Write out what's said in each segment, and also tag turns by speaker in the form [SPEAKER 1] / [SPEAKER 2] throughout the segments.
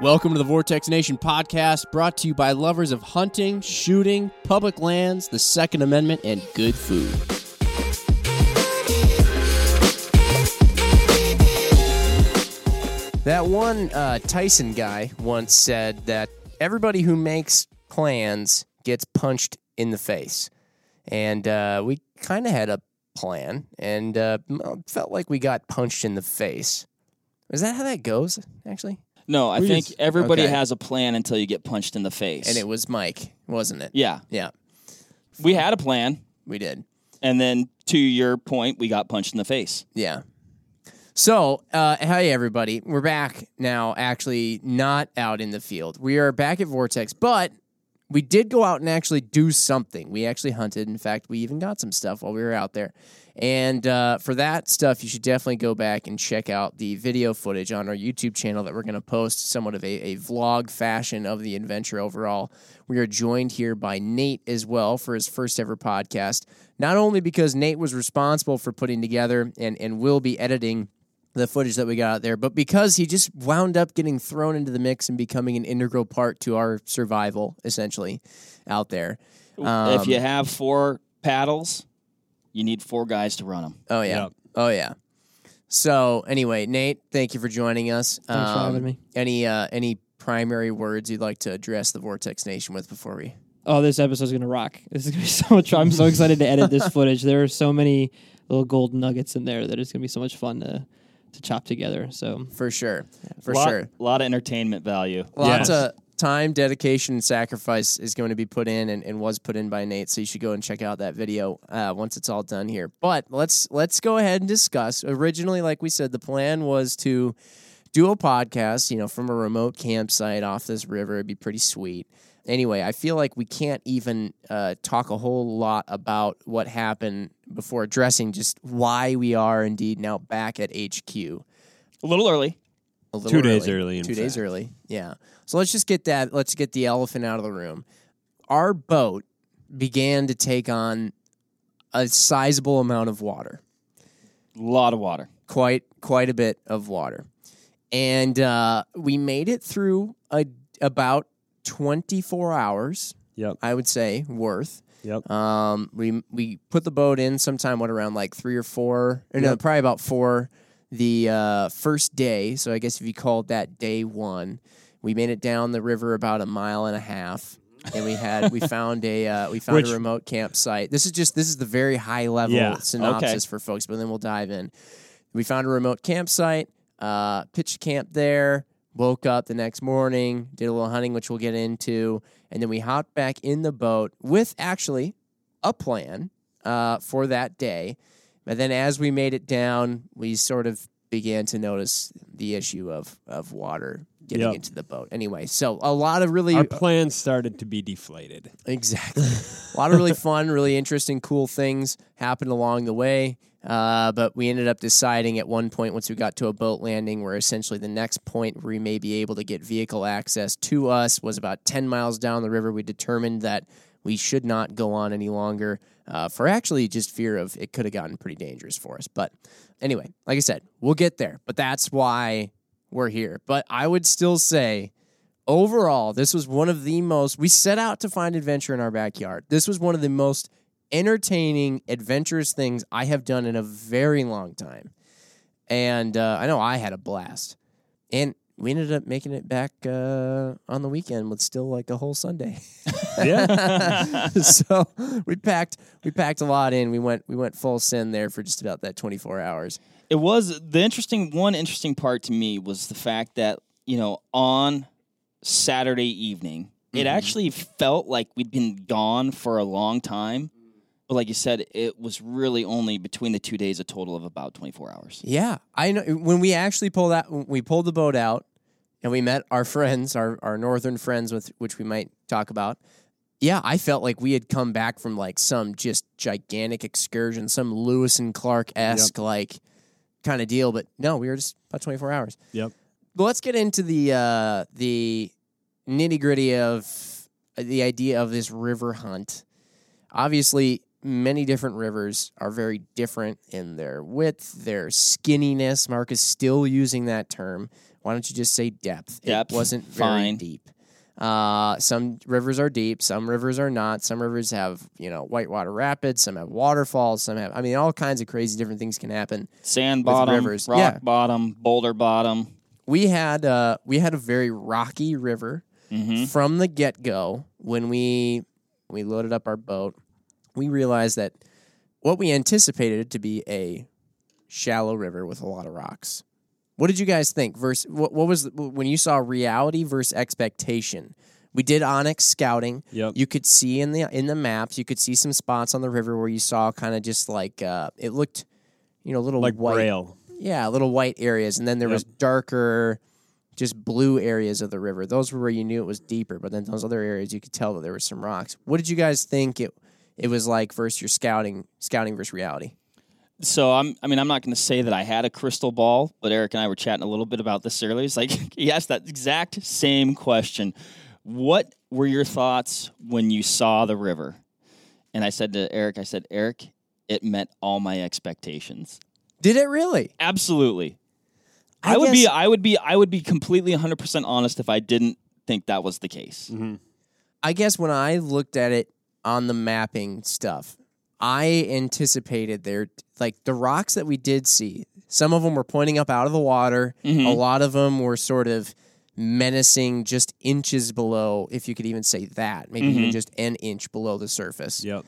[SPEAKER 1] Welcome to the Vortex Nation podcast, brought to you by lovers of hunting, shooting, public lands, the Second Amendment, and good food. That one uh, Tyson guy once said that everybody who makes plans gets punched in the face. And uh, we kind of had a plan and uh, m- felt like we got punched in the face. Is that how that goes, actually?
[SPEAKER 2] No, I
[SPEAKER 1] We
[SPEAKER 2] think
[SPEAKER 1] just-
[SPEAKER 2] everybody
[SPEAKER 1] okay.
[SPEAKER 2] has a plan until you get punched in the face.
[SPEAKER 1] And it was Mike, wasn't it?
[SPEAKER 2] yeah,
[SPEAKER 1] Yeah,
[SPEAKER 2] we had a plan,
[SPEAKER 1] we did.
[SPEAKER 2] and then to your point, we got punched in the face.
[SPEAKER 1] Yeah. So, uh, hey everybody, we're back now. Actually, not out in the field. We are back at Vortex, but we did go out and actually do something. We actually hunted. In fact, we even got some stuff while we were out there. And uh, for that stuff, you should definitely go back and check out the video footage on our YouTube channel that we're going to post somewhat of a, a vlog fashion of the adventure overall. We are joined here by Nate as well for his first ever podcast, not only because Nate was responsible for putting together and, and will be editing the footage that we got out there, but because he just wound up getting thrown into the mix and becoming an integral part to our survival, essentially, out there. Um,
[SPEAKER 2] if you have four paddles, you need four guys to run them.
[SPEAKER 1] oh yeah,
[SPEAKER 3] Yep.
[SPEAKER 1] oh yeah. So anyway, Nate, thank you for joining us.
[SPEAKER 3] Thanks for having me.
[SPEAKER 1] Any uh, any primary words you'd like to address the Vortex Nation with before we?
[SPEAKER 3] Oh, this episode's gonna rock. This is gonna be so much. I'm so excited to edit this footage. There are so many little gold nuggets in there that it's gonna be so much fun to to chop together. So
[SPEAKER 1] For sure, for
[SPEAKER 2] lot,
[SPEAKER 1] sure.
[SPEAKER 2] lot of entertainment value.
[SPEAKER 1] Lots
[SPEAKER 3] Yes.
[SPEAKER 1] of time, dedication, and sacrifice is going to be put in and, and was put in by Nate. So you should go and check out that video uh, once it's all done here. But let's let's go ahead and discuss. Originally, like we said, the plan was to do a podcast, you know, from a remote campsite off this river. It'd be pretty sweet. Anyway, I feel like we can't even uh, talk a whole lot about what happened before addressing just why we are indeed now back at HQ
[SPEAKER 2] A little early.
[SPEAKER 1] a little
[SPEAKER 4] Two days early, in
[SPEAKER 1] two days
[SPEAKER 4] fact.
[SPEAKER 1] early. Yeah. So let's just get that. Let's get the elephant out of the room. Our boat began to take on a sizable amount of water,
[SPEAKER 2] A lot of water.
[SPEAKER 1] quite quite a bit of water, and uh, we made it through a, about twenty four hours.
[SPEAKER 4] Yep.
[SPEAKER 1] I would say worth.
[SPEAKER 4] Yep.
[SPEAKER 1] Um, we we put the boat in sometime what around like three or four, or no, probably about four. The uh, first day, so I guess if you called that day one, we made it down the river about a mile and a half, and we had we found a uh, we found
[SPEAKER 4] Which-
[SPEAKER 1] a remote campsite. This is just this is the very high level
[SPEAKER 4] Yeah,
[SPEAKER 1] synopsis for folks, but then we'll dive in. We found a remote campsite, uh, pitched camp there, woke up the next morning, did a little hunting, which we'll get into, and then we hopped back in the boat with actually a plan uh, for that day. But then as we made it down, we sort of began to notice the issue of, of water getting
[SPEAKER 4] Yep.
[SPEAKER 1] into the boat. Anyway, so a lot of really
[SPEAKER 4] Our plans started to be deflated.
[SPEAKER 1] Exactly. a lot of really fun, really interesting, cool things happened along the way. Uh, but we ended up deciding at one point, once we got to a boat landing, where essentially the next point where we may be able to get vehicle access to us was about 10 miles down the river. We determined that we should not go on any longer uh, for actually just fear of it could have gotten pretty dangerous for us. But anyway, like I said, we'll get there. But that's why we're here. But I would still say overall, this was one of the most. We set out to find adventure in our backyard. This was one of the most entertaining, adventurous things I have done in a very long time. And uh, I know I had a blast. And we ended up making it back uh, on the weekend with still like a whole Sunday.
[SPEAKER 2] Yeah.
[SPEAKER 1] so we packed we packed a lot in. We went we went full sin there for just about that twenty four hours.
[SPEAKER 2] It was the interesting one interesting part to me was the fact that, you know, on Saturday evening, it
[SPEAKER 1] Mhm.
[SPEAKER 2] actually felt like we'd been gone for a long time. But like you said, it was really only between the two days a total of about 24 hours.
[SPEAKER 1] Yeah, I know. When we actually pulled out, when we pulled the boat out, and we met our friends, our our northern friends, with which we might talk about. Yeah, I felt like we had come back from like some just gigantic excursion, some Lewis and Clark esque like kind of deal. But no, we were just about twenty four hours.
[SPEAKER 4] Yep.
[SPEAKER 1] But let's get into the uh, the uh, nitty gritty of the idea of this river hunt. Obviously, many different rivers are very different in their width, their skinniness. Mark is still using that term. Why don't you just say depth?
[SPEAKER 2] Depth,
[SPEAKER 1] It wasn't very
[SPEAKER 2] fine.
[SPEAKER 1] deep. Uh, some rivers are deep, some rivers are not. Some rivers have, you know, whitewater rapids, some have waterfalls, some have, I mean, all kinds of crazy different things can happen.
[SPEAKER 2] Sand bottom,
[SPEAKER 1] rivers,
[SPEAKER 2] rock
[SPEAKER 1] yeah.
[SPEAKER 2] bottom, boulder bottom.
[SPEAKER 1] we had uh, we had a very rocky river
[SPEAKER 4] Mm-hmm.
[SPEAKER 2] Mhm.
[SPEAKER 1] from the get go when we we loaded up our boat. We realized that what we anticipated to be a shallow river with a lot of rocks. What did you guys think? Versus what, what was when you saw reality versus expectation? We did onyx scouting.
[SPEAKER 4] Yep.
[SPEAKER 1] You could see in the in the maps. You could see some spots on the river where you saw kind of just like uh, it looked, you know, little
[SPEAKER 4] like
[SPEAKER 1] white
[SPEAKER 4] braille.
[SPEAKER 1] yeah, little white areas, and then there was darker, just blue areas of the river. Those were where you knew it was deeper, but then those other areas you could tell that there were some rocks. What did you guys think it it was like versus your scouting scouting versus reality?
[SPEAKER 2] So I'm. I mean, I'm not going to say that I had a crystal ball, but Eric and I were chatting a little bit about this earlier. It's like he asked that exact same question. What were your thoughts when you saw the river? And I said to Eric, I said, Eric, it met all my expectations.
[SPEAKER 1] Did it really?
[SPEAKER 2] Absolutely. I, would be.
[SPEAKER 1] guess-
[SPEAKER 2] I would be. I would be completely 100 percent honest if I didn't think that was the case.
[SPEAKER 1] Mm-hmm. I guess when I looked at it on the mapping stuff, I anticipated there like the rocks that we did see. Some of them were pointing up out of the water. A
[SPEAKER 2] Oh, Mm-hmm.
[SPEAKER 1] lot of them were sort of menacing, just inches below, if you could even say that, maybe
[SPEAKER 2] Mm-hmm.
[SPEAKER 1] even just an inch below the surface.
[SPEAKER 4] Yep.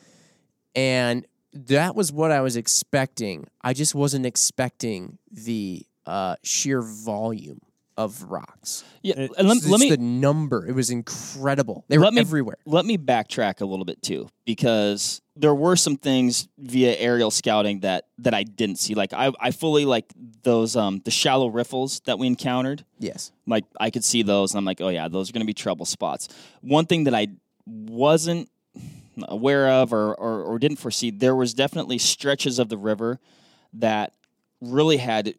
[SPEAKER 1] And that was what I was expecting. I just wasn't expecting the uh, sheer volume of rocks.
[SPEAKER 2] Yeah. and let,
[SPEAKER 1] It's
[SPEAKER 2] let me
[SPEAKER 1] the number. It was incredible. They were
[SPEAKER 2] Let me-
[SPEAKER 1] everywhere.
[SPEAKER 2] let me backtrack a little bit too because there were some things via aerial scouting that that I didn't see like I, I fully like those um the shallow riffles that we encountered
[SPEAKER 1] Yes.
[SPEAKER 2] like I could see those and I'm like oh yeah those are going to be trouble spots one thing that I wasn't aware of or, or or didn't foresee there was definitely stretches of the river that really had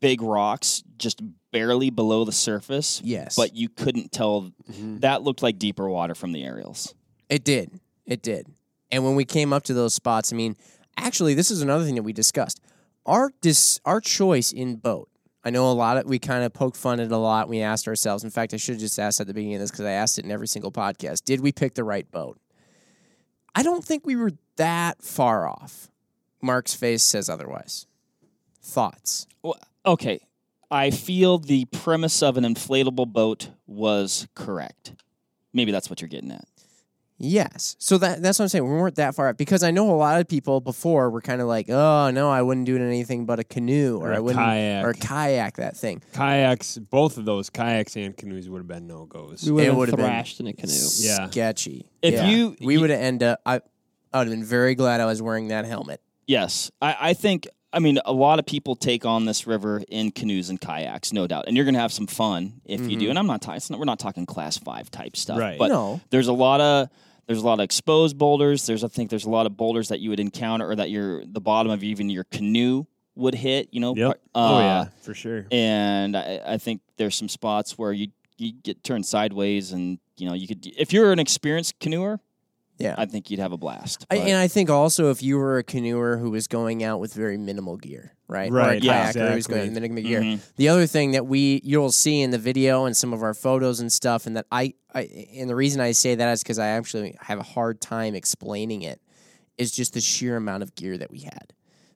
[SPEAKER 2] big rocks just barely below the surface
[SPEAKER 1] Yes.
[SPEAKER 2] but you couldn't tell
[SPEAKER 1] Mm-hmm.
[SPEAKER 2] that looked like deeper water from the aerials
[SPEAKER 1] It did. It did. And when we came up to those spots, I mean, actually, this is another thing that we discussed. Our dis- our choice in boat. I know a lot of we kind of poke fun at it a lot. We asked ourselves. In fact, I should have just asked at the beginning of this because I asked it in every single podcast. Did we pick the right boat? I don't think we were that far off. Mark's face says otherwise. Thoughts?
[SPEAKER 2] Well, okay. I feel the premise of an inflatable boat was correct. Maybe that's what you're getting at.
[SPEAKER 1] Yes. So that that's what I'm saying. We weren't that far up because I know a lot of people before were kind of like, oh no, I wouldn't do it in anything but a canoe or,
[SPEAKER 4] Or a
[SPEAKER 1] I wouldn't
[SPEAKER 4] kayak.
[SPEAKER 1] or a kayak that thing.
[SPEAKER 4] Kayaks, both of those kayaks and canoes would have been no goes.
[SPEAKER 3] We would
[SPEAKER 1] It
[SPEAKER 3] have
[SPEAKER 1] would've been-
[SPEAKER 3] thrashed in a canoe.
[SPEAKER 4] Yeah.
[SPEAKER 1] Sketchy.
[SPEAKER 2] If
[SPEAKER 1] Yeah.
[SPEAKER 2] you-
[SPEAKER 1] we
[SPEAKER 2] you-
[SPEAKER 1] would have ended up, I, I would have been very glad I was wearing that helmet.
[SPEAKER 2] Yes. I, I think, I mean, a lot of people take on this river in canoes and kayaks, no doubt. And you're going to have some fun if you do. And I'm not talking, we're not talking class five type stuff.
[SPEAKER 4] Mm-hmm. Right.
[SPEAKER 2] But
[SPEAKER 1] No.
[SPEAKER 2] there's a lot of, there's a lot of exposed boulders. There's, I think, there's a lot of boulders that you would encounter or that your the bottom of even your canoe would hit. You know,
[SPEAKER 4] Yep.
[SPEAKER 2] Uh,
[SPEAKER 4] oh yeah, for sure.
[SPEAKER 2] and I, I think there's some spots where you you get turned sideways, and you know you could if you're an experienced canoeer,
[SPEAKER 1] Yeah.
[SPEAKER 2] I think you'd have a blast.
[SPEAKER 1] I,
[SPEAKER 2] but-
[SPEAKER 1] and I think also if you were a canoeer who was going out with very minimal gear, right? Or a
[SPEAKER 4] Right,
[SPEAKER 1] kayaker
[SPEAKER 4] yeah,
[SPEAKER 1] who was going out
[SPEAKER 4] exactly.
[SPEAKER 1] with minimal gear.
[SPEAKER 2] Mm-hmm.
[SPEAKER 1] The other thing that we you'll see in the video and some of our photos and stuff, and that I, I and the reason I say that is because I actually have a hard time explaining it, is just the sheer amount of gear that we had,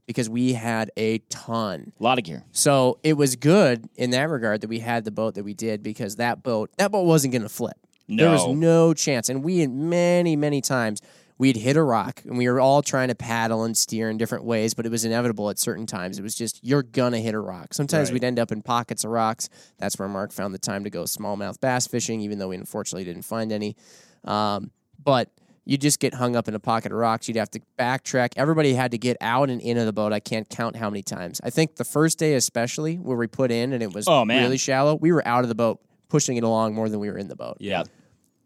[SPEAKER 1] because we had a ton.
[SPEAKER 2] a lot of gear.
[SPEAKER 1] So it was good in that regard that we had the boat that we did because that boat that boat wasn't going to flip. There was
[SPEAKER 2] No.
[SPEAKER 1] no chance, and we had many many times we'd hit a rock and we were all trying to paddle and steer in different ways, but it was inevitable at certain times. It was just you're gonna hit a rock. Sometimes
[SPEAKER 4] Right.
[SPEAKER 1] we'd end up in pockets of rocks. That's where Mark found the time to go smallmouth bass fishing, even though we unfortunately didn't find any. Um, but you just get hung up in a pocket of rocks. You'd have to backtrack. Everybody had to get out and into the boat. I can't count how many times. I think the first day, especially where we put in and it was
[SPEAKER 2] Oh, man.
[SPEAKER 1] really shallow, we were out of the boat pushing it along more than we were in the boat.
[SPEAKER 4] yeah.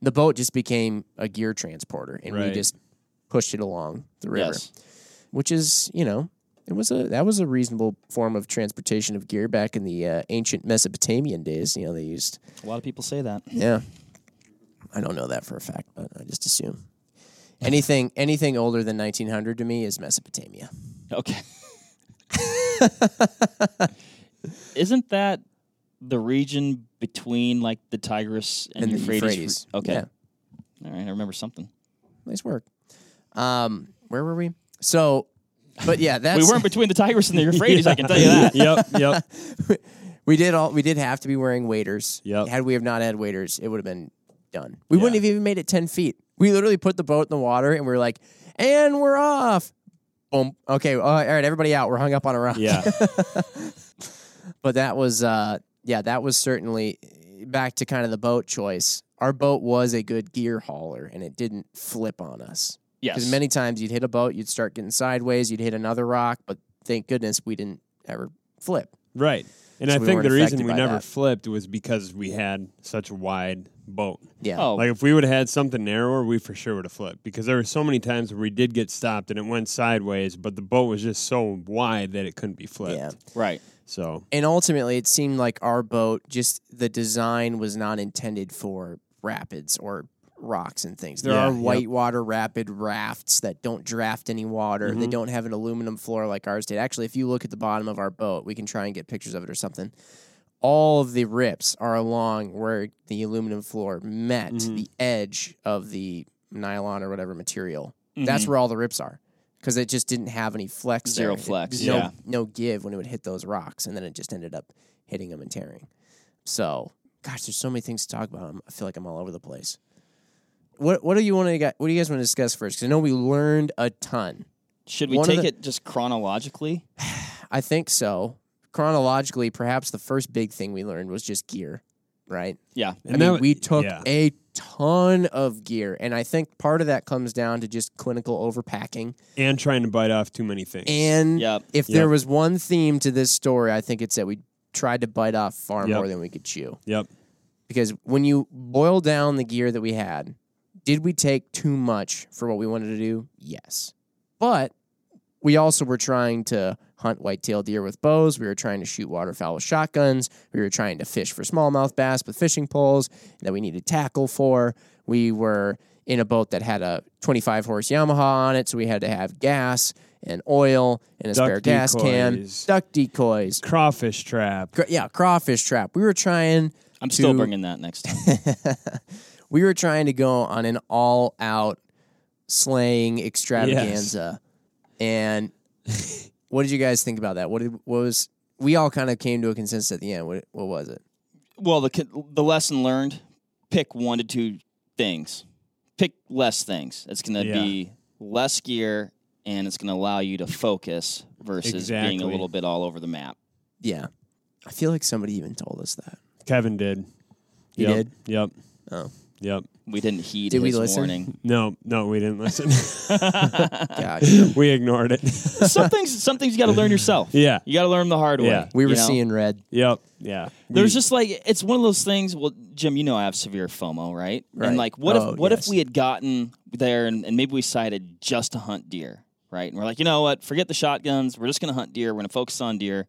[SPEAKER 1] The boat just became a gear transporter and we
[SPEAKER 4] Right.
[SPEAKER 1] just pushed it along the river,
[SPEAKER 2] Yes.
[SPEAKER 1] which is, you know, it was a that was a reasonable form of transportation of gear back in the uh, ancient Mesopotamian days. You know, they used
[SPEAKER 2] A lot of people say that.
[SPEAKER 1] yeah. I don't know that for a fact, but I just assume. Anything anything older than 1900 to me is Mesopotamia.
[SPEAKER 2] Okay. Isn't that the region between like the Tigris and,
[SPEAKER 1] And the
[SPEAKER 2] Euphrates?
[SPEAKER 1] Euphrates.
[SPEAKER 2] Okay.
[SPEAKER 1] Yeah.
[SPEAKER 2] All right. I remember something.
[SPEAKER 1] Nice work. Um, where were we? So, but yeah, that's
[SPEAKER 2] we weren't between the Tigris and the Euphrates. I can tell you that.
[SPEAKER 4] yep, yep.
[SPEAKER 1] We did all. We did have to be wearing waders.
[SPEAKER 4] Yep.
[SPEAKER 1] Had we have not had waders, it would have been done. We wouldn't have even made it ten feet. We literally put the boat in the water and we were like, "And we're off." Boom. Okay. all right, all right. Everybody out. We're hung up on a rock.
[SPEAKER 4] Yeah.
[SPEAKER 1] But that was, uh, yeah, that was certainly back to kind of the boat choice. Our boat was a good gear hauler, and it didn't flip on us.
[SPEAKER 2] Yes.
[SPEAKER 1] Because many times you'd hit a boat, you'd start getting sideways, you'd hit another rock, but thank goodness we didn't ever flip.
[SPEAKER 4] Right. And
[SPEAKER 1] So
[SPEAKER 4] I
[SPEAKER 1] we
[SPEAKER 4] think
[SPEAKER 1] weren't
[SPEAKER 4] the
[SPEAKER 1] affected
[SPEAKER 4] reason we
[SPEAKER 1] by
[SPEAKER 4] never
[SPEAKER 1] that.
[SPEAKER 4] flipped was because we had such a wide boat.
[SPEAKER 1] Yeah.
[SPEAKER 2] oh,
[SPEAKER 4] Like if we would have had something narrower, we for sure would have flipped because there were so many times where we did get stopped and it went sideways, but the boat was just so wide that it couldn't be flipped.
[SPEAKER 1] Yeah.
[SPEAKER 2] right.
[SPEAKER 4] So
[SPEAKER 1] and ultimately it seemed like our boat just the design was not intended for rapids or rocks and things there
[SPEAKER 4] Yeah,
[SPEAKER 1] are
[SPEAKER 4] yep.
[SPEAKER 1] whitewater rapid rafts that don't draft any water
[SPEAKER 4] Mm-hmm.
[SPEAKER 1] they don't have an aluminum floor like ours did actually if you look at the bottom of our boat we can try and get pictures of it or something all of the rips are along where the aluminum floor met
[SPEAKER 4] Mm-hmm.
[SPEAKER 1] the edge of the nylon or whatever material
[SPEAKER 2] Mm-hmm.
[SPEAKER 1] that's where all the rips are because it just didn't have any flex
[SPEAKER 2] Zero
[SPEAKER 1] there. It-
[SPEAKER 2] flex,
[SPEAKER 1] no,
[SPEAKER 2] yeah.
[SPEAKER 1] no give when it would hit those rocks and then it just ended up hitting them and tearing so gosh there's so many things to talk about i feel like i'm all over the place what what do you want to what do you guys want to discuss first because i know we learned a ton
[SPEAKER 2] Should we
[SPEAKER 1] One of
[SPEAKER 2] take
[SPEAKER 1] the-
[SPEAKER 2] it just chronologically?
[SPEAKER 1] i think so chronologically perhaps the first big thing we learned was just gear right
[SPEAKER 2] Yeah.
[SPEAKER 1] I
[SPEAKER 4] And
[SPEAKER 1] mean,
[SPEAKER 4] that-
[SPEAKER 1] we took
[SPEAKER 4] yeah.
[SPEAKER 1] a ton of gear, and I think part of that comes down to just clinical overpacking.
[SPEAKER 4] and trying to bite off too many things.
[SPEAKER 1] And
[SPEAKER 2] Yep.
[SPEAKER 1] if there
[SPEAKER 4] Yep.
[SPEAKER 1] was one theme to this story, I think it's that we tried to bite off far
[SPEAKER 4] Yep.
[SPEAKER 1] more than we could chew.
[SPEAKER 4] yep.
[SPEAKER 1] Because when you boil down the gear that we had, did we take too much for what we wanted to do? Yes. But we also were trying to hunt white-tailed deer with bows. We were trying to shoot waterfowl with shotguns. We were trying to fish for smallmouth bass with fishing poles that we needed tackle for. We were in a boat that had a 25 horse Yamaha on it, so we had to have gas and oil and a
[SPEAKER 4] Duck
[SPEAKER 1] spare gas can,
[SPEAKER 4] decoys.
[SPEAKER 1] duck decoys.
[SPEAKER 4] Crawfish trap.
[SPEAKER 1] Cr- yeah, crawfish trap. We were trying.
[SPEAKER 2] I'm
[SPEAKER 1] to-
[SPEAKER 2] still bringing that next time.
[SPEAKER 1] we were trying to go on an all out slaying extravaganza. And what did you guys think about that? What, did, what was we all kind of came to a consensus at the end? What, what was it?
[SPEAKER 2] well, the c- the lesson learned: pick one to two things. Pick less things. It's going to
[SPEAKER 4] Yeah.
[SPEAKER 2] be less gear, and it's going to allow you to focus versus being
[SPEAKER 4] Exactly.
[SPEAKER 2] a little bit all over the map.
[SPEAKER 1] Yeah, I feel like somebody even told us that.
[SPEAKER 4] Kevin did.
[SPEAKER 1] He
[SPEAKER 4] yep.
[SPEAKER 1] did?
[SPEAKER 4] Yep.
[SPEAKER 1] Oh.
[SPEAKER 4] Yep.
[SPEAKER 2] We didn't heed
[SPEAKER 1] Did we
[SPEAKER 2] his
[SPEAKER 1] listen?
[SPEAKER 2] warning.
[SPEAKER 4] No, no, we didn't listen.
[SPEAKER 1] Gosh,
[SPEAKER 4] we ignored it.
[SPEAKER 2] some things, some things you got to learn yourself.
[SPEAKER 4] Yeah.
[SPEAKER 2] you got to learn the hard way.
[SPEAKER 4] Yeah.
[SPEAKER 1] we were
[SPEAKER 2] you know?
[SPEAKER 1] seeing red.
[SPEAKER 4] yep. Yeah.
[SPEAKER 2] There's
[SPEAKER 4] We-
[SPEAKER 2] just like it's one of those things. Well, Jim, you know I have severe FOMO, right?
[SPEAKER 1] Right.
[SPEAKER 2] And like, what
[SPEAKER 1] Oh,
[SPEAKER 2] if what
[SPEAKER 1] yes.
[SPEAKER 2] if we had gotten there and, and maybe we decided just to hunt deer, right? And we're like, you know what? Forget the shotguns. We're just gonna hunt deer. We're gonna focus on deer,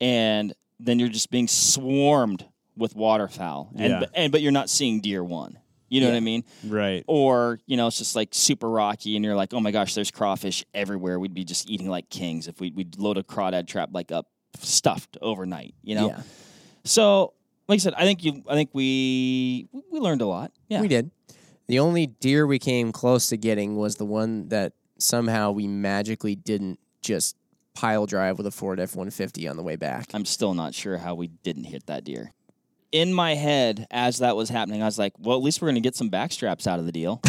[SPEAKER 2] and then you're just being swarmed with waterfowl, and
[SPEAKER 4] Yeah.
[SPEAKER 2] and but you're not seeing deer one. You know what I mean?
[SPEAKER 4] right.
[SPEAKER 2] Or you know, it's just like super rocky, and you're like, oh my gosh, there's crawfish everywhere. We'd be just eating like kings if we we'd load a crawdad trap like up stuffed overnight. You know.
[SPEAKER 1] Yeah,
[SPEAKER 2] So, like I said, I think you, I think we we learned a lot. Yeah,
[SPEAKER 1] we did. The only deer we came close to getting was the one that somehow we magically didn't just pile drive with a Ford F one fifty on the way back.
[SPEAKER 2] I'm still not sure how we didn't hit that deer. In my head, as that was happening, I was like, "Well, at least we're going to get some backstraps out of the deal."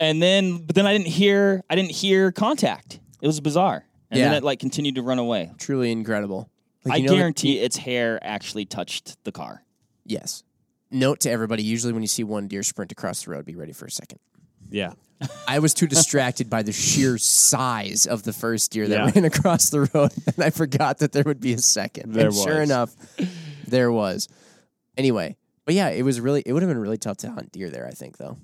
[SPEAKER 2] and then, but then I didn't hear, I didn't hear contact. It was bizarre. And then
[SPEAKER 1] Yeah.
[SPEAKER 2] it like continued to run away.
[SPEAKER 1] Truly incredible. Like,
[SPEAKER 2] I
[SPEAKER 1] you know that-
[SPEAKER 2] guarantee its hair actually touched the car.
[SPEAKER 1] Yes. Note to everybody: usually when you see one deer sprint across the road, be ready for a second.
[SPEAKER 4] Yeah.
[SPEAKER 1] I was too distracted by the sheer size of the first deer that
[SPEAKER 4] Yeah.
[SPEAKER 1] ran across the road, and I forgot that there would be a second.
[SPEAKER 4] There
[SPEAKER 1] and sure
[SPEAKER 4] was.
[SPEAKER 1] enough, there was. Anyway, but yeah, it was really it would have been really tough to hunt deer there. I think though.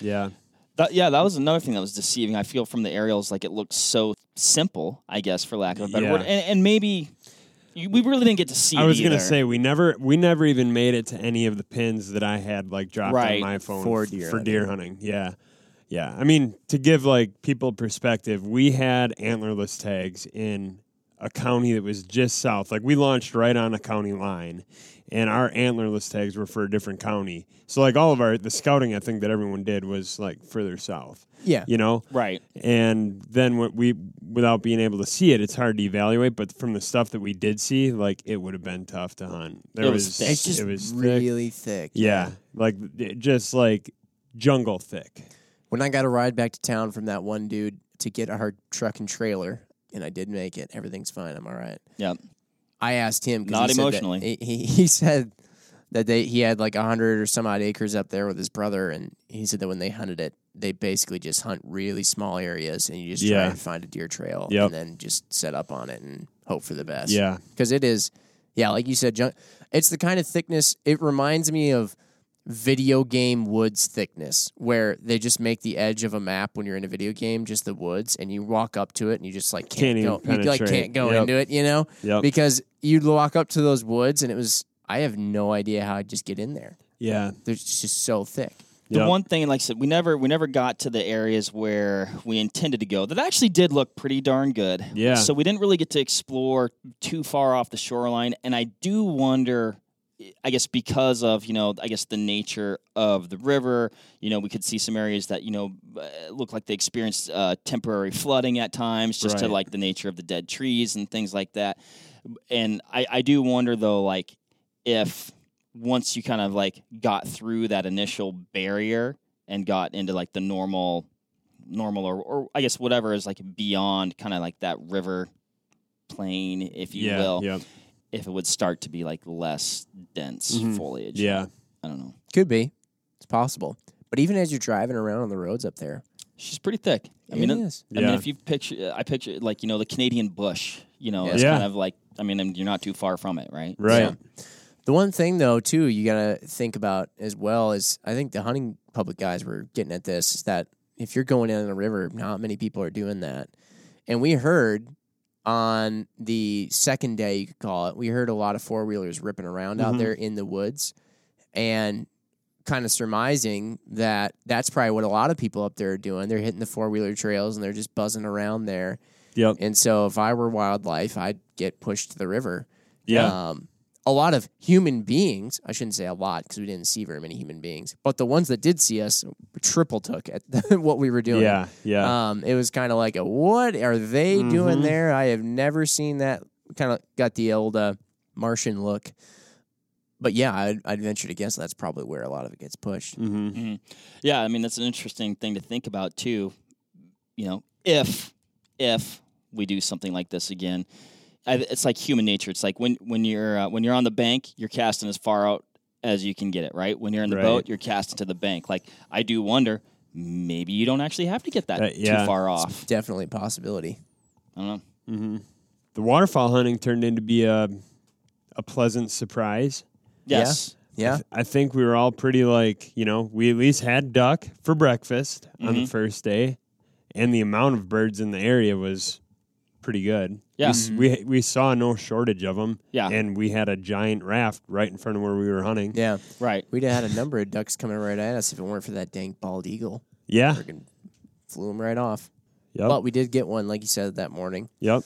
[SPEAKER 4] Yeah.
[SPEAKER 2] That, yeah, that was another thing that was deceiving. I feel from the aerials, like it looked so simple, I guess, for lack of a better
[SPEAKER 4] Yeah.
[SPEAKER 2] word. And, and maybe You- We really didn't get to see.
[SPEAKER 4] I
[SPEAKER 2] it
[SPEAKER 4] was gonna
[SPEAKER 2] either.
[SPEAKER 4] say we never we never even made it to any of the pins that I had like dropped
[SPEAKER 2] Right,
[SPEAKER 4] on my phone
[SPEAKER 1] for
[SPEAKER 4] f-
[SPEAKER 1] deer
[SPEAKER 4] for deer hunting. Yeah. Yeah. I mean, to give like people perspective, we had antlerless tags in a county that was just south. Like we launched right on a county line and our antlerless tags were for a different county. So like all of our the scouting I think that everyone did was like further south.
[SPEAKER 1] Yeah.
[SPEAKER 4] You know?
[SPEAKER 2] right.
[SPEAKER 4] and then what we without being able to see it it's hard to evaluate but from the stuff that we did see like it would have been tough to hunt there
[SPEAKER 2] It was
[SPEAKER 4] was,
[SPEAKER 2] thick.
[SPEAKER 1] It's just
[SPEAKER 4] it was thick.
[SPEAKER 1] really thick.
[SPEAKER 4] yeah like it- just like jungle thick
[SPEAKER 1] When I got a ride back to town from that one dude to get our truck and trailer, and I did make it. Everything's fine. I'm all right.
[SPEAKER 2] Yeah.
[SPEAKER 1] I asked him. 'cause
[SPEAKER 2] Not
[SPEAKER 1] he said that-
[SPEAKER 2] emotionally.
[SPEAKER 1] he, he he said that they he had like hundred or some odd acres up there with his brother, and he said that when they hunted it, they basically just hunt really small areas, and you just try
[SPEAKER 4] Yeah.
[SPEAKER 1] and find a deer trail,
[SPEAKER 4] Yep.
[SPEAKER 1] and then just set up on it and hope for the best.
[SPEAKER 4] yeah
[SPEAKER 1] because it is, yeah, like you said, junk. It's the kind of thickness. It reminds me of video game woods thickness, where they just make the edge of a map when you're in a video game just the woods, and you walk up to it and you just like can't,
[SPEAKER 4] Can't even
[SPEAKER 1] go, you like
[SPEAKER 4] penetrate.
[SPEAKER 1] can't go
[SPEAKER 4] Yep.
[SPEAKER 1] into it, you know,
[SPEAKER 2] Oh.
[SPEAKER 4] Yep.
[SPEAKER 1] because you'd walk up to those woods and it was. I have no idea how I'd just get in there.
[SPEAKER 4] yeah
[SPEAKER 1] They're just so thick.
[SPEAKER 2] The
[SPEAKER 4] Yep.
[SPEAKER 2] one thing, like I said, we never we never got to the areas where we intended to go. That actually did look pretty darn good.
[SPEAKER 4] Yeah.
[SPEAKER 2] So we didn't really get to explore too far off the shoreline, and I do wonder. I guess because of you know, I guess the nature of the river, you know, we could see some areas that you know uh, look like they experienced uh, temporary flooding at times, just to
[SPEAKER 4] Right.
[SPEAKER 2] like the nature of the dead trees and things like that. And I, I do wonder though, like if once you kind of like got through that initial barrier and got into like the normal normal or, or I guess whatever is like beyond kind of like that river plain if you
[SPEAKER 4] yeah
[SPEAKER 2] will
[SPEAKER 4] yep.
[SPEAKER 2] if it would start to be like less dense
[SPEAKER 4] Mhm.
[SPEAKER 2] foliage
[SPEAKER 4] yeah
[SPEAKER 2] I don't know
[SPEAKER 1] Could be. It's possible. But even as you're driving around on the roads up there,
[SPEAKER 2] she's pretty thick I mean
[SPEAKER 1] it
[SPEAKER 2] it-
[SPEAKER 1] is.
[SPEAKER 2] I mean
[SPEAKER 4] Yeah.
[SPEAKER 2] if you picture I picture like you know the Canadian bush you know
[SPEAKER 1] Yeah.
[SPEAKER 2] it's
[SPEAKER 4] Yeah.
[SPEAKER 2] kind of like I mean and you're not too far from it right
[SPEAKER 4] right
[SPEAKER 1] Yeah. The one thing though too you gotta think about as well is I think the hunting public guys were getting at this is that if you're going in the river, not many people are doing that. And we heard on the second day you could call it, we heard a lot of four wheelers ripping around out
[SPEAKER 4] Mhm.
[SPEAKER 1] there in the woods and kind of surmising that that's probably what a lot of people up there are doing. They're hitting the four wheeler trails and they're just buzzing around there.
[SPEAKER 4] yep
[SPEAKER 1] And so if I were wildlife, I'd get pushed to the river.
[SPEAKER 4] yeah
[SPEAKER 1] Um, a lot of human beings, I shouldn't say a lot because we didn't see very many human beings, but the ones that did see us triple took at what we were doing.
[SPEAKER 4] yeah yeah
[SPEAKER 1] Um, it was kind of like, a, what are they doing
[SPEAKER 4] Mhm.
[SPEAKER 1] there? I have never seen that. Kind of got the old uh, Martian look. But yeah, I'd, I'd venture to guess that's probably where a lot of it gets pushed.
[SPEAKER 4] hmm
[SPEAKER 2] Yeah, I mean that's an interesting thing to think about too. You know, if if we do something like this again, I, it's like human nature. It's like when when you're uh, when you're on the bank, you're casting as far out as you can get it. Right when you're in the
[SPEAKER 4] Right.
[SPEAKER 2] boat, you're casting to the bank. Like I do wonder, maybe you don't actually have to get that
[SPEAKER 4] Uh,
[SPEAKER 2] too
[SPEAKER 4] yeah.
[SPEAKER 2] far off.
[SPEAKER 1] Definitely a possibility.
[SPEAKER 2] I don't know.
[SPEAKER 4] Mm-hmm. the waterfall hunting turned into be a a pleasant surprise
[SPEAKER 2] Yes.
[SPEAKER 1] Yeah.
[SPEAKER 4] I think we were all pretty like, you know, we at least had duck for breakfast on
[SPEAKER 1] Mm-hmm.
[SPEAKER 4] the first day, and the amount of birds in the area was pretty good.
[SPEAKER 2] Yeah.
[SPEAKER 4] We
[SPEAKER 1] Mm-hmm.
[SPEAKER 4] s- we, we saw no shortage of them.
[SPEAKER 2] Yeah.
[SPEAKER 4] and we had a giant raft right in front of where we were hunting.
[SPEAKER 1] Yeah.
[SPEAKER 2] Right.
[SPEAKER 1] We'd have had a number of ducks coming right at us if it weren't for that dang bald eagle.
[SPEAKER 4] Yeah,
[SPEAKER 1] Freaking flew him right off.
[SPEAKER 4] yep,
[SPEAKER 1] But we did get one, like you said, that morning.
[SPEAKER 4] yep,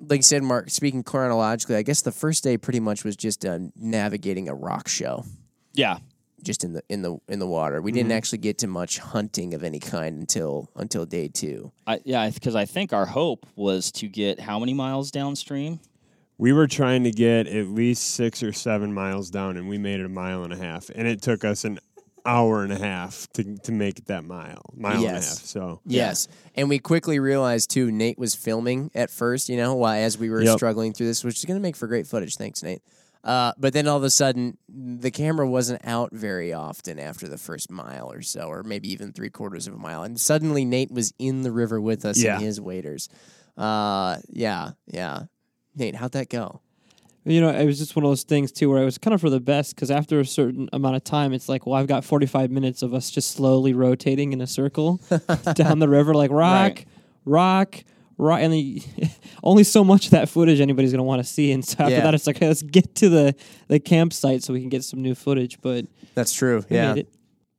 [SPEAKER 1] Like you said, Mark, speaking chronologically, I guess the first day pretty much was just uh, navigating a rock show,
[SPEAKER 2] Yeah.
[SPEAKER 1] just in the in the in the water. We didn't actually get to much hunting of any kind until until day two.
[SPEAKER 2] I, yeah. Because I think our hope was to get how many miles downstream?
[SPEAKER 4] We were trying to get at least six or seven miles down, and we made it a mile and a half, and it took us an hour and a half to to make it that mile, mile and a half.
[SPEAKER 1] Yes.
[SPEAKER 4] So
[SPEAKER 1] Yes, and we quickly realized too. Nate was filming at first, you know, while as we were
[SPEAKER 4] Yep.
[SPEAKER 1] struggling through this, which is going to make for great footage. Thanks, Nate. Uh, but then all of a sudden, the camera wasn't out very often after the first mile or so, or maybe even three quarters of a mile. And suddenly, Nate was in the river with us
[SPEAKER 4] Yeah.
[SPEAKER 1] and his waders. Uh, yeah, yeah. Nate, how'd that go?
[SPEAKER 3] You know, it was just one of those things too, where it was kind of for the best because after a certain amount of time, it's like, well, I've got 45 minutes of us just slowly rotating in a circle down the river, like rock,
[SPEAKER 2] Right.
[SPEAKER 3] rock, right, and the, only so much of that footage anybody's gonna want to see. And so after
[SPEAKER 1] Yeah.
[SPEAKER 3] that, it's like "Okay, let's get to the the campsite so we can get some new footage. But
[SPEAKER 1] That's true.
[SPEAKER 3] we
[SPEAKER 1] Yeah.
[SPEAKER 3] made it.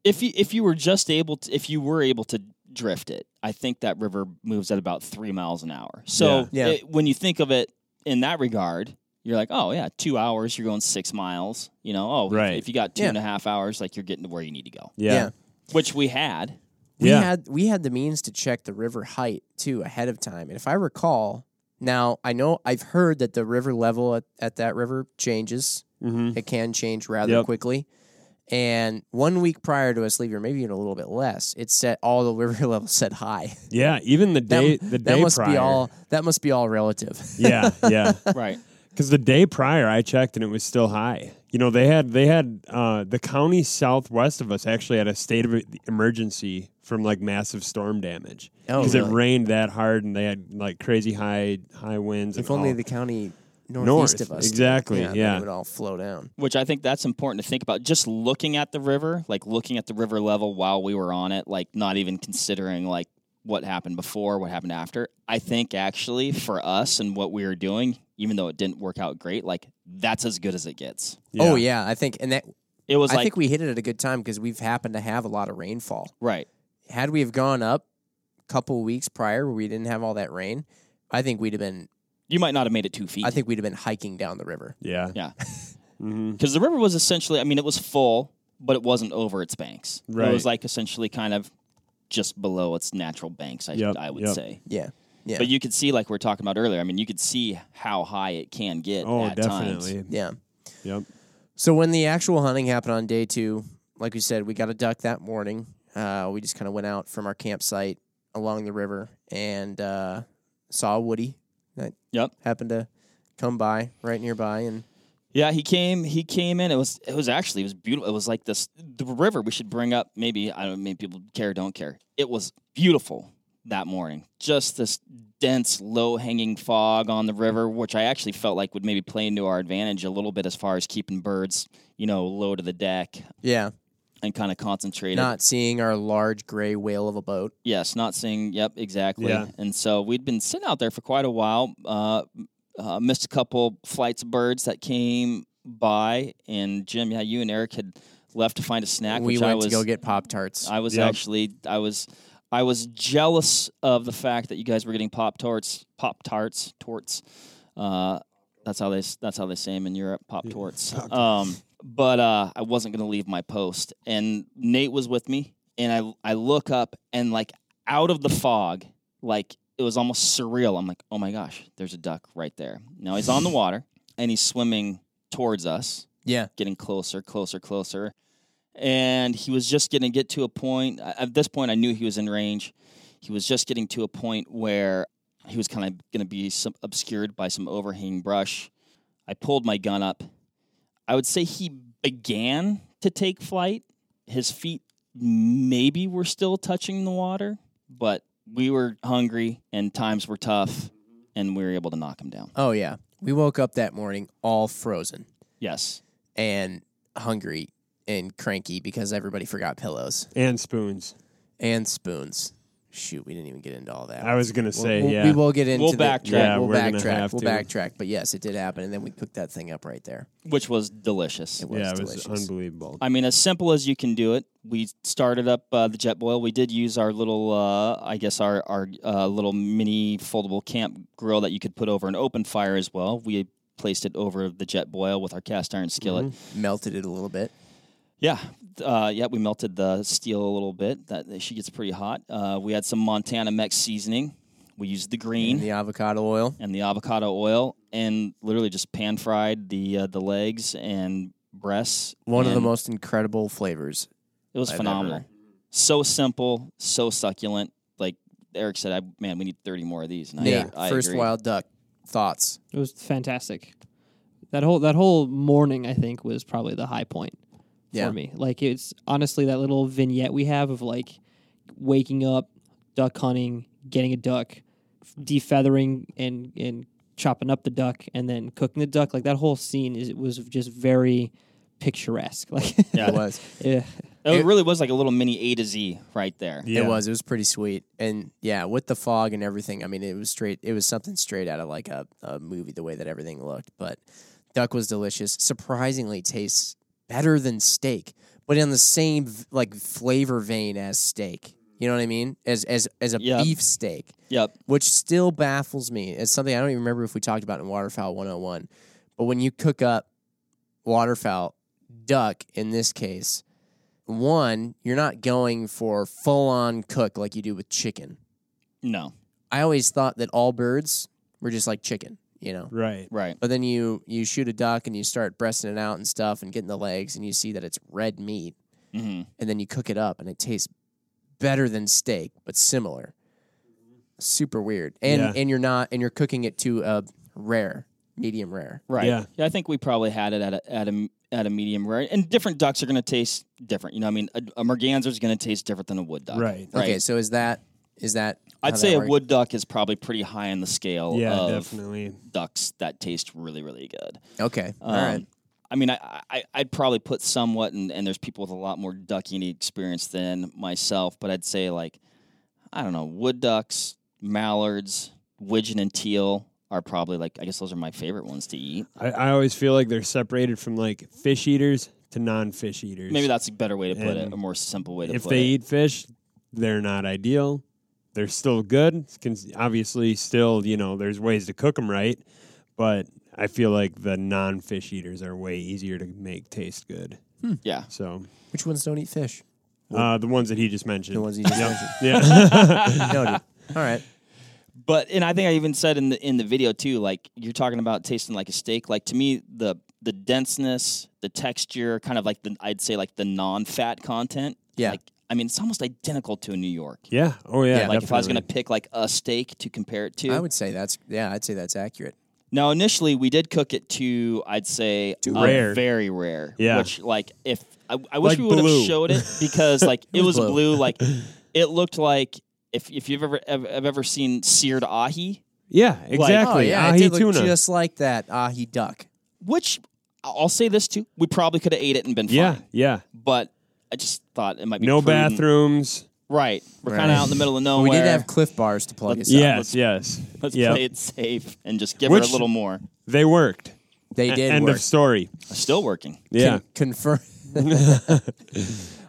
[SPEAKER 2] If you if you were just able to if you were able to drift it, I think that river moves at about three miles an hour. So
[SPEAKER 1] Yeah. Yeah.
[SPEAKER 2] it- when you think of it in that regard, you're like, oh yeah, two hours, you're going six miles. You know, oh if-
[SPEAKER 4] Right.
[SPEAKER 2] If, you got two
[SPEAKER 1] Yeah.
[SPEAKER 2] and a half hours, like you're getting to where you need to go,
[SPEAKER 1] Yeah.
[SPEAKER 4] Yeah.
[SPEAKER 2] which we had.
[SPEAKER 1] We
[SPEAKER 4] Yeah.
[SPEAKER 1] had we had the means to check the river height too ahead of time. And if I recall, now I know I've heard that the river level at, at that river changes.
[SPEAKER 4] Mm-hmm.
[SPEAKER 1] It can change rather
[SPEAKER 4] Yep.
[SPEAKER 1] quickly. And one week prior to us leaving, or maybe even a little bit less, it set all the river level set high.
[SPEAKER 4] Yeah. Even the
[SPEAKER 1] That,
[SPEAKER 4] day, the
[SPEAKER 1] that
[SPEAKER 4] day
[SPEAKER 1] must
[SPEAKER 4] prior.
[SPEAKER 1] be all. That must be all relative.
[SPEAKER 4] yeah. Yeah.
[SPEAKER 2] right.
[SPEAKER 4] Because the day prior, I checked and it was still high. You know, they had they had uh, the county southwest of us actually had a state of e, emergency from like massive storm damage
[SPEAKER 1] Oh,
[SPEAKER 4] because
[SPEAKER 1] really?
[SPEAKER 4] it rained that hard and they had like crazy high high winds.
[SPEAKER 1] if
[SPEAKER 4] and
[SPEAKER 1] only
[SPEAKER 4] all.
[SPEAKER 1] the county northeast
[SPEAKER 4] North,
[SPEAKER 1] of us, did.
[SPEAKER 4] exactly,
[SPEAKER 1] then
[SPEAKER 4] yeah.
[SPEAKER 1] it would all flow down.
[SPEAKER 2] which I think that's important to think about. Just looking at the river, like looking at the river level while we were on it, like not even considering like what happened before, what happened after. I think actually for us and what we were doing, even though it didn't work out great, like that's as good as it gets.
[SPEAKER 1] Oh yeah, I think, and that
[SPEAKER 2] It was
[SPEAKER 1] I
[SPEAKER 2] like
[SPEAKER 1] think we hit it at a good time because we've happened to have a lot of rainfall.
[SPEAKER 2] right,
[SPEAKER 1] had we have gone up a couple weeks prior where we didn't have all that rain, I think we'd have been
[SPEAKER 2] you might not have made it two feet.
[SPEAKER 1] I think we'd have been hiking down the river.
[SPEAKER 4] yeah,
[SPEAKER 2] yeah,
[SPEAKER 4] hmm
[SPEAKER 2] because the river was essentially, I mean, it was full, but it wasn't over its banks. It
[SPEAKER 4] Right.
[SPEAKER 2] was like essentially kind of just below its natural banks. I,
[SPEAKER 4] Yep,
[SPEAKER 2] I would
[SPEAKER 4] yep.
[SPEAKER 2] say.
[SPEAKER 1] Yeah. Yeah.
[SPEAKER 2] But you could see, like we were talking about earlier. I mean, you could see how high it can get.
[SPEAKER 4] Oh,
[SPEAKER 2] at
[SPEAKER 4] definitely.
[SPEAKER 2] Times.
[SPEAKER 1] yeah.
[SPEAKER 4] Yep.
[SPEAKER 1] So when the actual hunting happened on day two, like we said, we got a duck that morning. Uh, we just kind of went out from our campsite along the river and uh, saw Woody that
[SPEAKER 2] Yep.
[SPEAKER 1] happened to come by right nearby and
[SPEAKER 2] Yeah, he came. He came in. It was. It was actually. It was beautiful. It was like this. The river. We should bring up. Maybe I don't. Maybe people care. Don't care. It was beautiful that morning. Just this dense, low hanging fog on the river, which I actually felt like would maybe play into our advantage a little bit as far as keeping birds, you know, low to the deck
[SPEAKER 1] yeah,
[SPEAKER 2] and kind of concentrated.
[SPEAKER 1] not seeing our large gray whale of a boat.
[SPEAKER 2] Yes, not seeing. Yep, exactly.
[SPEAKER 4] Yeah.
[SPEAKER 2] And so we'd been sitting out there for quite a while. Uh, uh, missed a couple flights of birds that came by, and Jim, yeah, you and Eric had left to find a snack.
[SPEAKER 1] we
[SPEAKER 2] which
[SPEAKER 1] went
[SPEAKER 2] I was,
[SPEAKER 1] to go get pop tarts.
[SPEAKER 2] I was
[SPEAKER 4] Yep.
[SPEAKER 2] actually. I was. I was jealous of the fact that you guys were getting pop tarts. Pop tarts. Torts. Uh, that's how they. s- That's how they say them in Europe. Pop torts. Um, but uh, I wasn't gonna leave my post, and Nate was with me, and I I look up and like out of the fog, like it was almost surreal. I'm like, oh my gosh, there's a duck right there. Now he's on the water and he's swimming towards us.
[SPEAKER 1] Yeah.
[SPEAKER 2] getting closer, closer, closer, and he was just gonna get to a point. At this point, I knew he was in range. He was just getting to a point where he was kind of going to be some, obscured by some overhanging brush. I pulled my gun up. I would say he began to take flight. His feet maybe were still touching the water, but we were hungry and times were tough, and we were able to knock him down.
[SPEAKER 1] Oh yeah. We woke up that morning all frozen
[SPEAKER 2] Yes.
[SPEAKER 1] and hungry and cranky because everybody forgot pillows
[SPEAKER 4] and spoons.
[SPEAKER 1] and spoons. Shoot, we didn't even get into all that.
[SPEAKER 4] I was gonna
[SPEAKER 1] We'll-
[SPEAKER 4] say
[SPEAKER 1] we'll-
[SPEAKER 4] yeah.
[SPEAKER 1] We will get into
[SPEAKER 2] We'll
[SPEAKER 1] the-
[SPEAKER 2] backtrack.
[SPEAKER 4] Yeah,
[SPEAKER 1] we'll
[SPEAKER 4] we're gonna
[SPEAKER 1] backtrack.
[SPEAKER 4] have
[SPEAKER 1] We'll
[SPEAKER 4] to.
[SPEAKER 1] backtrack. But yes, it did happen, and then we cooked that thing up right there.
[SPEAKER 2] Which was delicious.
[SPEAKER 1] It was
[SPEAKER 4] yeah, it was
[SPEAKER 1] delicious.
[SPEAKER 4] unbelievable.
[SPEAKER 2] I mean, as simple as you can do it. We started up uh, the jet boil. We did use our little, uh, I guess, our our uh, little mini foldable camp grill that you could put over an open fire as well. We placed it over the jet boil with our cast iron skillet.
[SPEAKER 1] Mm-hmm. Melted it a little bit.
[SPEAKER 2] Yeah, uh, yeah, we melted the steel a little bit. That she gets pretty hot. Uh, we had some Montana Mex seasoning. We used the green
[SPEAKER 1] And the avocado oil.
[SPEAKER 2] and the avocado oil, and literally just pan fried the uh, the legs and breasts.
[SPEAKER 1] One of the
[SPEAKER 2] and-
[SPEAKER 1] most incredible flavors.
[SPEAKER 2] It was
[SPEAKER 1] I've
[SPEAKER 2] phenomenal.
[SPEAKER 1] ever-
[SPEAKER 2] So simple, so succulent. Like Eric said, I man, we need thirty more of these. And
[SPEAKER 1] Nate,
[SPEAKER 2] I, I
[SPEAKER 1] first
[SPEAKER 2] agree.
[SPEAKER 1] wild duck thoughts.
[SPEAKER 3] It was fantastic. That whole that whole morning, I think, was probably the high point
[SPEAKER 1] Yeah.
[SPEAKER 3] for me. Like it's honestly that little vignette we have of like waking up, duck hunting, getting a duck, f- defeathering and and chopping up the duck, and then cooking the duck. Like that whole scene is it was just very picturesque. Like
[SPEAKER 1] It was.
[SPEAKER 3] yeah,
[SPEAKER 2] It really was like a little mini A to Z right there.
[SPEAKER 4] Yeah.
[SPEAKER 1] It was. It was pretty sweet. And yeah, with the fog and everything, I mean, it was straight. It was something straight out of like a, a movie, the way that everything looked. But duck was delicious. Surprisingly, tastes better than steak, but in the same like flavor vein as steak. You know what I mean? As as as a
[SPEAKER 2] Yeah.
[SPEAKER 1] beef steak,
[SPEAKER 2] Yep.
[SPEAKER 1] which still baffles me. It's something I don't even remember if we talked about in Waterfowl 101. But when you cook up waterfowl, duck in this case, one, you're not going for full on cook like you do with chicken.
[SPEAKER 2] No.
[SPEAKER 1] I always thought that all birds were just like chicken, you know.
[SPEAKER 4] Right.
[SPEAKER 2] Right.
[SPEAKER 1] But then you you shoot a duck and you start breasting it out and stuff and getting the legs and you see that it's red meat
[SPEAKER 2] hmm
[SPEAKER 1] and then you cook it up and it tastes better than steak but similar. Super weird. And
[SPEAKER 4] Yeah.
[SPEAKER 1] and you're not and you're cooking it to a rare, medium rare.
[SPEAKER 2] Right.
[SPEAKER 4] Yeah.
[SPEAKER 2] I think we probably had it at a at a at a medium rare, and different ducks are going to taste different. You know, I mean, a, a merganser is going to taste different than a wood duck.
[SPEAKER 4] Right.
[SPEAKER 2] Right.
[SPEAKER 1] Okay, so is that is that how
[SPEAKER 2] I'd
[SPEAKER 1] that
[SPEAKER 2] say a
[SPEAKER 1] works?
[SPEAKER 2] wood duck is probably pretty high on the scale
[SPEAKER 4] Yeah,
[SPEAKER 2] of
[SPEAKER 4] definitely.
[SPEAKER 2] ducks that taste really, really good.
[SPEAKER 1] Okay. all
[SPEAKER 2] Um,
[SPEAKER 1] right.
[SPEAKER 2] I mean, I, I I'd probably put somewhat, and, and there's people with a lot more ducking experience than myself, but I'd say like, I don't know, wood ducks, mallards, widgeon, and teal are probably like I guess those are my favorite ones to eat.
[SPEAKER 4] I, I always feel like they're separated from like fish eaters to non fish eaters.
[SPEAKER 2] Maybe that's a better way to put it,
[SPEAKER 4] And
[SPEAKER 2] a more simple way to
[SPEAKER 4] if
[SPEAKER 2] put
[SPEAKER 4] they
[SPEAKER 2] it.
[SPEAKER 4] eat fish, they're not ideal. They're still good. It's cons- Obviously, still you know there's ways to cook them right, but I feel like the non fish eaters are way easier to make taste good.
[SPEAKER 2] yeah,
[SPEAKER 4] So
[SPEAKER 1] Which ones don't eat fish?
[SPEAKER 4] uh, the ones that he just mentioned.
[SPEAKER 1] The ones you just
[SPEAKER 4] Yep.
[SPEAKER 1] mentioned.
[SPEAKER 4] yeah.
[SPEAKER 1] Noted. All right.
[SPEAKER 2] but and I think I even said in the in the video too, like you're talking about tasting like a steak. Like to me, the the denseness, the texture, kind of like the I'd say like the non-fat content.
[SPEAKER 1] Yeah.
[SPEAKER 2] Like I mean, it's almost identical to a New York.
[SPEAKER 4] yeah. Oh yeah.
[SPEAKER 1] Yeah,
[SPEAKER 2] like if I was going to
[SPEAKER 4] definitely.
[SPEAKER 2] pick like a steak to compare it to.
[SPEAKER 1] I would say that's yeah, I'd say that's accurate.
[SPEAKER 2] now, initially, we did cook it to I'd say
[SPEAKER 4] To
[SPEAKER 2] a
[SPEAKER 4] rare.
[SPEAKER 2] very rare.
[SPEAKER 4] Yeah.
[SPEAKER 2] Which like if I, I wish
[SPEAKER 4] Like
[SPEAKER 2] we would have
[SPEAKER 4] blue.
[SPEAKER 2] showed it because like it was
[SPEAKER 1] was
[SPEAKER 2] blue.
[SPEAKER 1] blue.
[SPEAKER 2] Like it looked like if if you've ever ever, have ever seen seared ahi,
[SPEAKER 4] yeah, exactly.
[SPEAKER 1] Oh yeah,
[SPEAKER 4] Ahi
[SPEAKER 1] it did look
[SPEAKER 4] tuna.
[SPEAKER 1] just like that ahi duck.
[SPEAKER 2] which I'll say this too, we probably could have ate it and been
[SPEAKER 4] yeah,
[SPEAKER 2] fine.
[SPEAKER 4] yeah.
[SPEAKER 2] But I just thought it might be
[SPEAKER 4] No
[SPEAKER 2] prudent.
[SPEAKER 4] bathrooms.
[SPEAKER 2] Right. We're
[SPEAKER 1] Right.
[SPEAKER 2] kind of out in the middle of nowhere.
[SPEAKER 1] We did have cliff bars to plug us up.
[SPEAKER 4] Yes, yes.
[SPEAKER 2] Let's
[SPEAKER 4] Yep.
[SPEAKER 2] play it safe and just give her
[SPEAKER 4] Which-
[SPEAKER 2] a little more.
[SPEAKER 4] They worked.
[SPEAKER 1] They
[SPEAKER 4] E-
[SPEAKER 1] did
[SPEAKER 4] End
[SPEAKER 1] work.
[SPEAKER 4] of story.
[SPEAKER 2] Still working.
[SPEAKER 4] Yeah.
[SPEAKER 1] Confirm.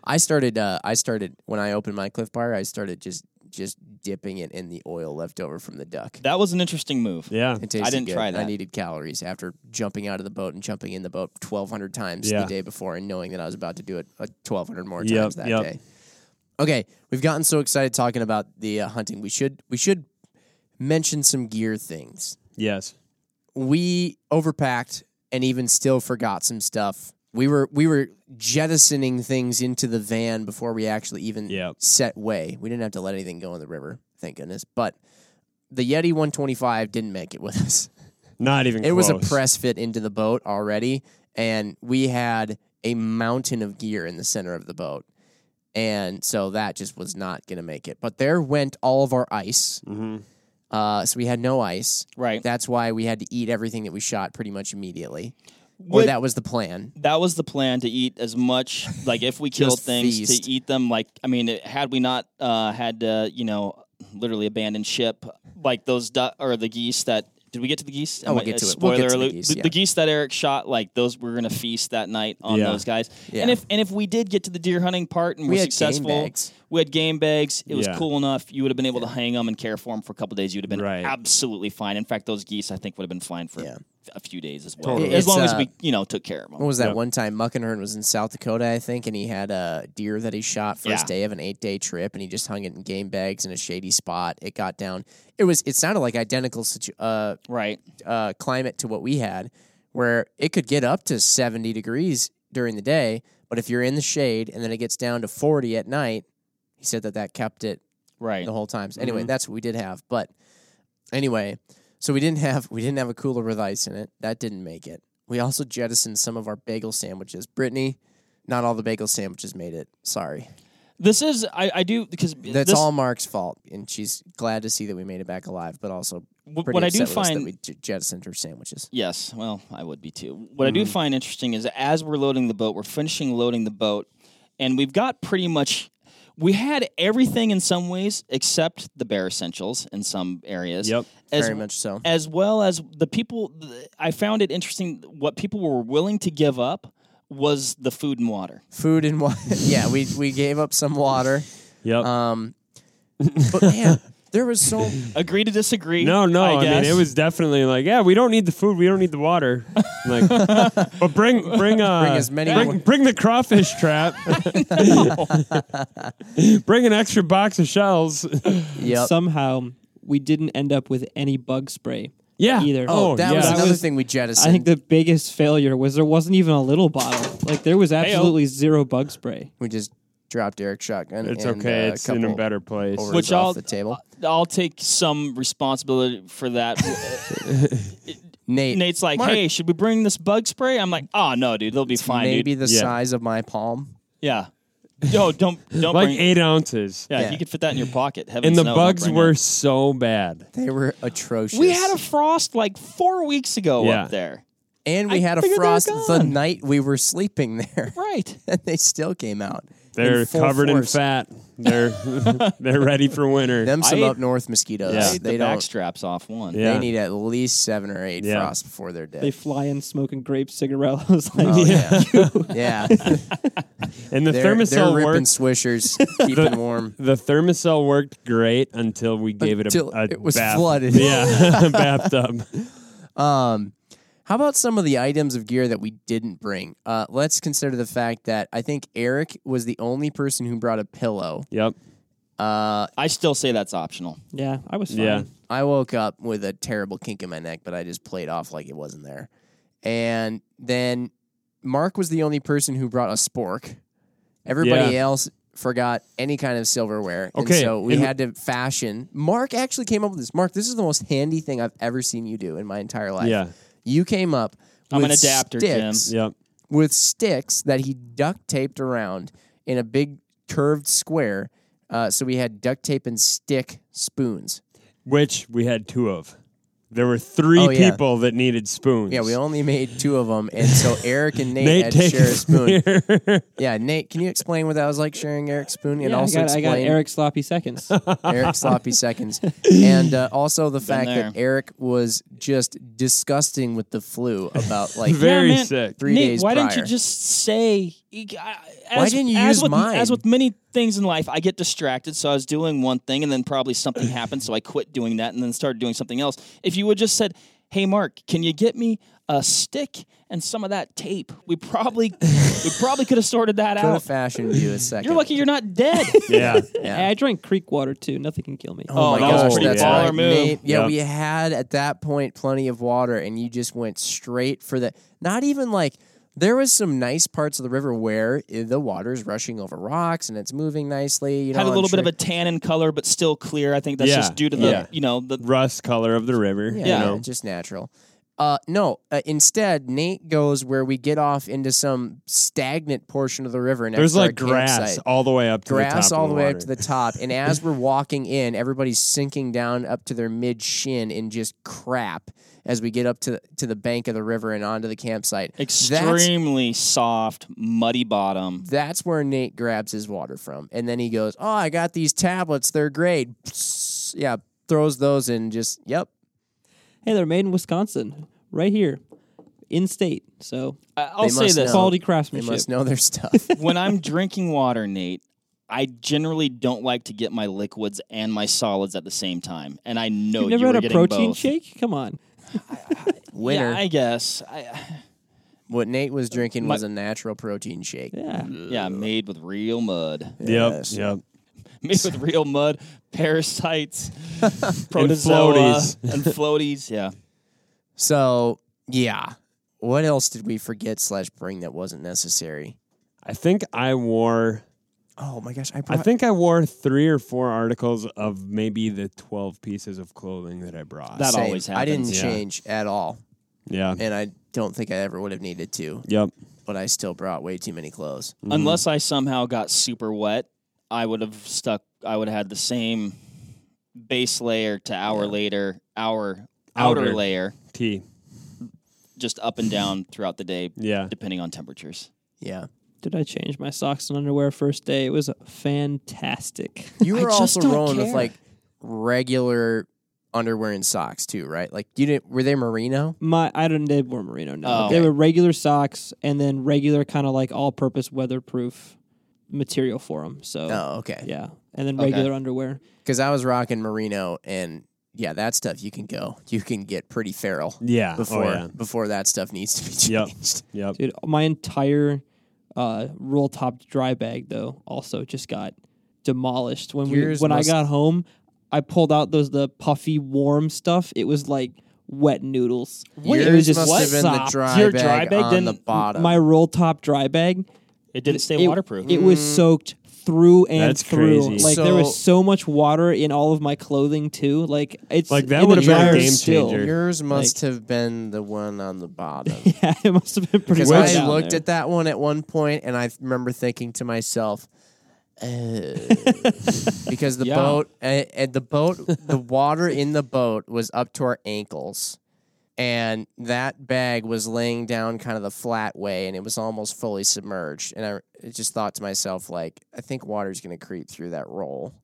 [SPEAKER 1] I started. Uh, I started when I opened my Cliff Bar. I started just just dipping it in the oil left over from the duck.
[SPEAKER 2] That was an interesting move.
[SPEAKER 4] yeah.
[SPEAKER 1] It tasted
[SPEAKER 2] didn't
[SPEAKER 1] good.
[SPEAKER 2] try
[SPEAKER 1] I
[SPEAKER 2] that.
[SPEAKER 1] needed calories after jumping out of the boat and jumping in the boat twelve hundred times
[SPEAKER 4] Yeah.
[SPEAKER 1] the day before, and knowing that I was about to do it uh, twelve hundred more
[SPEAKER 4] Yep,
[SPEAKER 1] times that
[SPEAKER 4] yep.
[SPEAKER 1] day. Okay, we've gotten so excited talking about the uh, hunting. We should we should mention some gear things.
[SPEAKER 4] Yes.
[SPEAKER 1] we overpacked and even still forgot some stuff. We were we were jettisoning things into the van before we actually even
[SPEAKER 4] Yep.
[SPEAKER 1] set way. We didn't have to let anything go in the river, thank goodness. But the Yeti 125 didn't make it with us.
[SPEAKER 4] Not even.
[SPEAKER 1] It was a
[SPEAKER 4] close.
[SPEAKER 1] press fit into the boat already, and we had a mountain of gear in the center of the boat. And so that just was not going to make it. But there went all of our ice.
[SPEAKER 4] Mhm.
[SPEAKER 1] Uh, so we had no ice.
[SPEAKER 2] Right.
[SPEAKER 1] That's why we had to eat everything that we shot pretty much immediately. or
[SPEAKER 2] Would-
[SPEAKER 1] that was the plan.
[SPEAKER 2] that was the plan to eat as much like if we killed
[SPEAKER 1] Just
[SPEAKER 2] things
[SPEAKER 1] feast.
[SPEAKER 2] to eat them like i mean it- had we not uh had to you know literally abandon ship like those du- or the geese that did we get to the geese?
[SPEAKER 1] Oh,
[SPEAKER 2] Am
[SPEAKER 1] we'll
[SPEAKER 2] I-
[SPEAKER 1] get to it. We'll
[SPEAKER 2] Spoiler
[SPEAKER 1] get to the
[SPEAKER 2] alert.
[SPEAKER 1] geese, yeah.
[SPEAKER 2] the geese that Eric shot, like those, we are gonna feast that night on
[SPEAKER 4] Yeah.
[SPEAKER 2] those guys.
[SPEAKER 1] Yeah.
[SPEAKER 2] And if and if we did get to the deer hunting part and
[SPEAKER 1] We
[SPEAKER 2] were
[SPEAKER 1] had game
[SPEAKER 2] successful,
[SPEAKER 1] bags.
[SPEAKER 2] we had game bags. It was
[SPEAKER 4] Yeah.
[SPEAKER 2] cool enough. You would have been able to hang them and care for them for a couple days. You'd have been
[SPEAKER 4] Right.
[SPEAKER 2] absolutely fine. In fact, those geese, I think, would have been fine for
[SPEAKER 1] Yeah.
[SPEAKER 2] a few days as well,
[SPEAKER 1] Totally.
[SPEAKER 2] as
[SPEAKER 1] It's,
[SPEAKER 2] long as
[SPEAKER 1] uh,
[SPEAKER 2] we you know took care of them.
[SPEAKER 1] What was that
[SPEAKER 4] Yep.
[SPEAKER 1] one time? Muckenhern was in South Dakota, I think, and he had a deer that he shot first
[SPEAKER 2] Yeah.
[SPEAKER 1] day of an eight day trip, and he just hung it in game bags in a shady spot. It got down. It was. It sounded like identical situ- uh,
[SPEAKER 2] Right.
[SPEAKER 1] uh, climate to what we had, where it could get up to 70 degrees during the day, but if you're in the shade and then it gets down to 40 at night, he said that that kept it
[SPEAKER 2] Right. Mm-hmm.
[SPEAKER 1] the whole time. So anyway, that's what we did have. But anyway, so we didn't have we didn't have a cooler with ice in it. That didn't make it. We also jettisoned some of our bagel sandwiches. Brittany, not all the bagel sandwiches made it. Sorry,
[SPEAKER 2] This is I, I do because
[SPEAKER 1] that's
[SPEAKER 2] this,
[SPEAKER 1] all Mark's fault, and she's glad to see that we made it back alive. But also,
[SPEAKER 2] Wh-
[SPEAKER 1] pretty
[SPEAKER 2] what I
[SPEAKER 1] upset
[SPEAKER 2] do
[SPEAKER 1] with us that
[SPEAKER 2] find-
[SPEAKER 1] we j- jettisoned her sandwiches.
[SPEAKER 2] Yes,
[SPEAKER 1] Mm-hmm.
[SPEAKER 2] well, I would be too. What I do find interesting is as we're loading the boat, we're finishing loading the boat, and we've got pretty much we had everything in some ways except the bare essentials in some areas.
[SPEAKER 4] Yep.
[SPEAKER 2] As,
[SPEAKER 1] Very much so.
[SPEAKER 2] as well as the people th- I found it interesting what people were willing to give up was the food and water.
[SPEAKER 1] Food and water. yeah, we we gave up some water.
[SPEAKER 4] Yep.
[SPEAKER 1] Um, but man, there was so
[SPEAKER 2] Agree to disagree.
[SPEAKER 4] no, no. I,
[SPEAKER 2] guess.
[SPEAKER 4] mean, it was definitely like, yeah, we don't need the food, we don't need the water. Like, but bring, bring, uh,
[SPEAKER 1] Bring as many wa-
[SPEAKER 4] bring, bring the crawfish trap. bring an extra box of shells.
[SPEAKER 1] yep.
[SPEAKER 3] Somehow we didn't end up with any bug spray.
[SPEAKER 4] yeah.
[SPEAKER 3] Either.
[SPEAKER 1] oh, that was
[SPEAKER 4] yeah.
[SPEAKER 1] another
[SPEAKER 3] That was-
[SPEAKER 1] thing we jettisoned.
[SPEAKER 3] I think the biggest failure was there wasn't even a little bottle. Like there was absolutely zero bug spray.
[SPEAKER 1] we just dropped Eric's shotgun.
[SPEAKER 4] It's
[SPEAKER 1] and,
[SPEAKER 4] okay.
[SPEAKER 1] uh,
[SPEAKER 4] it's in a
[SPEAKER 1] couple
[SPEAKER 4] better place.
[SPEAKER 1] overs
[SPEAKER 2] Which
[SPEAKER 1] off
[SPEAKER 2] I'll- uh,
[SPEAKER 1] the table.
[SPEAKER 2] I'll take some responsibility for that.
[SPEAKER 1] Nate,
[SPEAKER 2] Nate's like,
[SPEAKER 1] Mark,
[SPEAKER 2] "Hey, should we bring this bug spray?" I'm like, "Oh no, dude, they'll be fine,
[SPEAKER 1] maybe
[SPEAKER 2] dude."
[SPEAKER 1] the
[SPEAKER 4] Yeah.
[SPEAKER 1] size of my palm.
[SPEAKER 2] Yeah, yo, don't don't
[SPEAKER 4] like
[SPEAKER 2] bring.
[SPEAKER 4] eight ounces.
[SPEAKER 2] yeah,
[SPEAKER 1] Yeah.
[SPEAKER 2] you could fit that in your pocket. Heavens
[SPEAKER 4] And the
[SPEAKER 2] no, don't
[SPEAKER 4] bugs
[SPEAKER 2] bring
[SPEAKER 4] were
[SPEAKER 2] that.
[SPEAKER 4] so bad.
[SPEAKER 1] They were atrocious.
[SPEAKER 2] We had a frost like four weeks ago
[SPEAKER 4] Yeah.
[SPEAKER 2] up there.
[SPEAKER 1] and
[SPEAKER 2] I
[SPEAKER 1] we had a
[SPEAKER 2] figured they were
[SPEAKER 1] frost the
[SPEAKER 2] gone.
[SPEAKER 1] night we were sleeping there,
[SPEAKER 2] Right.
[SPEAKER 1] and they still came out.
[SPEAKER 4] They're
[SPEAKER 1] full
[SPEAKER 4] covered
[SPEAKER 1] force.
[SPEAKER 4] in fat. They're they're ready for winter.
[SPEAKER 1] Them some
[SPEAKER 2] I-
[SPEAKER 1] up north mosquitoes.
[SPEAKER 4] Yeah.
[SPEAKER 2] Take
[SPEAKER 1] They
[SPEAKER 2] the
[SPEAKER 1] don't.
[SPEAKER 2] back straps off one.
[SPEAKER 4] Yeah.
[SPEAKER 1] They need at least seven or eight
[SPEAKER 4] Yeah.
[SPEAKER 1] frosts before they're dead.
[SPEAKER 3] They fly in smoking grape cigarillos. like,
[SPEAKER 1] Oh, yeah, yeah.
[SPEAKER 4] and
[SPEAKER 1] They're,
[SPEAKER 4] the
[SPEAKER 1] they're
[SPEAKER 4] thermosol
[SPEAKER 1] ripping
[SPEAKER 4] worked.
[SPEAKER 1] swishers, keeping warm.
[SPEAKER 4] The thermosol worked great until we gave
[SPEAKER 1] Until
[SPEAKER 4] it a, a
[SPEAKER 1] it was
[SPEAKER 4] bath-
[SPEAKER 1] flooded.
[SPEAKER 4] Yeah, bathtub.
[SPEAKER 1] Um, how about some of the items of gear that we didn't bring? Uh, let's consider the fact that I think Eric was the only person who brought a pillow.
[SPEAKER 4] Yep.
[SPEAKER 1] Uh,
[SPEAKER 2] I still say that's optional.
[SPEAKER 3] yeah, I was fine.
[SPEAKER 4] Yeah.
[SPEAKER 1] I woke up with a terrible kink in my neck, but I just played off like it wasn't there. And then Mark was the only person who brought a spork. Everybody
[SPEAKER 4] Yeah.
[SPEAKER 1] else forgot any kind of silverware. And
[SPEAKER 4] Okay,
[SPEAKER 1] so we
[SPEAKER 4] and-
[SPEAKER 1] had to fashion. Mark actually came up with this. Mark, this is the most handy thing I've ever seen you do in my entire life.
[SPEAKER 4] Yeah.
[SPEAKER 1] You came up
[SPEAKER 2] I'm
[SPEAKER 1] with
[SPEAKER 2] an adapter, Jim.
[SPEAKER 1] sticks-
[SPEAKER 4] Yep.
[SPEAKER 1] With sticks that he duct taped around in a big curved square. Uh, so we had duct tape and stick spoons.
[SPEAKER 4] Which we had two of. There were three
[SPEAKER 1] Oh, yeah.
[SPEAKER 4] people that needed spoons.
[SPEAKER 1] Yeah, we only made two of them, and so Eric and Nate,
[SPEAKER 4] Nate
[SPEAKER 1] had to
[SPEAKER 4] take
[SPEAKER 1] share a spoon.
[SPEAKER 4] here.
[SPEAKER 1] Yeah, Nate, can you explain what that was like sharing Eric's spoon, and
[SPEAKER 3] Yeah,
[SPEAKER 1] also
[SPEAKER 3] I, got, I got
[SPEAKER 1] explain
[SPEAKER 3] Eric sloppy seconds.
[SPEAKER 1] Eric's sloppy seconds, and uh, also the fact
[SPEAKER 2] there.
[SPEAKER 1] that Eric was just disgusting with the flu about like
[SPEAKER 4] Very
[SPEAKER 2] man.
[SPEAKER 4] sick.
[SPEAKER 1] three
[SPEAKER 2] Nate,
[SPEAKER 1] days
[SPEAKER 2] why didn't you
[SPEAKER 1] prior.
[SPEAKER 2] just say? I- As,
[SPEAKER 1] didn't you
[SPEAKER 2] as
[SPEAKER 1] use
[SPEAKER 2] with,
[SPEAKER 1] mine?
[SPEAKER 2] As with many things in life, I get distracted, so I was doing one thing, and then probably something happened, so I quit doing that, and then started doing something else. If you would just said, "Hey, Mark, can you get me a stick and some of that tape?" We probably, we probably could have sorted that
[SPEAKER 1] could have
[SPEAKER 2] out.
[SPEAKER 1] fashioned you a second.
[SPEAKER 2] You're lucky you're not dead.
[SPEAKER 4] Yeah.
[SPEAKER 1] Yeah.
[SPEAKER 3] I drank creek water too. Nothing can kill me.
[SPEAKER 1] Oh, my
[SPEAKER 2] that was
[SPEAKER 1] gosh,
[SPEAKER 2] pretty
[SPEAKER 1] that's
[SPEAKER 2] baller
[SPEAKER 1] right.
[SPEAKER 2] move.
[SPEAKER 1] Nate, yeah,
[SPEAKER 4] Yep.
[SPEAKER 1] we had at that point plenty of water, and you just went straight for the. Not even like there was some nice parts of the river where i- the water's rushing over rocks and it's moving nicely. You know,
[SPEAKER 2] Had a
[SPEAKER 1] I'm
[SPEAKER 2] little bit of
[SPEAKER 1] sure-
[SPEAKER 2] a tannin color, but still clear. I think that's
[SPEAKER 4] Yeah,
[SPEAKER 2] just due to the,
[SPEAKER 4] yeah.
[SPEAKER 2] you know, the
[SPEAKER 4] Rust color of the
[SPEAKER 1] yeah,
[SPEAKER 4] river. You
[SPEAKER 2] Yeah.
[SPEAKER 4] know.
[SPEAKER 1] just natural. Uh, no, uh, instead Nate goes where we get off into some stagnant portion of the river. Next
[SPEAKER 4] There's
[SPEAKER 1] to our
[SPEAKER 4] like grass
[SPEAKER 1] campsite.
[SPEAKER 4] all the way up to the
[SPEAKER 1] grass
[SPEAKER 4] top
[SPEAKER 1] all
[SPEAKER 4] of
[SPEAKER 1] the way
[SPEAKER 4] water.
[SPEAKER 1] up to the top. And as we're walking in, everybody's sinking down up to their mid shin in just crap as we get up to to the bank of the river and onto the campsite. That's,
[SPEAKER 2] extremely soft, muddy bottom.
[SPEAKER 1] that's where Nate grabs his water from, and then he goes, "Oh, I got these tablets. They're great." Yeah, throws those in. Just yep.
[SPEAKER 3] Hey, they're made in Wisconsin, right here, in state. So
[SPEAKER 2] I- I'll say
[SPEAKER 1] must
[SPEAKER 2] this:
[SPEAKER 1] know.
[SPEAKER 3] quality
[SPEAKER 1] They
[SPEAKER 3] craftsmanship.
[SPEAKER 1] must know their stuff.
[SPEAKER 2] when I'm drinking water, Nate, I generally don't like to get my liquids and my solids at the same time, and I know
[SPEAKER 3] You've never
[SPEAKER 2] you were
[SPEAKER 3] had a
[SPEAKER 2] getting
[SPEAKER 3] protein
[SPEAKER 2] both.
[SPEAKER 3] shake? Come on.
[SPEAKER 1] Winner.
[SPEAKER 2] Yeah, I guess. I,
[SPEAKER 1] what Nate was drinking was a natural protein shake.
[SPEAKER 3] Yeah.
[SPEAKER 2] yeah, made with real mud,
[SPEAKER 4] Yep.
[SPEAKER 1] Yes.
[SPEAKER 4] Yep.
[SPEAKER 2] made with real mud, parasites, protozoa,
[SPEAKER 4] floaties.
[SPEAKER 2] and floaties. Yeah,
[SPEAKER 1] So yeah, what else did we forget slash bring that wasn't necessary?
[SPEAKER 4] I think I wore
[SPEAKER 1] Oh my gosh, I
[SPEAKER 4] I
[SPEAKER 1] brought
[SPEAKER 4] think I wore three or four articles of maybe the twelve pieces of clothing that I brought.
[SPEAKER 2] That-
[SPEAKER 1] Same.
[SPEAKER 2] always
[SPEAKER 1] I didn't
[SPEAKER 2] happens.
[SPEAKER 4] Yeah.
[SPEAKER 1] change at all,
[SPEAKER 4] yeah.
[SPEAKER 1] and I don't think I ever would have needed to.
[SPEAKER 4] Yep.
[SPEAKER 1] But I still brought way too many clothes.
[SPEAKER 4] Mm-hmm.
[SPEAKER 2] unless I somehow got super wet, I would have stuck. I would have had the same base layer to hour later, hour outer
[SPEAKER 4] Outer.
[SPEAKER 2] layer,
[SPEAKER 4] T.
[SPEAKER 2] just up and down throughout the day,
[SPEAKER 4] Yeah.
[SPEAKER 2] depending on temperatures.
[SPEAKER 1] Yeah,
[SPEAKER 3] did I change my socks and underwear first day? It was fantastic.
[SPEAKER 1] You
[SPEAKER 2] I
[SPEAKER 1] were
[SPEAKER 2] just
[SPEAKER 1] also
[SPEAKER 2] don't
[SPEAKER 1] rolling with
[SPEAKER 2] care.
[SPEAKER 1] like regular underwear and socks too, right? Like you didn't were they merino?
[SPEAKER 3] My I don't they were merino no.
[SPEAKER 2] Oh.
[SPEAKER 3] They were regular socks and then regular kind of like all-purpose weatherproof material for them. So
[SPEAKER 1] Oh, okay.
[SPEAKER 3] yeah, and then
[SPEAKER 2] Okay.
[SPEAKER 3] regular underwear.
[SPEAKER 1] Because I was rocking merino, and yeah, that stuff you can go, you can get pretty feral
[SPEAKER 4] Yeah.
[SPEAKER 1] before
[SPEAKER 4] Oh, yeah.
[SPEAKER 1] before that stuff needs to be
[SPEAKER 4] Yep.
[SPEAKER 1] changed.
[SPEAKER 4] Yep.
[SPEAKER 3] Dude, my entire uh, roll top dry bag though also just got demolished when
[SPEAKER 1] Yours
[SPEAKER 3] we when
[SPEAKER 1] must-
[SPEAKER 3] I got home. I pulled out those the puffy warm stuff. It was like wet noodles.
[SPEAKER 1] Yours
[SPEAKER 3] it was just
[SPEAKER 1] must have been the
[SPEAKER 3] sopped.
[SPEAKER 1] dry
[SPEAKER 2] Your
[SPEAKER 1] bag,
[SPEAKER 2] dry bag
[SPEAKER 1] on the
[SPEAKER 2] didn't-
[SPEAKER 1] bottom.
[SPEAKER 3] My roll top dry bag.
[SPEAKER 2] It didn't stay
[SPEAKER 3] it-
[SPEAKER 2] waterproof.
[SPEAKER 3] It was soaked through and
[SPEAKER 4] That's
[SPEAKER 3] through.
[SPEAKER 4] crazy.
[SPEAKER 3] Like there was
[SPEAKER 1] Mm. So-
[SPEAKER 3] so much water in all of my clothing too. Like it's
[SPEAKER 4] Like, that
[SPEAKER 3] in the
[SPEAKER 4] would've been a
[SPEAKER 3] dryer
[SPEAKER 4] game
[SPEAKER 3] still.
[SPEAKER 4] changer.
[SPEAKER 1] Yours must have been the one on the bottom.
[SPEAKER 3] Yeah, it must have been pretty.
[SPEAKER 1] Because
[SPEAKER 4] Which-
[SPEAKER 3] wet
[SPEAKER 1] I
[SPEAKER 3] down
[SPEAKER 1] looked
[SPEAKER 3] there.
[SPEAKER 1] at that one at one point, and I th- remember thinking to myself, "Ugh." because the
[SPEAKER 2] Yeah.
[SPEAKER 1] boat and, and the boat, the water in the boat was up to our ankles, and that bag was laying down kind of the flat way, and it was almost fully submerged. And I, I just thought to myself, like, I think water's going to creep through that roll.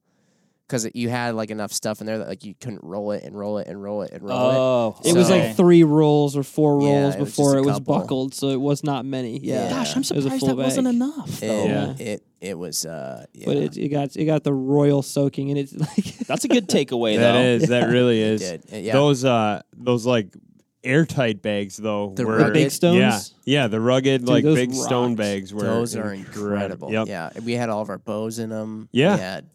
[SPEAKER 1] Because you had like enough stuff in there that like you couldn't roll it and roll it and roll it and roll it.
[SPEAKER 2] oh,
[SPEAKER 3] It was
[SPEAKER 1] So-
[SPEAKER 3] like three rolls or four
[SPEAKER 1] Yeah,
[SPEAKER 3] rolls
[SPEAKER 1] it was just
[SPEAKER 3] before
[SPEAKER 1] a
[SPEAKER 3] it was
[SPEAKER 1] couple.
[SPEAKER 3] buckled, so it was not many. Yeah,
[SPEAKER 1] Yeah. Gosh, I'm
[SPEAKER 3] It was a full bag.
[SPEAKER 2] enough.
[SPEAKER 1] It,
[SPEAKER 4] Yeah.
[SPEAKER 1] it it was uh yeah.
[SPEAKER 3] But it, it got it got the royal soaking, and it's like
[SPEAKER 2] That's a good takeaway,
[SPEAKER 4] That
[SPEAKER 2] though.
[SPEAKER 4] is. That really is.
[SPEAKER 1] did. Uh, yeah.
[SPEAKER 4] Those uh, those like airtight bags though.
[SPEAKER 1] The
[SPEAKER 4] were,
[SPEAKER 1] rugged-
[SPEAKER 3] big stones.
[SPEAKER 4] Yeah, yeah, the rugged like
[SPEAKER 3] those
[SPEAKER 4] big stone
[SPEAKER 3] rocks.
[SPEAKER 4] bags were.
[SPEAKER 1] Those are incredible.
[SPEAKER 4] Yep.
[SPEAKER 1] Yeah, we had all of our bows in them.
[SPEAKER 4] Yeah.
[SPEAKER 1] we had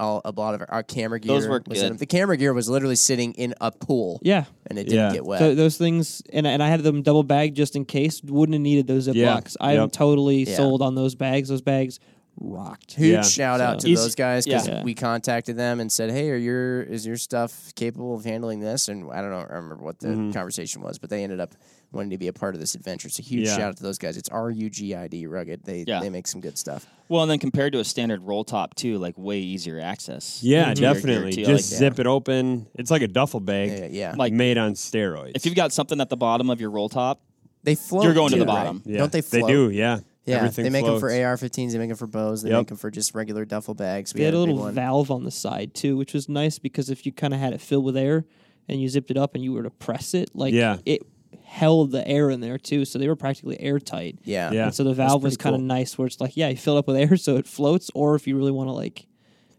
[SPEAKER 1] all a lot of our, our camera gear.
[SPEAKER 2] Those worked
[SPEAKER 1] was
[SPEAKER 2] good.
[SPEAKER 1] In 'em. The camera gear was literally sitting in a pool,
[SPEAKER 3] Yeah,
[SPEAKER 1] and it didn't
[SPEAKER 4] Yeah.
[SPEAKER 1] get wet.
[SPEAKER 3] so those things, and I- and I had them double bagged just in case. Wouldn't have needed those
[SPEAKER 4] Yeah.
[SPEAKER 3] Ziplocs. I am
[SPEAKER 4] Yep.
[SPEAKER 3] totally
[SPEAKER 1] Yeah.
[SPEAKER 3] sold on those bags. Those bags rocked.
[SPEAKER 1] Huge
[SPEAKER 4] Yeah.
[SPEAKER 1] shout out
[SPEAKER 3] So-
[SPEAKER 1] to
[SPEAKER 2] Easy-
[SPEAKER 1] those guys because
[SPEAKER 3] yeah.
[SPEAKER 1] we contacted them and said, "Hey, are your is your stuff capable of handling this?" And I don't know, I remember what the
[SPEAKER 4] Mm-hmm.
[SPEAKER 1] conversation was, but they ended up wanting to be a part of this adventure. So huge
[SPEAKER 4] Yeah.
[SPEAKER 1] shout out to those guys. It's R U G I D rugged. They
[SPEAKER 2] Yeah.
[SPEAKER 1] they make some good stuff.
[SPEAKER 2] Well, and then compared to a standard roll top, too, like way easier access.
[SPEAKER 4] Yeah,
[SPEAKER 2] to your gear,
[SPEAKER 4] definitely.
[SPEAKER 2] too.
[SPEAKER 4] Just
[SPEAKER 2] Like,
[SPEAKER 4] zip it open. It's like a duffel bag.
[SPEAKER 1] Yeah, yeah.
[SPEAKER 2] Like-
[SPEAKER 4] made on steroids.
[SPEAKER 2] if you've got something at the bottom of your roll top,
[SPEAKER 1] They float.
[SPEAKER 2] You're going to
[SPEAKER 1] too,
[SPEAKER 2] the
[SPEAKER 1] right?
[SPEAKER 2] bottom.
[SPEAKER 4] yeah.
[SPEAKER 1] Don't they? Float?
[SPEAKER 4] They do. Yeah.
[SPEAKER 1] Yeah,
[SPEAKER 4] Everything
[SPEAKER 1] they make
[SPEAKER 4] floats.
[SPEAKER 1] them for AR-15s. They make them for bows. They
[SPEAKER 4] Yep.
[SPEAKER 1] make them for just regular duffel bags. We
[SPEAKER 3] They had a
[SPEAKER 1] big
[SPEAKER 3] little
[SPEAKER 1] one.
[SPEAKER 3] valve on the side too, which was nice because if you kind of had it filled with air and you zipped it up and you were to press it, like
[SPEAKER 4] Yeah.
[SPEAKER 3] it held the air in there too, so they were practically airtight.
[SPEAKER 1] yeah,
[SPEAKER 4] Yeah.
[SPEAKER 3] And so the valve was
[SPEAKER 1] pretty
[SPEAKER 3] kind of
[SPEAKER 1] cool.
[SPEAKER 3] nice, where it's like, yeah, you fill it up with air so it floats, or if you really want to like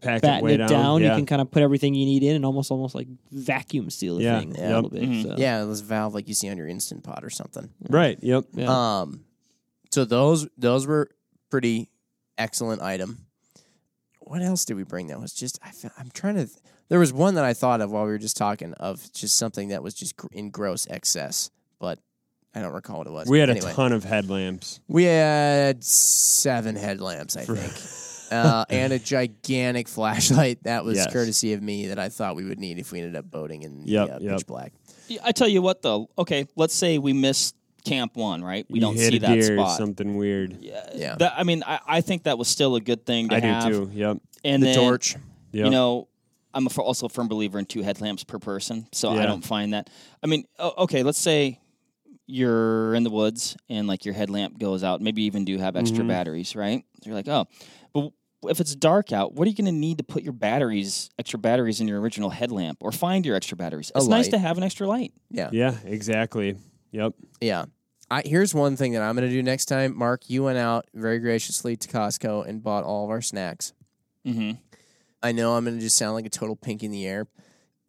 [SPEAKER 4] Pack it
[SPEAKER 3] batten
[SPEAKER 4] way
[SPEAKER 3] it
[SPEAKER 4] down.
[SPEAKER 3] down,
[SPEAKER 4] yeah.
[SPEAKER 3] you can kind of put everything you need in and almost almost like vacuum seal the
[SPEAKER 4] Yeah.
[SPEAKER 3] thing
[SPEAKER 4] Yeah.
[SPEAKER 3] a little bit.
[SPEAKER 2] Mm-hmm.
[SPEAKER 3] So.
[SPEAKER 1] yeah. This valve like you see on your instant pot or something.
[SPEAKER 4] right. Yep.
[SPEAKER 3] Yeah.
[SPEAKER 1] Um, so those those were pretty excellent item. What else did we bring? That was just I feel, I'm trying to. th- there was one that I thought of while we were just talking of just something that was just gr- in gross excess, but I don't recall what it was.
[SPEAKER 4] We had a
[SPEAKER 1] Anyway.
[SPEAKER 4] ton of headlamps.
[SPEAKER 1] We had seven headlamps, I think, uh, and a gigantic flashlight. That was
[SPEAKER 4] Yes.
[SPEAKER 1] courtesy of me that I thought we would need if we ended up boating in the,
[SPEAKER 4] Yep,
[SPEAKER 1] uh,
[SPEAKER 4] yep.
[SPEAKER 1] pitch black.
[SPEAKER 2] Yeah, I tell you what, though. Okay, let's say we miss camp one, right? We
[SPEAKER 4] You
[SPEAKER 2] don't
[SPEAKER 4] hit
[SPEAKER 2] see
[SPEAKER 4] a
[SPEAKER 2] that
[SPEAKER 4] deer or
[SPEAKER 2] spot.
[SPEAKER 4] Something weird.
[SPEAKER 1] Yeah,
[SPEAKER 2] That, I mean, I, I think that was still a good thing to
[SPEAKER 4] I
[SPEAKER 2] have.
[SPEAKER 4] do too. Yep.
[SPEAKER 2] And
[SPEAKER 1] the
[SPEAKER 2] then,
[SPEAKER 1] torch.
[SPEAKER 4] Yep.
[SPEAKER 2] you know, I'm a f also a firm believer in two headlamps per person, so I
[SPEAKER 4] Yeah.
[SPEAKER 2] don't find that. I mean, o- okay, let's say you're in the woods and like your headlamp goes out. Maybe you even do have extra
[SPEAKER 1] Mm-hmm.
[SPEAKER 2] batteries, right? You're like, oh, but if it's dark out, what are you going to need to put your batteries, extra batteries in your original headlamp, or find your extra batteries? It's nice
[SPEAKER 1] light.
[SPEAKER 2] to have an extra light.
[SPEAKER 1] Yeah,
[SPEAKER 4] yeah. Exactly. Yep.
[SPEAKER 1] yeah. I, here's one thing that I'm going to do next time. Mark, you went out very graciously to Costco and bought all of our snacks.
[SPEAKER 2] Mm-hmm.
[SPEAKER 1] I know I'm going to just sound like a total pink in the air,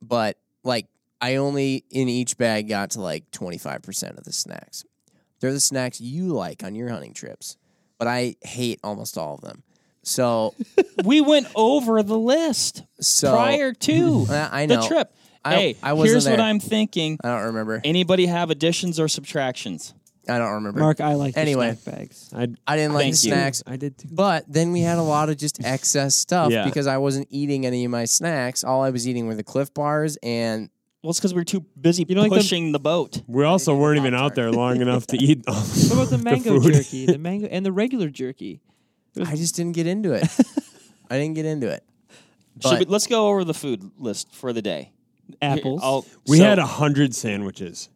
[SPEAKER 1] but like I only in each bag got to like 25% of the snacks. They're the snacks you like on your hunting trips, but I hate almost all of them. So,
[SPEAKER 2] we went over the list
[SPEAKER 1] so
[SPEAKER 2] prior to
[SPEAKER 1] I, I know
[SPEAKER 2] the trip.
[SPEAKER 1] I-
[SPEAKER 2] hey,
[SPEAKER 1] I wasn't
[SPEAKER 2] here's what
[SPEAKER 1] there.
[SPEAKER 2] I'm thinking.
[SPEAKER 1] I don't remember.
[SPEAKER 2] Anybody have additions or subtractions?
[SPEAKER 1] I don't remember.
[SPEAKER 3] Mark, I like
[SPEAKER 1] Anyway.
[SPEAKER 3] anyway. snack bags.
[SPEAKER 4] I.
[SPEAKER 1] I didn't like
[SPEAKER 2] Thank
[SPEAKER 1] the
[SPEAKER 2] you.
[SPEAKER 1] snacks,
[SPEAKER 4] I did too.
[SPEAKER 1] but then we had a lot of just excess stuff
[SPEAKER 4] Yeah.
[SPEAKER 1] because I wasn't eating any of my snacks. All I was eating were the Cliff Bars and
[SPEAKER 2] Well, it's because we were too busy
[SPEAKER 3] don't like them-
[SPEAKER 2] pushing the boat.
[SPEAKER 4] We also weren't even out there long enough to eat. all
[SPEAKER 3] What about the mango
[SPEAKER 4] food.
[SPEAKER 3] jerky, the mango and the regular jerky?
[SPEAKER 1] I just didn't get into it. I didn't get into it.
[SPEAKER 2] Should we,
[SPEAKER 1] But-
[SPEAKER 2] let's go over the food list for the day. Here,
[SPEAKER 3] Apples.
[SPEAKER 2] I'll-
[SPEAKER 4] We
[SPEAKER 2] so-
[SPEAKER 4] had a hundred sandwiches.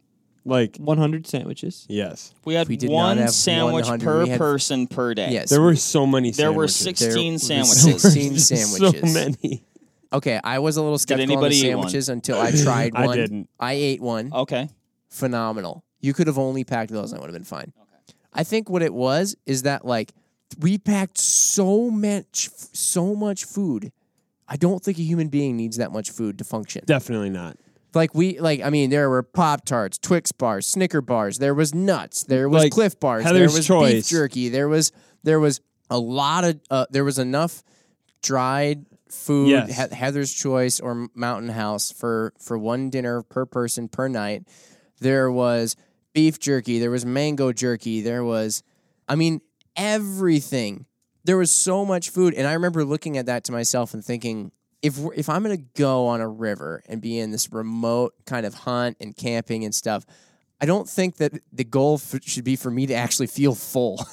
[SPEAKER 4] Like
[SPEAKER 3] 100 sandwiches.
[SPEAKER 4] yes,
[SPEAKER 2] We had
[SPEAKER 1] We did not
[SPEAKER 2] one
[SPEAKER 1] have
[SPEAKER 2] sandwich
[SPEAKER 1] 100.
[SPEAKER 2] per
[SPEAKER 1] We had-
[SPEAKER 2] person per day.
[SPEAKER 1] Yes.
[SPEAKER 4] there were so many.
[SPEAKER 2] There were
[SPEAKER 4] sandwiches.
[SPEAKER 2] 16
[SPEAKER 1] There were
[SPEAKER 2] sandwiches.
[SPEAKER 1] 16
[SPEAKER 4] Just
[SPEAKER 1] sandwiches.
[SPEAKER 4] So many.
[SPEAKER 1] Okay, I was a little skeptical on the
[SPEAKER 2] anybody eat
[SPEAKER 1] sandwiches until I tried
[SPEAKER 4] I
[SPEAKER 1] one.
[SPEAKER 4] didn't.
[SPEAKER 1] I ate one.
[SPEAKER 2] Okay.
[SPEAKER 1] Phenomenal. You could have only packed those and I would have been fine. I think what it was is that like we packed so much so much food. I don't think a human being needs that much food to function.
[SPEAKER 4] Definitely not.
[SPEAKER 1] Like we like I mean there were Pop Tarts, Twix bars, Snicker bars, there was nuts, there was
[SPEAKER 4] Like,
[SPEAKER 1] Cliff bars, there
[SPEAKER 4] Heather's
[SPEAKER 1] was beef
[SPEAKER 4] Choice.
[SPEAKER 1] jerky, there was there was a lot of uh, there was enough dried food
[SPEAKER 4] Yes.
[SPEAKER 1] He- Heather's Choice or Mountain House for for one dinner per person per night. There was beef jerky, there was mango jerky, there was I mean everything. There was so much food and I remember looking at that to myself and thinking if we're, if I'm going to go on a river and be in this remote kind of hunt and camping and stuff, I don't think that the goal f- should be for me to actually feel full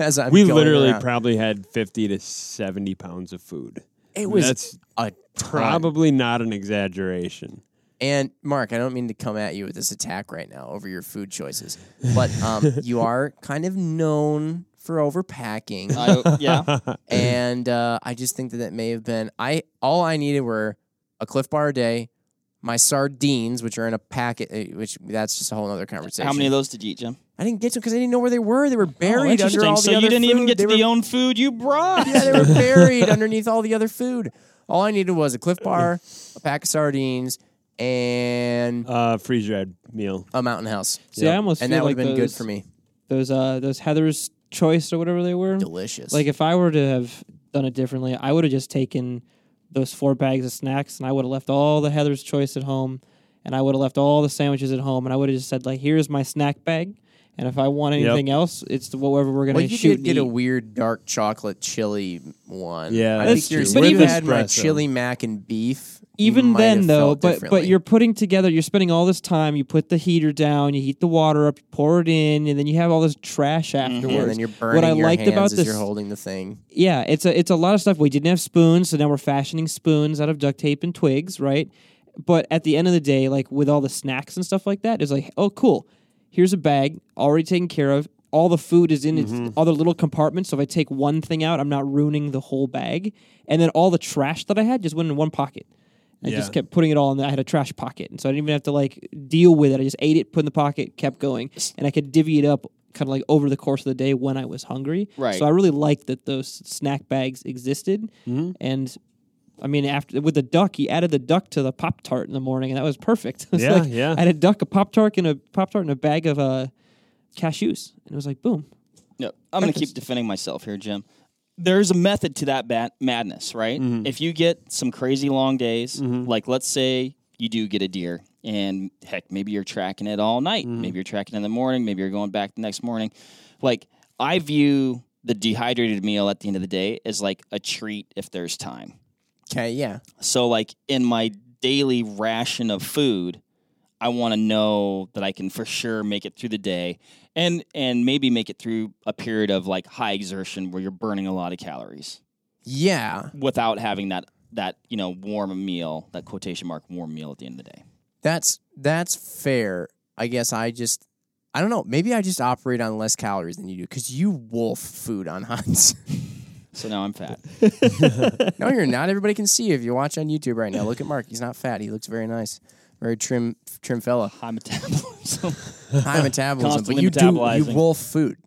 [SPEAKER 1] as I'm
[SPEAKER 4] We
[SPEAKER 1] going
[SPEAKER 4] literally
[SPEAKER 1] around.
[SPEAKER 4] probably had 50 to 70 pounds of food.
[SPEAKER 1] it was
[SPEAKER 4] That's
[SPEAKER 1] a ton.
[SPEAKER 4] probably not an exaggeration.
[SPEAKER 1] And Mark, I don't mean to come at you with this attack right now over your food choices, but um, you are kind of known for overpacking,
[SPEAKER 2] I, yeah. Mm-hmm.
[SPEAKER 1] and uh, I just think that that may have been I. All I needed were a Cliff Bar a day, my sardines, which are in a packet, eh, which that's just a whole other conversation.
[SPEAKER 2] How many of those did you eat, Jim?
[SPEAKER 1] I didn't get to because I didn't know where they were. They were
[SPEAKER 2] Oh,
[SPEAKER 1] buried under
[SPEAKER 2] interesting.
[SPEAKER 1] all the
[SPEAKER 2] so
[SPEAKER 1] other
[SPEAKER 2] you didn't even
[SPEAKER 1] food.
[SPEAKER 2] get to
[SPEAKER 1] They
[SPEAKER 2] the
[SPEAKER 1] were-
[SPEAKER 2] own food you brought.
[SPEAKER 1] Yeah, they were buried underneath all the other food. All I needed was a Cliff
[SPEAKER 2] Uh,
[SPEAKER 1] Bar, a pack of sardines, and
[SPEAKER 4] Uh, freeze dried meal.
[SPEAKER 1] a Mountain House.
[SPEAKER 3] See, I almost
[SPEAKER 1] and
[SPEAKER 3] feel
[SPEAKER 1] that would
[SPEAKER 3] like
[SPEAKER 1] have been good
[SPEAKER 3] those-
[SPEAKER 1] for me.
[SPEAKER 3] Those uh those Heather's choice or whatever they
[SPEAKER 2] Mm-hmm.
[SPEAKER 3] were.
[SPEAKER 1] Delicious.
[SPEAKER 3] Like if I were to have done it differently, I would have just taken those four bags of snacks and I would have left all the Heather's choice at home and I would have left all the sandwiches at home and I would have just said like here's my snack bag and if I want
[SPEAKER 4] Yep.
[SPEAKER 3] anything else, it's the- whatever we're going to
[SPEAKER 1] well, you
[SPEAKER 3] shoot.
[SPEAKER 1] did get a
[SPEAKER 3] and eat.
[SPEAKER 1] weird dark chocolate chili one.
[SPEAKER 4] Yeah,
[SPEAKER 1] I
[SPEAKER 4] that's
[SPEAKER 1] think yours-
[SPEAKER 4] true.
[SPEAKER 1] if
[SPEAKER 4] But
[SPEAKER 1] you
[SPEAKER 4] even-
[SPEAKER 1] had my
[SPEAKER 4] espresso.
[SPEAKER 1] chili mac and beef. you
[SPEAKER 3] even
[SPEAKER 1] might
[SPEAKER 3] then
[SPEAKER 1] have
[SPEAKER 3] though,
[SPEAKER 1] felt
[SPEAKER 3] but but
[SPEAKER 1] differently.
[SPEAKER 3] you're putting together, you're spending all this time, you put the heater down, you heat the water up, you pour it in and then you have all this trash afterwards.
[SPEAKER 1] Mm-hmm, and then you're burning
[SPEAKER 3] what I
[SPEAKER 1] your
[SPEAKER 3] liked
[SPEAKER 1] hands
[SPEAKER 3] about
[SPEAKER 1] as
[SPEAKER 3] this
[SPEAKER 1] you're holding the thing.
[SPEAKER 3] yeah, it's a it's a lot of stuff. We didn't have spoons, so now we're fashioning spoons out of duct tape and twigs, right? But at the end of the day, like with all the snacks and stuff like that, it's like, oh, cool. Here's a bag already taken care of. All the food is in its other little compartments. So if I take one thing out, I'm not ruining the whole bag. And then all the trash that I had just went in one pocket. I
[SPEAKER 4] Yeah.
[SPEAKER 3] just kept putting it all in. there. I had a trash pocket, and so I didn't even have to like deal with it. I just ate it, put it in the pocket, kept going, and I could divvy it up kind of like over the course of the day when I was hungry.
[SPEAKER 2] Right.
[SPEAKER 3] So I really liked that those snack bags existed,
[SPEAKER 4] Mm-hmm.
[SPEAKER 3] and I mean, after with the duck, he added the duck to the pop tart in the morning, and that was perfect. It was
[SPEAKER 4] Yeah,
[SPEAKER 3] like,
[SPEAKER 4] yeah.
[SPEAKER 3] I had a duck, a pop tart, and a pop tart, and a bag of uh, cashews, and it was like boom.
[SPEAKER 2] No, I'm going to keep defending myself here, Jim. There's a method to that bat- madness, right? If you get some crazy long days, like let's say you do get a deer, and heck, maybe you're tracking it all night, maybe you're tracking it in the morning, maybe you're going back the next morning. Like, I view the dehydrated meal at the end of the day as like a treat if there's time.
[SPEAKER 1] Okay, yeah.
[SPEAKER 2] So, like in my daily ration of food, I want to know that I can for sure make it through the day, and and maybe make it through a period of like high exertion where you're burning a lot of calories
[SPEAKER 1] Yeah.
[SPEAKER 2] without having that that you know warm meal, that quotation mark warm meal at the end of the day.
[SPEAKER 1] That's that's fair. I guess I just I don't know. Maybe I just operate on less calories than you do because you wolf food on hunts.
[SPEAKER 2] So now I'm fat.
[SPEAKER 1] no, you're not. Everybody can see you if you watch on YouTube right now. Look at Mark. He's not fat. He looks very nice, very trim, trim fella.
[SPEAKER 2] High metabolism.
[SPEAKER 1] High metabolism, but
[SPEAKER 2] Constantly
[SPEAKER 1] you do you
[SPEAKER 2] metabolizing.
[SPEAKER 1] wolf food.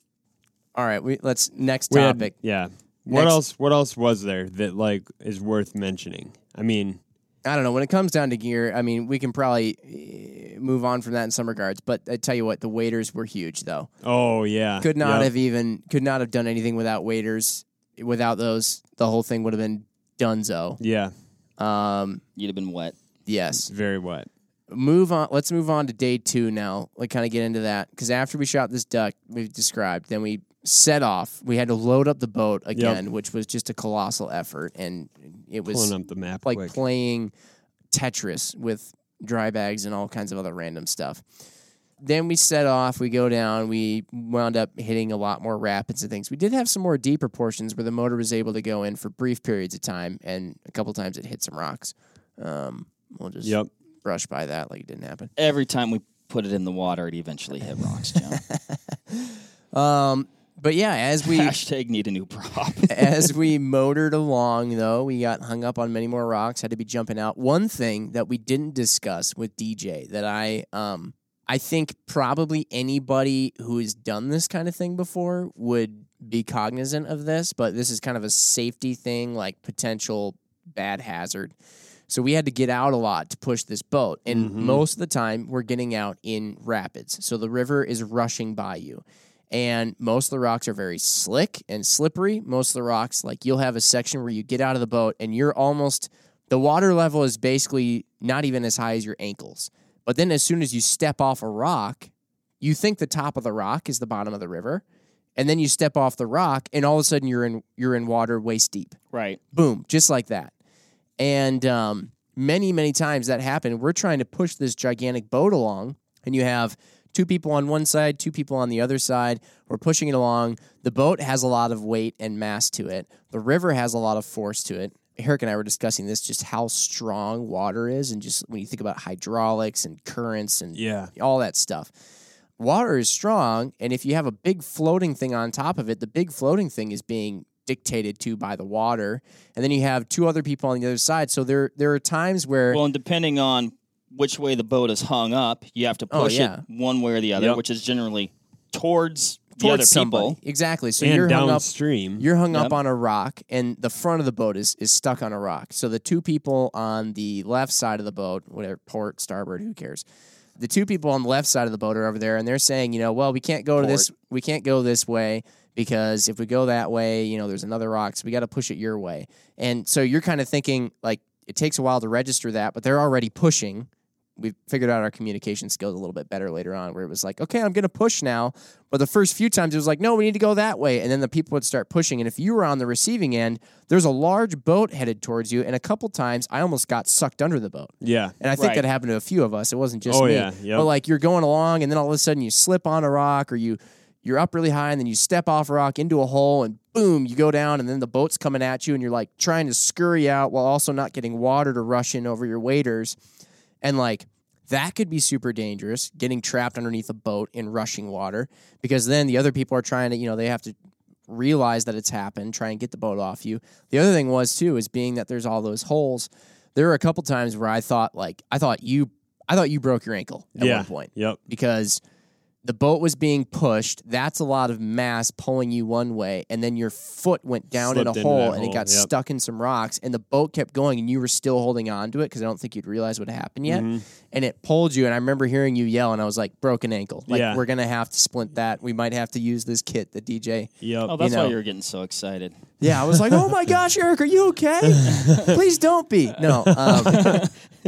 [SPEAKER 1] All right, we let's next
[SPEAKER 4] We had-
[SPEAKER 1] topic.
[SPEAKER 4] yeah. What
[SPEAKER 1] Next.
[SPEAKER 4] else? What else was there that like is worth mentioning? I mean,
[SPEAKER 1] I don't know. When it comes down to gear, I mean, we can probably eh, move on from that in some regards. But I tell you what, the waiters were huge though.
[SPEAKER 4] oh yeah,
[SPEAKER 1] Could not
[SPEAKER 4] Yep.
[SPEAKER 1] have even could not have done anything without waiters. Without those, the whole thing would have been dunzo.
[SPEAKER 4] Yeah,
[SPEAKER 1] Um,
[SPEAKER 2] You'd have been wet.
[SPEAKER 1] yes.
[SPEAKER 4] very wet.
[SPEAKER 1] move on. Let's move on to day two now. Like, kind of get into that because after we shot this duck we've described, then we set off. We had to load up the boat again, which was just a colossal effort, and it was
[SPEAKER 4] Pulling up the map
[SPEAKER 1] like
[SPEAKER 4] quick.
[SPEAKER 1] playing Tetris with dry bags and all kinds of other random stuff. Then we set off. We go down. We wound up hitting a lot more rapids and things. We did have some more deeper portions where the motor was able to go in for brief periods of time, and a couple times it hit some rocks. Um, we'll just
[SPEAKER 4] yep.
[SPEAKER 1] brush by that like it didn't happen.
[SPEAKER 2] Every time we put it in the water, it eventually hit rocks, John.
[SPEAKER 1] Um, But yeah, as we
[SPEAKER 2] Hashtag need a new prop.
[SPEAKER 1] as we motored along, though, we got hung up on many more rocks. Had to be jumping out. One thing that we didn't discuss with DJ that I um I think probably anybody who has done this kind of thing before would be cognizant of this, but this is kind of a safety thing, like potential bad hazard. So we had to get out a lot to push this boat, and most of the time we're getting out in rapids. So the river is rushing by you and most of the rocks are very slick and slippery. Most of the rocks, like you'll have a section where you get out of the boat and you're almost the water level is basically not even as high as your ankles. But then as soon as you step off a rock, you think the top of the rock is the bottom of the river, and then you step off the rock and all of a sudden you're in you're in water waist deep
[SPEAKER 2] right.
[SPEAKER 1] boom, just like that. And um, many, many times that happened. We're trying to push this gigantic boat along, and you have two people on one side, two people on the other side. We're pushing it along. The boat has a lot of weight and mass to it, the river has a lot of force to it. Herrick and I were discussing this just how strong water is, and just when you think about hydraulics and currents and
[SPEAKER 4] Yeah.
[SPEAKER 1] all that stuff. Water is strong, and if you have a big floating thing on top of it, the big floating thing is being dictated to by the water, and then you have two other people on the other side. So there, there are times where
[SPEAKER 2] Well, and depending on which way the boat is hung up, you have to
[SPEAKER 1] Oh,
[SPEAKER 2] push
[SPEAKER 1] yeah.
[SPEAKER 2] it one way or the other,
[SPEAKER 4] Yep.
[SPEAKER 2] which is generally towards, the
[SPEAKER 1] towards
[SPEAKER 2] other
[SPEAKER 1] somebody.
[SPEAKER 2] people.
[SPEAKER 1] exactly. So
[SPEAKER 4] and
[SPEAKER 1] you're hung up,
[SPEAKER 4] downstream.
[SPEAKER 1] you're hung up
[SPEAKER 2] Yep.
[SPEAKER 1] on a rock, and the front of the boat is is stuck on a rock. So the two people on the left side of the boat, whatever port, starboard, who cares? The two people on the left side of the boat are over there, and they're saying, you know, well, we can't go to this, we can't go this way because if we go that way, you know, there's another rock, so we got to push it your way. And so you're kind of thinking like it takes a while to register that, but they're already pushing. We figured out our communication skills a little bit better later on, where it was like, okay, I'm going to push now. But the first few times it was like, no, we need to go that way. And then the people would start pushing. And if you were on the receiving end, there's a large boat headed towards you. And a couple times I almost got sucked under the boat.
[SPEAKER 4] yeah.
[SPEAKER 1] And I think
[SPEAKER 2] Right.
[SPEAKER 1] that happened to a few of us. It wasn't just
[SPEAKER 4] Oh,
[SPEAKER 1] me.
[SPEAKER 4] yeah. Yep.
[SPEAKER 1] But like you're going along and then all of a sudden you slip on a rock or you you're up really high and then you step off a rock into a hole and boom, you go down and then the boat's coming at you and you're like trying to scurry out while also not getting water to rush in over your waders. And like that could be super dangerous, getting trapped underneath a boat in rushing water because then the other people are trying to, you know, they have to realize that it's happened, try and get the boat off you. The other thing was too is being that there's all those holes. There were a couple times where I thought like I thought you I thought you broke your ankle at
[SPEAKER 4] yeah.
[SPEAKER 1] one point
[SPEAKER 4] Yep.
[SPEAKER 1] because the boat was being pushed. That's a lot of mass pulling you one way, and then your foot went down
[SPEAKER 4] Slipped
[SPEAKER 1] in a
[SPEAKER 4] into
[SPEAKER 1] hole
[SPEAKER 4] that
[SPEAKER 1] and it
[SPEAKER 4] hole,
[SPEAKER 1] got
[SPEAKER 4] yep.
[SPEAKER 1] stuck in some rocks, and the boat kept going, and you were still holding on to it because I don't think you'd realize what happened yet.
[SPEAKER 4] Mm-hmm.
[SPEAKER 1] And it pulled you, and I remember hearing you yell, and I was like, broken ankle. Like,
[SPEAKER 4] Yeah.
[SPEAKER 1] we're going to have to splint that. We might have to use this kit, the DJ.
[SPEAKER 4] Yep.
[SPEAKER 2] Oh, that's
[SPEAKER 1] know.
[SPEAKER 2] why you were getting so excited.
[SPEAKER 1] Yeah, I was like, "Oh my gosh, Eric, are you okay? Please don't be." No, um,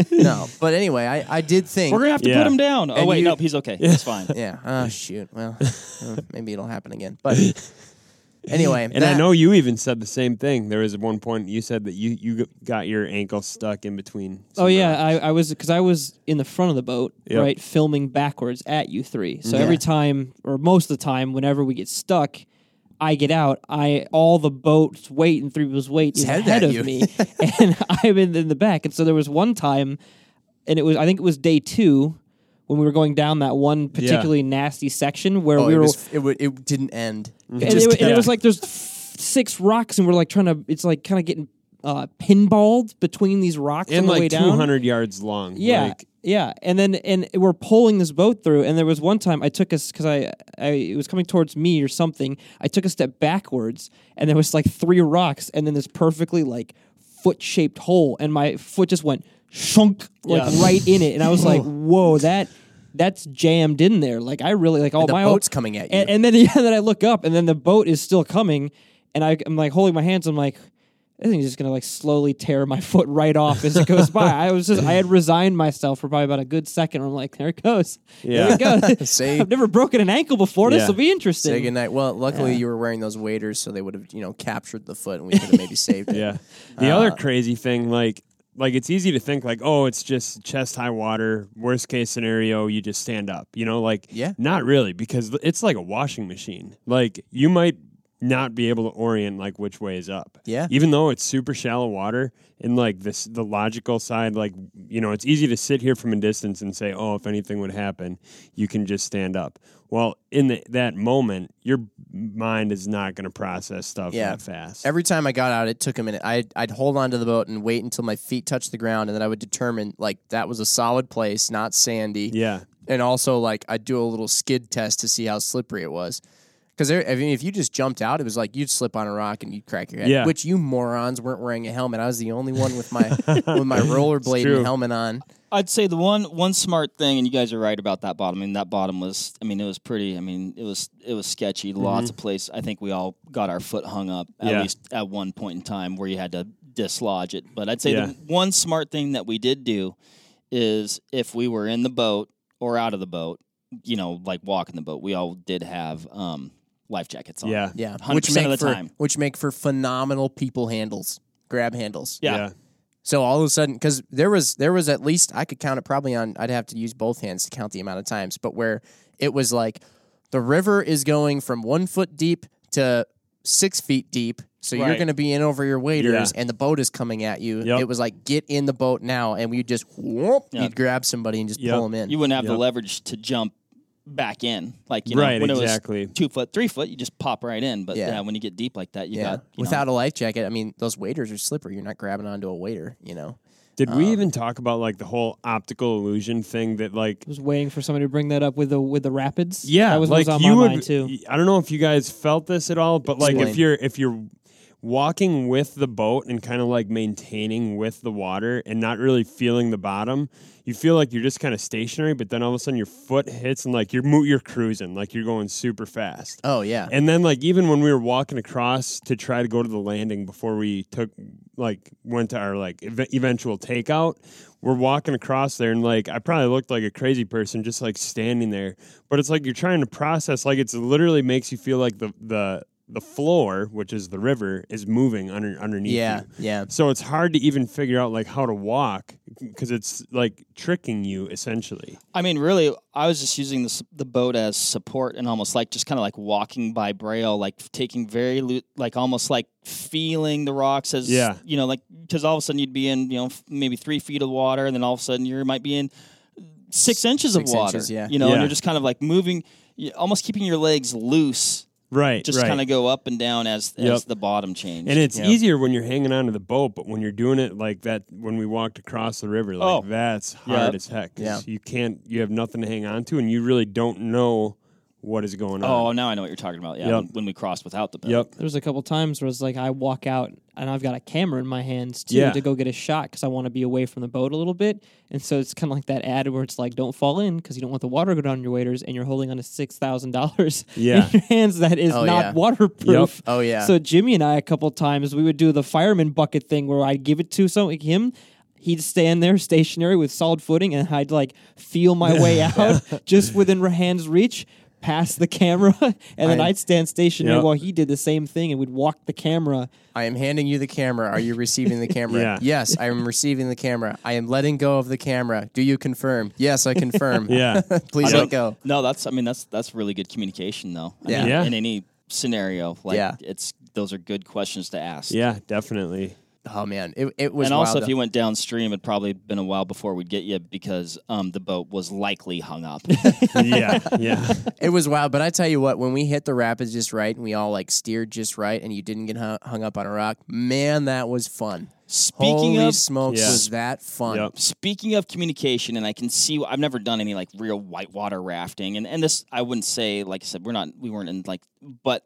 [SPEAKER 1] no. But anyway, I, I did think
[SPEAKER 2] We're gonna have to
[SPEAKER 4] Yeah.
[SPEAKER 2] put him down. Oh
[SPEAKER 1] And
[SPEAKER 2] wait,
[SPEAKER 1] you-
[SPEAKER 2] nope, he's okay. It's fine.
[SPEAKER 1] Yeah. Oh shoot. Well, uh, maybe it'll happen again. But anyway,
[SPEAKER 4] And I know you even said the same thing. There was one point you said that you you g- got your ankle stuck in between. some
[SPEAKER 3] Oh yeah,
[SPEAKER 4] rocks.
[SPEAKER 3] I, I was because I was in the front of the boat,
[SPEAKER 4] Yep.
[SPEAKER 3] right, filming backwards at you three. So
[SPEAKER 1] Yeah.
[SPEAKER 3] every time, or most of the time, whenever we get stuck, I get out. I all the boat's weight and three people's weight is
[SPEAKER 1] headed
[SPEAKER 3] ahead
[SPEAKER 1] at
[SPEAKER 3] of
[SPEAKER 1] you.
[SPEAKER 3] me, and I'm in, in the back. And so there was one time, and it was I think it was day two when we were going down that one particularly nasty section where
[SPEAKER 1] oh,
[SPEAKER 3] we
[SPEAKER 1] it,
[SPEAKER 3] were.
[SPEAKER 1] was, it, would, it didn't end.
[SPEAKER 3] and it, wa- and it was like there's f- six rocks, and we're like trying to. It's like kind of getting. Uh, pinballed between these rocks on
[SPEAKER 4] and
[SPEAKER 3] the way
[SPEAKER 4] like two
[SPEAKER 3] down.
[SPEAKER 4] hundred yards long.
[SPEAKER 3] Yeah,
[SPEAKER 4] Like,
[SPEAKER 3] yeah, and then and we're pulling this boat through, and there was one time I took us because I, I it was coming towards me or something. I took a step backwards, and there was like three rocks, and then this perfectly like foot shaped hole, and my foot just went shunk like
[SPEAKER 2] Yeah.
[SPEAKER 3] right in it, and I was like, whoa, that that's jammed in there. Like I really like all
[SPEAKER 1] the
[SPEAKER 3] my
[SPEAKER 1] boat's coming at you.
[SPEAKER 3] and, and then yeah, then I look up, and then the boat is still coming, and I, I'm like holding my hands. I'm like, I think it's just gonna like slowly tear my foot right off as it goes by. I was just, I had resigned myself for probably about a good second. I'm like, there it goes,
[SPEAKER 4] Yeah.
[SPEAKER 3] there it goes.
[SPEAKER 1] Say-
[SPEAKER 3] I've never broken an ankle before.
[SPEAKER 4] Yeah.
[SPEAKER 3] This will be interesting.
[SPEAKER 1] Say goodnight. Well, luckily you were wearing those waders, so they would have you know captured the foot, and we could have maybe saved it.
[SPEAKER 4] Yeah. The other
[SPEAKER 1] Uh,
[SPEAKER 4] crazy thing, like, like it's easy to think like, oh, it's just chest high water. Worst case scenario, you just stand up. You know, like,
[SPEAKER 1] Yeah.
[SPEAKER 4] not really, because it's like a washing machine. Like you might not be able to orient like which way is up.
[SPEAKER 1] Yeah.
[SPEAKER 4] Even though it's super shallow water and like this the logical side like you know, it's easy to sit here from a distance and say, "Oh, if anything would happen, you can just stand up." Well, in the, that moment, your mind is not going to process stuff
[SPEAKER 1] Yeah.
[SPEAKER 4] that fast.
[SPEAKER 1] Every time I got out, it took a minute. I'd, I'd hold on to the boat and wait until my feet touched the ground, and then I would determine like that was a solid place, not sandy.
[SPEAKER 4] yeah.
[SPEAKER 1] and also like I'd do a little skid test to see how slippery it was. Because I mean, if you just jumped out, it was like you'd slip on a rock and you'd crack your head.
[SPEAKER 4] Yeah.
[SPEAKER 1] Which you morons weren't wearing a helmet. I was the only one with my with my rollerblade
[SPEAKER 4] true.
[SPEAKER 1] helmet on.
[SPEAKER 2] I'd say the one one smart thing, and you guys are right about that bottom. I mean, that bottom was, I mean, it was pretty. I mean, it was it was sketchy. Lots of places. I think we all got our foot hung up at
[SPEAKER 4] Mm-hmm. Yeah.
[SPEAKER 2] least at one point in time where you had to dislodge it. But I'd say
[SPEAKER 4] Yeah.
[SPEAKER 2] the one smart thing that we did do is if we were in the boat or out of the boat, you know, like walking the boat, we all did have um, life jackets on.
[SPEAKER 4] Yeah.
[SPEAKER 1] Yeah,
[SPEAKER 2] 100%
[SPEAKER 1] which make
[SPEAKER 2] of the
[SPEAKER 1] for
[SPEAKER 2] time.
[SPEAKER 1] which make for phenomenal people handles, grab handles.
[SPEAKER 2] yeah.
[SPEAKER 1] So all of a sudden, because there was there was at least I could count it probably on. I'd have to use both hands to count the amount of times, but where it was like the river is going from one foot deep to six feet deep, so you're
[SPEAKER 2] Right.
[SPEAKER 1] going to be in over your waders,
[SPEAKER 4] Yeah.
[SPEAKER 1] and the boat is coming at you.
[SPEAKER 4] Yep.
[SPEAKER 1] It was like get in the boat now, and we just whoop,
[SPEAKER 2] Yeah.
[SPEAKER 1] you'd grab somebody and just
[SPEAKER 4] Yep.
[SPEAKER 1] pull them in.
[SPEAKER 2] You wouldn't have the
[SPEAKER 4] Yep.
[SPEAKER 2] leverage to jump back in, like you know,
[SPEAKER 4] Right,
[SPEAKER 2] when
[SPEAKER 4] exactly.
[SPEAKER 2] it was two foot, three foot, you just pop right in. But
[SPEAKER 1] Yeah.
[SPEAKER 2] yeah, when you get deep like that, you
[SPEAKER 1] yeah,
[SPEAKER 2] got you know,
[SPEAKER 1] without a life jacket, I mean those waders are slippery. You're not grabbing onto a wader, you know.
[SPEAKER 4] Did we even talk about like the whole optical illusion thing that like
[SPEAKER 3] was waiting for somebody to bring that up with the with the rapids.
[SPEAKER 4] Yeah,
[SPEAKER 3] that was, what
[SPEAKER 4] like
[SPEAKER 3] was on
[SPEAKER 4] you
[SPEAKER 3] my
[SPEAKER 4] would,
[SPEAKER 3] mind too.
[SPEAKER 4] I don't know if you guys felt this at all, but like
[SPEAKER 1] Explain.
[SPEAKER 4] if you're if you're walking with the boat and kind of like maintaining with the water and not really feeling the bottom, you feel like you're just kind of stationary. But then all of a sudden your foot hits and like you're mo- you're cruising, like you're going super fast.
[SPEAKER 1] Oh yeah,
[SPEAKER 4] And then like even when we were walking across to try to go to the landing before we took like went to our like ev- eventual takeout, we're walking across there and like I probably looked like a crazy person just like standing there. But it's like you're trying to process like it's literally makes you feel like the the the floor, which is the river, is moving under underneath
[SPEAKER 1] yeah,
[SPEAKER 4] you.
[SPEAKER 1] yeah.
[SPEAKER 4] So it's hard to even figure out like how to walk because it's like tricking you essentially.
[SPEAKER 2] I mean, really, I was just using the s- the boat as support and almost like just kind of like walking by braille, like taking very loo- like almost like feeling the rocks as
[SPEAKER 4] Yeah.
[SPEAKER 2] you know, like because all of a sudden you'd be in you know f- maybe three feet of water, and then all of a sudden you might be in six inches
[SPEAKER 1] Six
[SPEAKER 2] of water.
[SPEAKER 1] inches, yeah.
[SPEAKER 2] you know,
[SPEAKER 4] Yeah.
[SPEAKER 2] and you're just kind of like moving, you- almost keeping your legs loose,
[SPEAKER 4] Right.
[SPEAKER 2] just
[SPEAKER 4] right.
[SPEAKER 2] kind of go up and down as
[SPEAKER 4] Yep.
[SPEAKER 2] as the bottom changes.
[SPEAKER 4] And it's
[SPEAKER 2] Yeah.
[SPEAKER 4] easier when you're hanging onto the boat, but when you're doing it like that, when we walked across the river, like
[SPEAKER 2] Oh.
[SPEAKER 4] that's hard
[SPEAKER 2] Yep.
[SPEAKER 4] as heck. 'cause
[SPEAKER 1] Yeah.
[SPEAKER 4] You can't, you have nothing to hang on to, and you really don't know what is going
[SPEAKER 2] Oh,
[SPEAKER 4] on.
[SPEAKER 2] now I know what you're talking about. Yeah,
[SPEAKER 4] Yep.
[SPEAKER 2] when, when we crossed without the boat.
[SPEAKER 4] Yep.
[SPEAKER 3] There was a couple times where it's like I walk out and I've got a camera in my hands too
[SPEAKER 4] Yeah.
[SPEAKER 3] to go get a shot because I want to be away from the boat a little bit. And so it's kind of like that ad where it's like, "Don't fall in because you don't want the water to go down your waders," and you're holding on to six thousand dollars
[SPEAKER 4] Yeah.
[SPEAKER 3] in your hands that is
[SPEAKER 1] Oh,
[SPEAKER 3] not
[SPEAKER 1] yeah.
[SPEAKER 3] waterproof.
[SPEAKER 1] Oh, yeah.
[SPEAKER 3] So Jimmy and I a couple times we would do the fireman bucket thing where I'd give it to some like him. He'd stand there stationary with solid footing, and I'd like feel my way out just within hand's reach, past the camera, and then
[SPEAKER 1] I-
[SPEAKER 3] I'd stand stationary
[SPEAKER 4] Yep.
[SPEAKER 3] while he did the same thing and would walk the camera.
[SPEAKER 1] I am handing you the camera. Are you receiving the camera?
[SPEAKER 4] Yeah.
[SPEAKER 1] Yes, I am receiving the camera. I am letting go of the camera. Do you confirm? Yes, I confirm.
[SPEAKER 4] Yeah.
[SPEAKER 1] Please
[SPEAKER 2] I
[SPEAKER 1] let
[SPEAKER 2] don't-
[SPEAKER 1] go.
[SPEAKER 2] No, that's. I mean, that's that's really good communication, though. I
[SPEAKER 1] Oh. Yeah.
[SPEAKER 2] mean,
[SPEAKER 4] Yeah.
[SPEAKER 2] In any scenario, like
[SPEAKER 1] Yeah.
[SPEAKER 2] it's those are good questions to ask.
[SPEAKER 4] yeah, definitely.
[SPEAKER 1] Oh man, it, it was.
[SPEAKER 2] And also,
[SPEAKER 1] wild.
[SPEAKER 2] if you went downstream, it'd probably been a while before we'd get you because um, the boat was likely hung up.
[SPEAKER 4] yeah, yeah,
[SPEAKER 1] it was wild. But I tell you what, when we hit the rapids just right, and we all like steered just right, and you didn't get hung, hung up on a rock, man, that was fun.
[SPEAKER 2] Speaking
[SPEAKER 1] Holy
[SPEAKER 2] of
[SPEAKER 1] smokes,
[SPEAKER 4] Yeah.
[SPEAKER 1] was that fun?
[SPEAKER 4] Yep.
[SPEAKER 2] Speaking of communication, and I can see I've never done any like real whitewater rafting, and and this I wouldn't say like I said we're not we weren't in like, but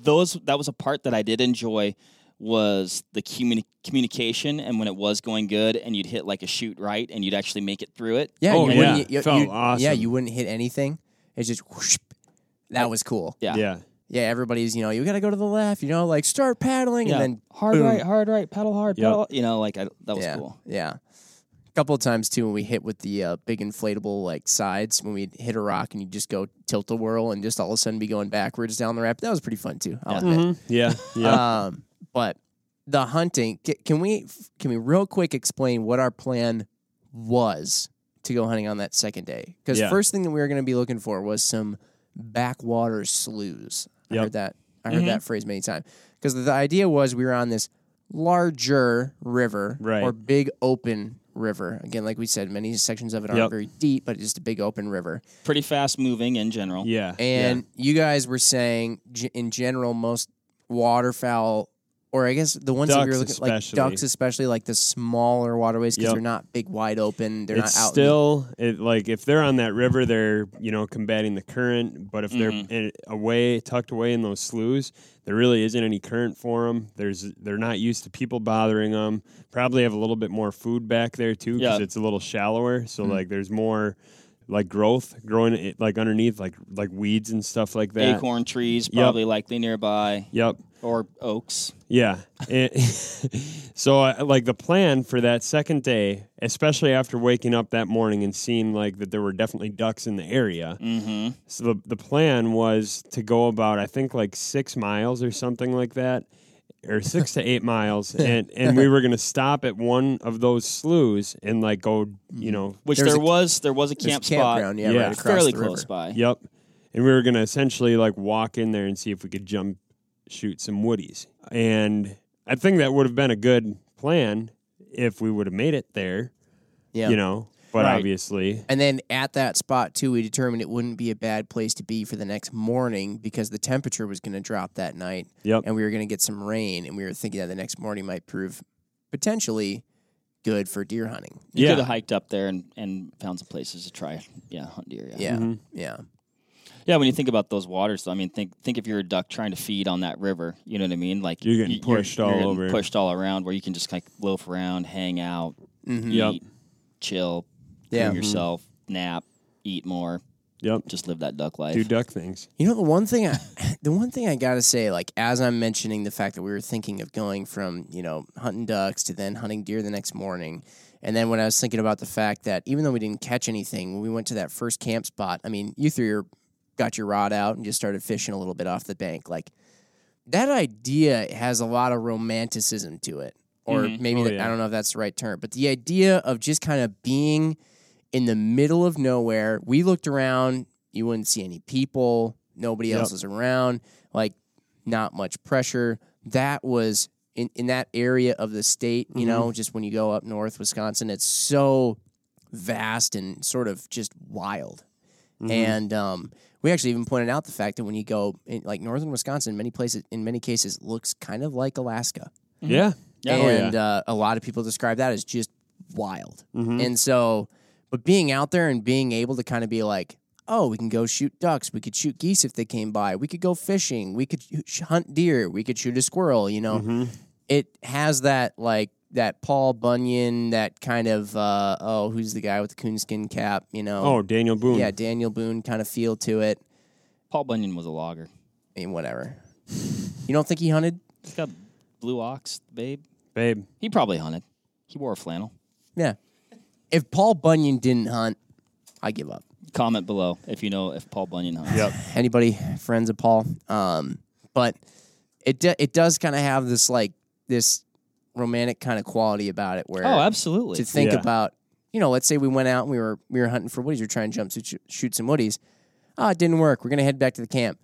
[SPEAKER 2] those that was a part that I did enjoy was the communi- communication, and when it was going good, and you'd hit like a shoot right, and you'd actually make it through it.
[SPEAKER 1] Yeah,
[SPEAKER 4] Oh,
[SPEAKER 1] you
[SPEAKER 4] yeah.
[SPEAKER 1] wouldn't-
[SPEAKER 4] Felt
[SPEAKER 1] you- Yeah,
[SPEAKER 4] awesome.
[SPEAKER 1] you wouldn't hit anything. It's just whoosh. That was cool.
[SPEAKER 2] Yeah.
[SPEAKER 4] yeah.
[SPEAKER 1] Yeah, everybody's you know you got to go to the left. You know, like start paddling,
[SPEAKER 2] Yeah.
[SPEAKER 1] and then
[SPEAKER 2] hard
[SPEAKER 1] boom.
[SPEAKER 2] right, hard right, pedal hard,
[SPEAKER 4] Yep.
[SPEAKER 2] pedal. You know, like I, that was
[SPEAKER 1] yeah,
[SPEAKER 2] cool.
[SPEAKER 1] Yeah. A couple of times too when we hit with the uh, big inflatable like sides when we hit a rock and you just go tilt a whirl and just all of a sudden be going backwards down the ramp. That was pretty fun too. I'll
[SPEAKER 2] Yeah.
[SPEAKER 4] Mm-hmm.
[SPEAKER 1] admit.
[SPEAKER 4] Yeah, yeah.
[SPEAKER 2] Uh,
[SPEAKER 1] Um, but the hunting. c- Can we can we real quick explain what our plan was to go hunting on that second day? Because
[SPEAKER 4] Yeah.
[SPEAKER 1] first thing that we were going to be looking for was some backwater sloughs. I
[SPEAKER 4] Yep.
[SPEAKER 1] heard that. I I heard that phrase many times because the, the idea was we were on this larger river
[SPEAKER 4] Right.
[SPEAKER 1] or big open river. Again, like we said, many sections of it aren't
[SPEAKER 4] Yep.
[SPEAKER 1] very deep, but it's just a big open river.
[SPEAKER 2] Pretty fast moving in general.
[SPEAKER 4] Yeah.
[SPEAKER 1] And you guys were saying g- in general most waterfowl or I guess the ones that we were
[SPEAKER 4] Ducks
[SPEAKER 1] looking at, like
[SPEAKER 4] especially.
[SPEAKER 1] ducks especially like the smaller waterways because
[SPEAKER 4] Yep.
[SPEAKER 1] they're not big wide open. They're
[SPEAKER 4] it's
[SPEAKER 1] not out in the-
[SPEAKER 4] still it, like if they're on that river, they're you know combating the current. But if
[SPEAKER 1] Mm-hmm.
[SPEAKER 4] they're in, away, tucked away in those sloughs, there really isn't any current for them. There's they're not used to people bothering them. Probably have a little bit more food back there too because
[SPEAKER 2] Yeah.
[SPEAKER 4] it's a little shallower. So
[SPEAKER 1] Mm-hmm.
[SPEAKER 4] like there's more like growth growing it, like underneath like like weeds and stuff like that.
[SPEAKER 2] Acorn trees probably likely nearby
[SPEAKER 4] Yep.
[SPEAKER 2] or oaks.
[SPEAKER 4] Yeah. It- so, I, like, the plan for that second day, especially after waking up that morning and seeing, like, that there were definitely ducks in the area.
[SPEAKER 2] Mm-hmm.
[SPEAKER 4] So, the, the plan was to go about, I think, like six miles or something like that, or six to eight miles. And, and we were going to stop at one of those sloughs and, like, go, you know,
[SPEAKER 2] Which
[SPEAKER 1] There's
[SPEAKER 2] there
[SPEAKER 1] a-
[SPEAKER 2] was there was a
[SPEAKER 1] there's a
[SPEAKER 2] camp spot
[SPEAKER 1] campground, yeah,
[SPEAKER 4] Yeah.
[SPEAKER 1] right across
[SPEAKER 2] fairly
[SPEAKER 1] the
[SPEAKER 2] close
[SPEAKER 1] river.
[SPEAKER 2] by.
[SPEAKER 4] yep. And we were going to essentially, like, walk in there and see if we could jump shoot some woodies. And I think that would have been a good plan if we would have made it there,
[SPEAKER 1] Yeah.
[SPEAKER 4] you know. But
[SPEAKER 2] Right.
[SPEAKER 4] obviously,
[SPEAKER 1] And then at that spot too, we determined it wouldn't be a bad place to be for the next morning because the temperature was going to drop that night,
[SPEAKER 4] yep.
[SPEAKER 1] and we were going to get some rain, and we were thinking that the next morning might prove potentially good for deer hunting.
[SPEAKER 2] You
[SPEAKER 4] Yeah.
[SPEAKER 2] could have hiked up there and, and found some places to try, yeah, hunt deer. Yeah.
[SPEAKER 1] Yeah,
[SPEAKER 4] Mhm.
[SPEAKER 1] yeah,
[SPEAKER 2] Yeah, when you think about those waters, though, I mean, think think if you're a duck trying to feed on that river, you know what I mean? Like
[SPEAKER 4] You're getting
[SPEAKER 2] y- you're-
[SPEAKER 4] pushed
[SPEAKER 2] you're
[SPEAKER 4] all
[SPEAKER 2] getting
[SPEAKER 4] over.
[SPEAKER 2] pushed all around, where you can just like loaf around, hang out,
[SPEAKER 1] Mhm.
[SPEAKER 4] Yep.
[SPEAKER 2] eat, chill,
[SPEAKER 1] yeah.
[SPEAKER 2] groom yourself, nap, eat more,
[SPEAKER 4] Yep.
[SPEAKER 2] just live that duck life.
[SPEAKER 4] Do duck things.
[SPEAKER 1] You know the one thing I, the one thing I gotta say, like as I'm mentioning the fact that we were thinking of going from you know hunting ducks to then hunting deer the next morning, and then when I was thinking about the fact that even though we didn't catch anything when we went to that first camp spot, I mean, you threw your got your rod out and just started fishing a little bit off the bank, like that idea has a lot of romanticism to it, or
[SPEAKER 2] Mhm.
[SPEAKER 1] maybe
[SPEAKER 4] Oh,
[SPEAKER 1] that-
[SPEAKER 4] yeah.
[SPEAKER 1] I don't know if that's the right term, but the idea of just kind of being in the middle of nowhere. We looked around, you wouldn't see any people, nobody
[SPEAKER 4] Yep.
[SPEAKER 1] else was around, like not much pressure. That was in, in that area of the state, you
[SPEAKER 4] Mm-hmm.
[SPEAKER 1] know, just when you go up north, Wisconsin, it's so vast and sort of just wild.
[SPEAKER 4] Mm-hmm.
[SPEAKER 1] And um, we actually even pointed out the fact that when you go in like northern Wisconsin, many places in many cases looks kind of like Alaska.
[SPEAKER 4] Yeah.
[SPEAKER 2] Yeah. Oh,
[SPEAKER 1] And uh, a lot of people describe that as just wild.
[SPEAKER 2] Mm-hmm.
[SPEAKER 4] Mhm.
[SPEAKER 1] And so, but being out there and being able to kind of be like, oh, we can go shoot ducks. We could shoot geese if they came by. We could go fishing. We could sh- hunt deer. We could shoot a squirrel. You know,
[SPEAKER 2] Mm-hmm.
[SPEAKER 4] Mhm.
[SPEAKER 1] it has that like that Paul Bunyan, that kind of, uh, oh, who's the guy with the coonskin cap? You know,
[SPEAKER 4] Oh, Daniel Boone.
[SPEAKER 1] yeah, Daniel Boone kind of feel to it.
[SPEAKER 2] Paul Bunyan was a logger.
[SPEAKER 1] I mean, whatever. You don't think he hunted?
[SPEAKER 2] He's got blue ox, babe.
[SPEAKER 4] Babe.
[SPEAKER 2] He probably hunted. He wore a flannel.
[SPEAKER 1] Yeah. If Paul Bunyan didn't hunt, I give up.
[SPEAKER 2] Comment below if you know if Paul Bunyan hunts.
[SPEAKER 4] Yep.
[SPEAKER 1] anybody friends of Paul. Um, but it do, it does kind of have this like this romantic kind of quality about it where
[SPEAKER 2] Oh, absolutely.
[SPEAKER 1] to think
[SPEAKER 4] Yeah.
[SPEAKER 1] about you know let's say we went out and we were we were hunting for woodies or trying to jump shoot, shoot some woodies. Oh, it didn't work. We're gonna head back to the camp.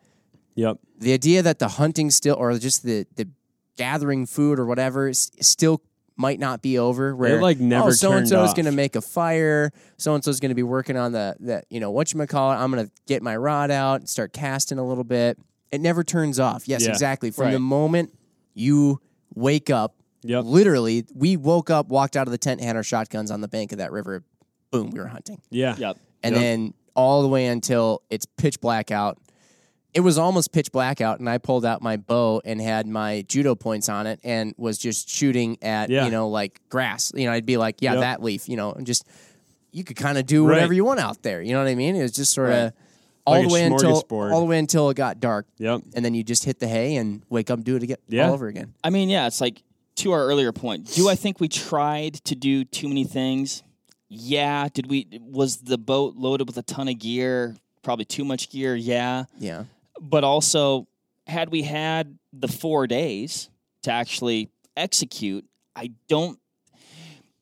[SPEAKER 4] Yep.
[SPEAKER 1] The idea that the hunting still or just the the gathering food or whatever s- still might not be over where
[SPEAKER 4] like, never
[SPEAKER 1] oh, so and so
[SPEAKER 4] turned
[SPEAKER 1] is
[SPEAKER 4] off.
[SPEAKER 1] going to make a fire so and so is going to be working on the that you know what you call it i'm going to get my rod out and start casting a little bit it never turns off yes
[SPEAKER 4] Yeah.
[SPEAKER 1] exactly from the
[SPEAKER 2] Right.
[SPEAKER 1] moment you wake up
[SPEAKER 4] Yep.
[SPEAKER 1] literally we woke up walked out of the tent had our shotguns on the bank of that river boom we were hunting
[SPEAKER 4] Yeah.
[SPEAKER 2] Yep.
[SPEAKER 1] and
[SPEAKER 4] Yep.
[SPEAKER 1] then all the way until it's pitch black out. It was almost pitch black out, and I pulled out my bow and had my judo points on it, and was just shooting at
[SPEAKER 4] Yeah.
[SPEAKER 1] you know like grass. You know, I'd be like, yeah,
[SPEAKER 4] Yep.
[SPEAKER 1] that leaf. You know, and just you could kind of do
[SPEAKER 4] Right.
[SPEAKER 1] whatever you want out there. You know what I mean? It was just sort of
[SPEAKER 2] Right.
[SPEAKER 1] all
[SPEAKER 4] Like
[SPEAKER 1] the
[SPEAKER 4] a
[SPEAKER 1] way until
[SPEAKER 4] smorgasbord.
[SPEAKER 1] all the way until it got dark,
[SPEAKER 4] Yep.
[SPEAKER 1] and then you just hit the hay and wake up, and do it again
[SPEAKER 4] Yeah.
[SPEAKER 1] all over again.
[SPEAKER 2] I mean, yeah, it's like to our earlier point. Do I think we tried to do too many things? Yeah. Did we? Was the boat loaded with a ton of gear? Probably too much gear. Yeah.
[SPEAKER 1] Yeah,
[SPEAKER 2] But also, had we had the four days to actually execute, I don't.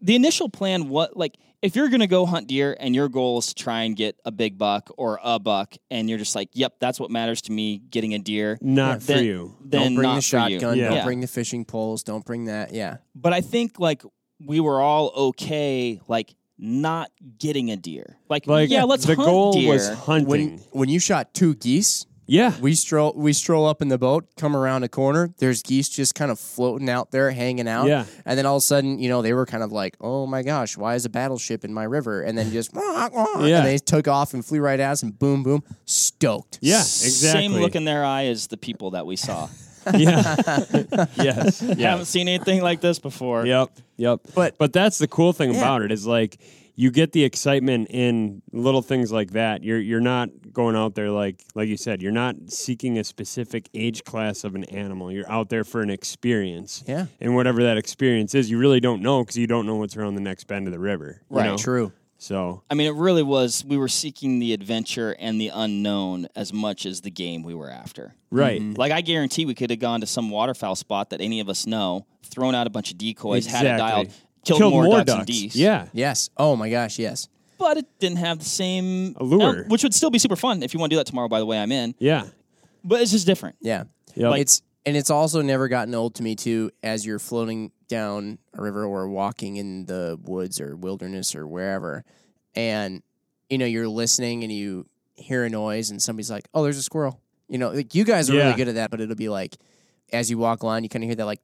[SPEAKER 2] The initial plan, what like if you're gonna go hunt deer and your goal is to try and get a big buck or a buck, and you're just like, "Yep, that's what matters to me, getting a deer."
[SPEAKER 4] Not for
[SPEAKER 2] Then-
[SPEAKER 4] you.
[SPEAKER 2] Then
[SPEAKER 1] don't bring
[SPEAKER 2] not
[SPEAKER 1] the
[SPEAKER 2] for you.
[SPEAKER 1] shotgun.
[SPEAKER 4] Yeah.
[SPEAKER 1] Don't
[SPEAKER 2] Yeah.
[SPEAKER 1] bring the fishing poles. Don't bring that. Yeah.
[SPEAKER 2] But I think like we were all okay, like not getting a deer. Like,
[SPEAKER 4] Like
[SPEAKER 2] yeah, let's
[SPEAKER 4] the
[SPEAKER 2] hunt
[SPEAKER 4] goal
[SPEAKER 2] deer.
[SPEAKER 4] was hunting.
[SPEAKER 1] When when you shot two geese,
[SPEAKER 4] yeah.
[SPEAKER 1] we stroll we stroll up in the boat, come around a corner. There's geese just kind of floating out there, hanging out.
[SPEAKER 4] Yeah.
[SPEAKER 1] And then all of a sudden, you know, they were kind of like, "Oh my gosh, why is a battleship in my river?" And then just
[SPEAKER 4] Yeah.
[SPEAKER 1] And they took off and flew right at us, and boom, boom, stoked.
[SPEAKER 4] Yeah, exactly.
[SPEAKER 2] Same look in their eye as the people that we saw.
[SPEAKER 4] Yeah. yes.
[SPEAKER 2] Haven't
[SPEAKER 4] Yes.
[SPEAKER 2] seen anything like this before.
[SPEAKER 4] Yep. Yep.
[SPEAKER 1] But-
[SPEAKER 4] but that's the cool thing
[SPEAKER 1] Yeah.
[SPEAKER 4] about it is like you get the excitement in little things like that. You're you're not going out there like like you said. You're not seeking a specific age class of an animal. You're out there for an experience.
[SPEAKER 1] Yeah.
[SPEAKER 4] And whatever that experience is, you really don't know because you don't know what's around the next bend of the river. you
[SPEAKER 2] Right.
[SPEAKER 4] know?
[SPEAKER 1] True.
[SPEAKER 4] So
[SPEAKER 2] I mean, it really was. We were seeking the adventure and the unknown as much as the game we were after.
[SPEAKER 4] right.
[SPEAKER 2] Like, I guarantee we could have gone to some waterfowl spot that any of us know, thrown out a bunch of decoys, had it
[SPEAKER 4] Exactly.
[SPEAKER 2] dialed, killed, more, ducks, and geese.
[SPEAKER 4] Yeah.
[SPEAKER 1] Yes. Oh my gosh. Yes.
[SPEAKER 2] But it didn't have the same
[SPEAKER 4] Allure.
[SPEAKER 2] which would still be super fun if you want to do that tomorrow, by the way, I'm in.
[SPEAKER 4] Yeah.
[SPEAKER 2] But it's just different.
[SPEAKER 1] Yeah.
[SPEAKER 4] Yep. Like-
[SPEAKER 1] it's and it's also never gotten old to me too as you're floating down a river or walking in the woods or wilderness or wherever and you know you're listening and you hear a noise and somebody's like, "Oh, there's a squirrel." You know, like you guys are
[SPEAKER 4] Yeah.
[SPEAKER 1] really good at that, but it'll be like as you walk along, you kind of hear that like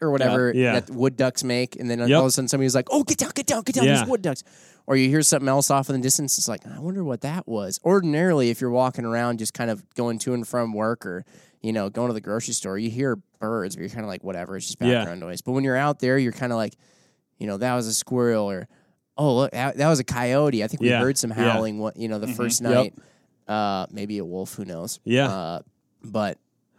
[SPEAKER 1] or whatever
[SPEAKER 4] Yeah.
[SPEAKER 1] that wood ducks make, and then
[SPEAKER 4] Yep.
[SPEAKER 1] all of a sudden somebody's like, "Oh, get down, get down, get down!"
[SPEAKER 4] Yeah.
[SPEAKER 1] There's wood ducks, or you hear something else off in the distance. It's like, I wonder what that was. Ordinarily, if you're walking around, just kind of going to and from work or you know going to the grocery store, you hear birds, but you're kind of like, whatever, it's just
[SPEAKER 4] Yeah.
[SPEAKER 1] background noise. But when you're out there, you're kind of like, you know, that was a squirrel, or oh, look, that, that was a coyote. I think we
[SPEAKER 4] Yeah.
[SPEAKER 1] heard some
[SPEAKER 4] Yeah. Mm-hmm.
[SPEAKER 1] howling. What you know, the first
[SPEAKER 4] Yep.
[SPEAKER 1] night, uh, maybe a wolf. Who knows?
[SPEAKER 4] Yeah.
[SPEAKER 1] uh, but.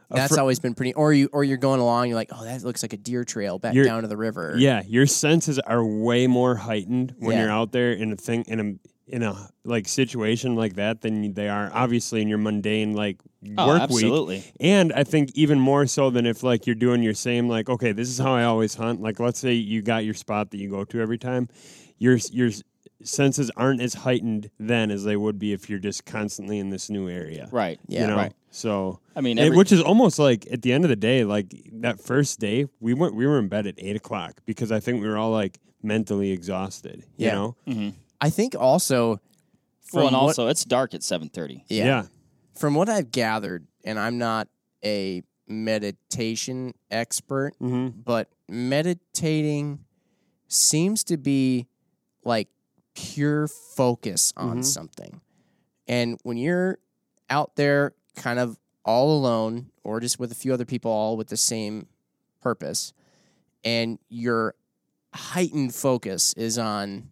[SPEAKER 4] A
[SPEAKER 1] That's
[SPEAKER 4] fr-
[SPEAKER 1] always been pretty, or you, or you're going along. You're like, oh, that looks like a deer trail back
[SPEAKER 4] You're-
[SPEAKER 1] down to the river.
[SPEAKER 4] Yeah, your senses are way more heightened when
[SPEAKER 1] Yeah.
[SPEAKER 4] you're out there in a thing in a in a like situation like that than they are obviously in your mundane like
[SPEAKER 2] Oh,
[SPEAKER 4] work week.
[SPEAKER 2] absolutely.
[SPEAKER 4] And I think even more so than if like you're doing your same like okay, this is how I always hunt. Like let's say you got your spot that you go to every time, your your senses aren't as heightened then as they would be if you're just constantly in this new area.
[SPEAKER 2] Right.
[SPEAKER 1] Yeah.
[SPEAKER 4] you know?
[SPEAKER 2] right.
[SPEAKER 4] So
[SPEAKER 2] I mean,
[SPEAKER 4] it-
[SPEAKER 2] every,
[SPEAKER 4] which is almost like at the end of the day, like that first day, we went we were in bed at eight o'clock because I think we were all like mentally exhausted. You
[SPEAKER 1] Yeah.
[SPEAKER 4] know?
[SPEAKER 1] I think also, from
[SPEAKER 2] well, and
[SPEAKER 1] what-
[SPEAKER 2] also it's dark at seven thirty.
[SPEAKER 1] yeah, from what I've gathered, and I'm not a meditation expert,
[SPEAKER 4] hmm
[SPEAKER 1] but meditating seems to be like pure focus
[SPEAKER 2] Mm-hmm.
[SPEAKER 1] on
[SPEAKER 4] Mhm.
[SPEAKER 1] something. And when you're out there kind of all alone or just with a few other people all with the same purpose and your heightened focus is on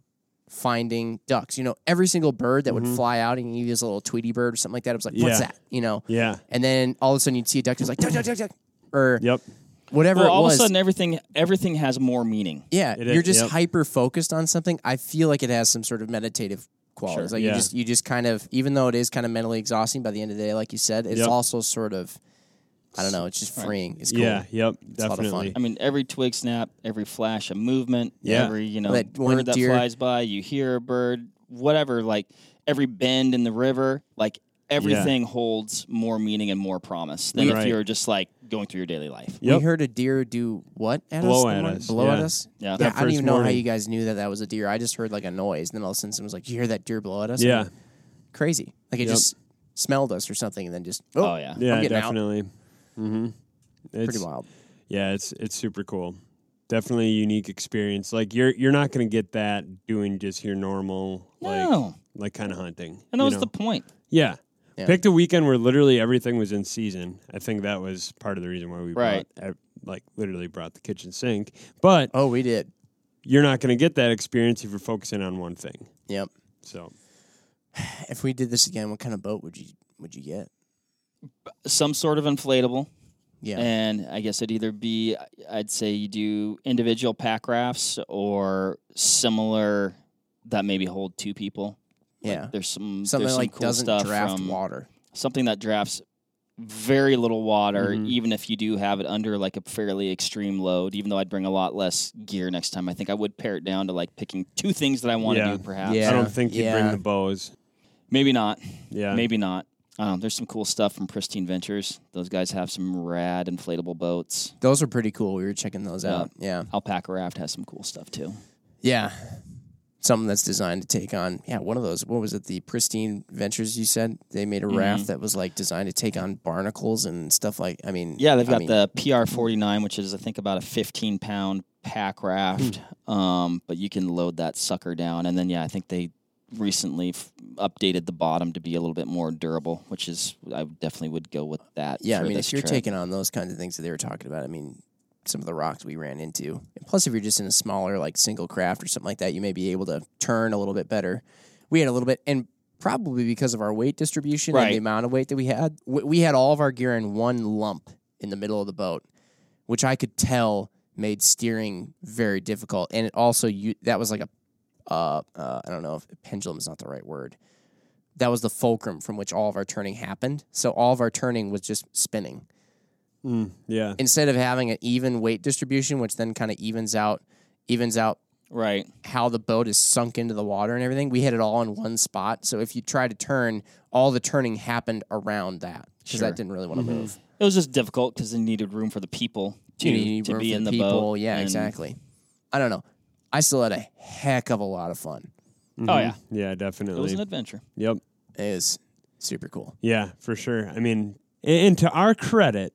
[SPEAKER 1] finding ducks. You know, every single bird that
[SPEAKER 2] Mm-hmm.
[SPEAKER 4] Mhm.
[SPEAKER 1] would fly out and you use a little Tweety bird or something like that, it was like,
[SPEAKER 4] Yeah.
[SPEAKER 1] what's that? You know?
[SPEAKER 4] Yeah.
[SPEAKER 1] And then all of a sudden you'd see a duck, it's like duck, duck, duck, duck, or
[SPEAKER 4] Yep.
[SPEAKER 1] whatever
[SPEAKER 2] Well,
[SPEAKER 1] it
[SPEAKER 2] all
[SPEAKER 1] was.
[SPEAKER 2] of a sudden, everything everything has more meaning.
[SPEAKER 1] Yeah,
[SPEAKER 4] It
[SPEAKER 1] you're
[SPEAKER 4] is,
[SPEAKER 1] just
[SPEAKER 4] yep.
[SPEAKER 1] hyper focused on something. I feel like it has some sort of meditative qualities.
[SPEAKER 2] Sure,
[SPEAKER 1] like
[SPEAKER 4] yeah.
[SPEAKER 1] you just you just kind of even though it is kind of mentally exhausting by the end of the day, like you said, it's
[SPEAKER 4] Yep.
[SPEAKER 1] also sort of I don't know, it's just freeing. It's cool.
[SPEAKER 4] Yeah. Yep.
[SPEAKER 1] a lot of fun.
[SPEAKER 4] Definitely.
[SPEAKER 2] I mean, every twig snap, every flash of movement,
[SPEAKER 4] Yeah.
[SPEAKER 2] every you know
[SPEAKER 1] That one
[SPEAKER 2] bird that
[SPEAKER 1] deer-
[SPEAKER 2] flies by, you hear a bird, whatever. Like every bend in the river, like everything holds more meaning and more promise than
[SPEAKER 4] Right.
[SPEAKER 2] if you're just like going through your daily life.
[SPEAKER 1] We
[SPEAKER 4] Yep.
[SPEAKER 1] heard a deer do what at us?
[SPEAKER 4] Blow
[SPEAKER 1] the
[SPEAKER 4] at
[SPEAKER 1] morning-
[SPEAKER 4] us,
[SPEAKER 1] Blow at
[SPEAKER 4] yeah.
[SPEAKER 1] us.
[SPEAKER 2] Yeah.
[SPEAKER 1] yeah
[SPEAKER 4] That
[SPEAKER 1] I don't
[SPEAKER 4] first
[SPEAKER 1] even know how
[SPEAKER 4] morning.
[SPEAKER 1] you guys knew that that was a deer. I just heard like a noise, and then all of a sudden someone was like, "You hear that deer blow at us?"
[SPEAKER 4] Yeah.
[SPEAKER 1] crazy. Like it
[SPEAKER 4] Yep.
[SPEAKER 1] just smelled us or something, and then just oh,
[SPEAKER 2] Oh, yeah.
[SPEAKER 4] Yeah.
[SPEAKER 1] getting out.
[SPEAKER 4] Definitely. Mm-hmm. It's,
[SPEAKER 1] pretty wild.
[SPEAKER 4] Yeah, it's it's super cool. Definitely a unique experience. Like you're you're not gonna get that doing just your normal like
[SPEAKER 2] No.
[SPEAKER 4] like kind of hunting.
[SPEAKER 2] And that
[SPEAKER 4] you
[SPEAKER 2] was
[SPEAKER 4] know?
[SPEAKER 2] the point.
[SPEAKER 4] Yeah.
[SPEAKER 1] Yeah.
[SPEAKER 4] Picked a weekend where literally everything was in season. I think that was part of the reason why we
[SPEAKER 2] Right.
[SPEAKER 4] brought, ev- like literally brought the kitchen sink. But
[SPEAKER 1] Oh, we did.
[SPEAKER 4] you're not going to get that experience if you're focusing on one thing.
[SPEAKER 1] Yep.
[SPEAKER 4] So
[SPEAKER 1] If we did this again, what kind of boat would you would you get?
[SPEAKER 2] Some sort of inflatable.
[SPEAKER 1] Yeah.
[SPEAKER 2] And I guess it'd either be, I'd say you do individual pack rafts or similar that maybe hold two people. Like,
[SPEAKER 1] yeah.
[SPEAKER 2] there's some
[SPEAKER 1] something
[SPEAKER 2] there's
[SPEAKER 1] that,
[SPEAKER 2] some
[SPEAKER 1] like
[SPEAKER 2] cool
[SPEAKER 1] doesn't
[SPEAKER 2] stuff
[SPEAKER 1] draft
[SPEAKER 2] from
[SPEAKER 1] water.
[SPEAKER 2] something that drafts very little water,
[SPEAKER 1] Mm-hmm.
[SPEAKER 2] even if you do have it under like a fairly extreme load. Even though I'd bring a lot less gear next time, I think I would pare it down to like picking two things that I want to
[SPEAKER 4] Yeah.
[SPEAKER 2] do, perhaps.
[SPEAKER 1] Yeah.
[SPEAKER 4] I don't think you
[SPEAKER 1] Yeah.
[SPEAKER 4] bring the bows.
[SPEAKER 2] Maybe not.
[SPEAKER 4] Yeah.
[SPEAKER 2] Maybe not. I don't know. There's some cool stuff from Pristine Ventures. Those guys have some rad inflatable boats.
[SPEAKER 1] Those were pretty cool. We were checking those out. Yeah.
[SPEAKER 2] Alpaca Raft has some cool stuff too.
[SPEAKER 1] Yeah. Something that's designed to take on, yeah, one of those. What was it? The Pristine Ventures, you said? They made a
[SPEAKER 2] Mm-hmm.
[SPEAKER 1] raft that was like designed to take on barnacles and stuff like, I mean,
[SPEAKER 2] Yeah, they've
[SPEAKER 1] I
[SPEAKER 2] got
[SPEAKER 1] mean,
[SPEAKER 2] the PR 49, which is, I think, about a 15 pound pack raft.
[SPEAKER 1] Hmm.
[SPEAKER 2] Um, but you can load that sucker down. And then, yeah, I think they recently f- updated the bottom to be a little bit more durable, which is, I definitely would go with that.
[SPEAKER 1] Yeah, I
[SPEAKER 2] for
[SPEAKER 1] mean,
[SPEAKER 2] this
[SPEAKER 1] if you're
[SPEAKER 2] trip.
[SPEAKER 1] taking on those kinds of things that they were talking about, I mean, some of the rocks we ran into. And plus, if you're just in a smaller, like single craft or something like that, you may be able to turn a little bit better. We had a little bit, and probably because of our weight distribution and
[SPEAKER 2] Right.
[SPEAKER 1] the amount of weight that we had, we, we had all of our gear in one lump in the middle of the boat, which I could tell made steering very difficult. And it also, you that was like a, uh, uh, I don't know if pendulum is not the right word that was the fulcrum from which all of our turning happened. So all of our turning was just spinning.
[SPEAKER 4] Mm, yeah.
[SPEAKER 1] Instead of having an even weight distribution, which then kind of evens out evens out
[SPEAKER 2] right.
[SPEAKER 1] how the boat is sunk into the water and everything, we had it all in one spot. So if you try to turn, all the turning happened around that because
[SPEAKER 2] Sure.
[SPEAKER 1] that didn't really want
[SPEAKER 2] Mm-hmm.
[SPEAKER 1] to move.
[SPEAKER 2] It was just difficult because they needed room for the people to,
[SPEAKER 1] You need
[SPEAKER 2] to
[SPEAKER 1] room
[SPEAKER 2] be
[SPEAKER 1] for
[SPEAKER 2] in the boat.
[SPEAKER 1] Yeah,
[SPEAKER 2] and-
[SPEAKER 1] exactly. I don't know. I still had a heck of a lot of fun. Mm-hmm.
[SPEAKER 2] Oh, yeah.
[SPEAKER 4] Yeah,
[SPEAKER 2] It was
[SPEAKER 4] definitely.
[SPEAKER 2] an adventure.
[SPEAKER 4] yep.
[SPEAKER 1] It was super cool.
[SPEAKER 4] Yeah, for sure. I mean, and and to our credit,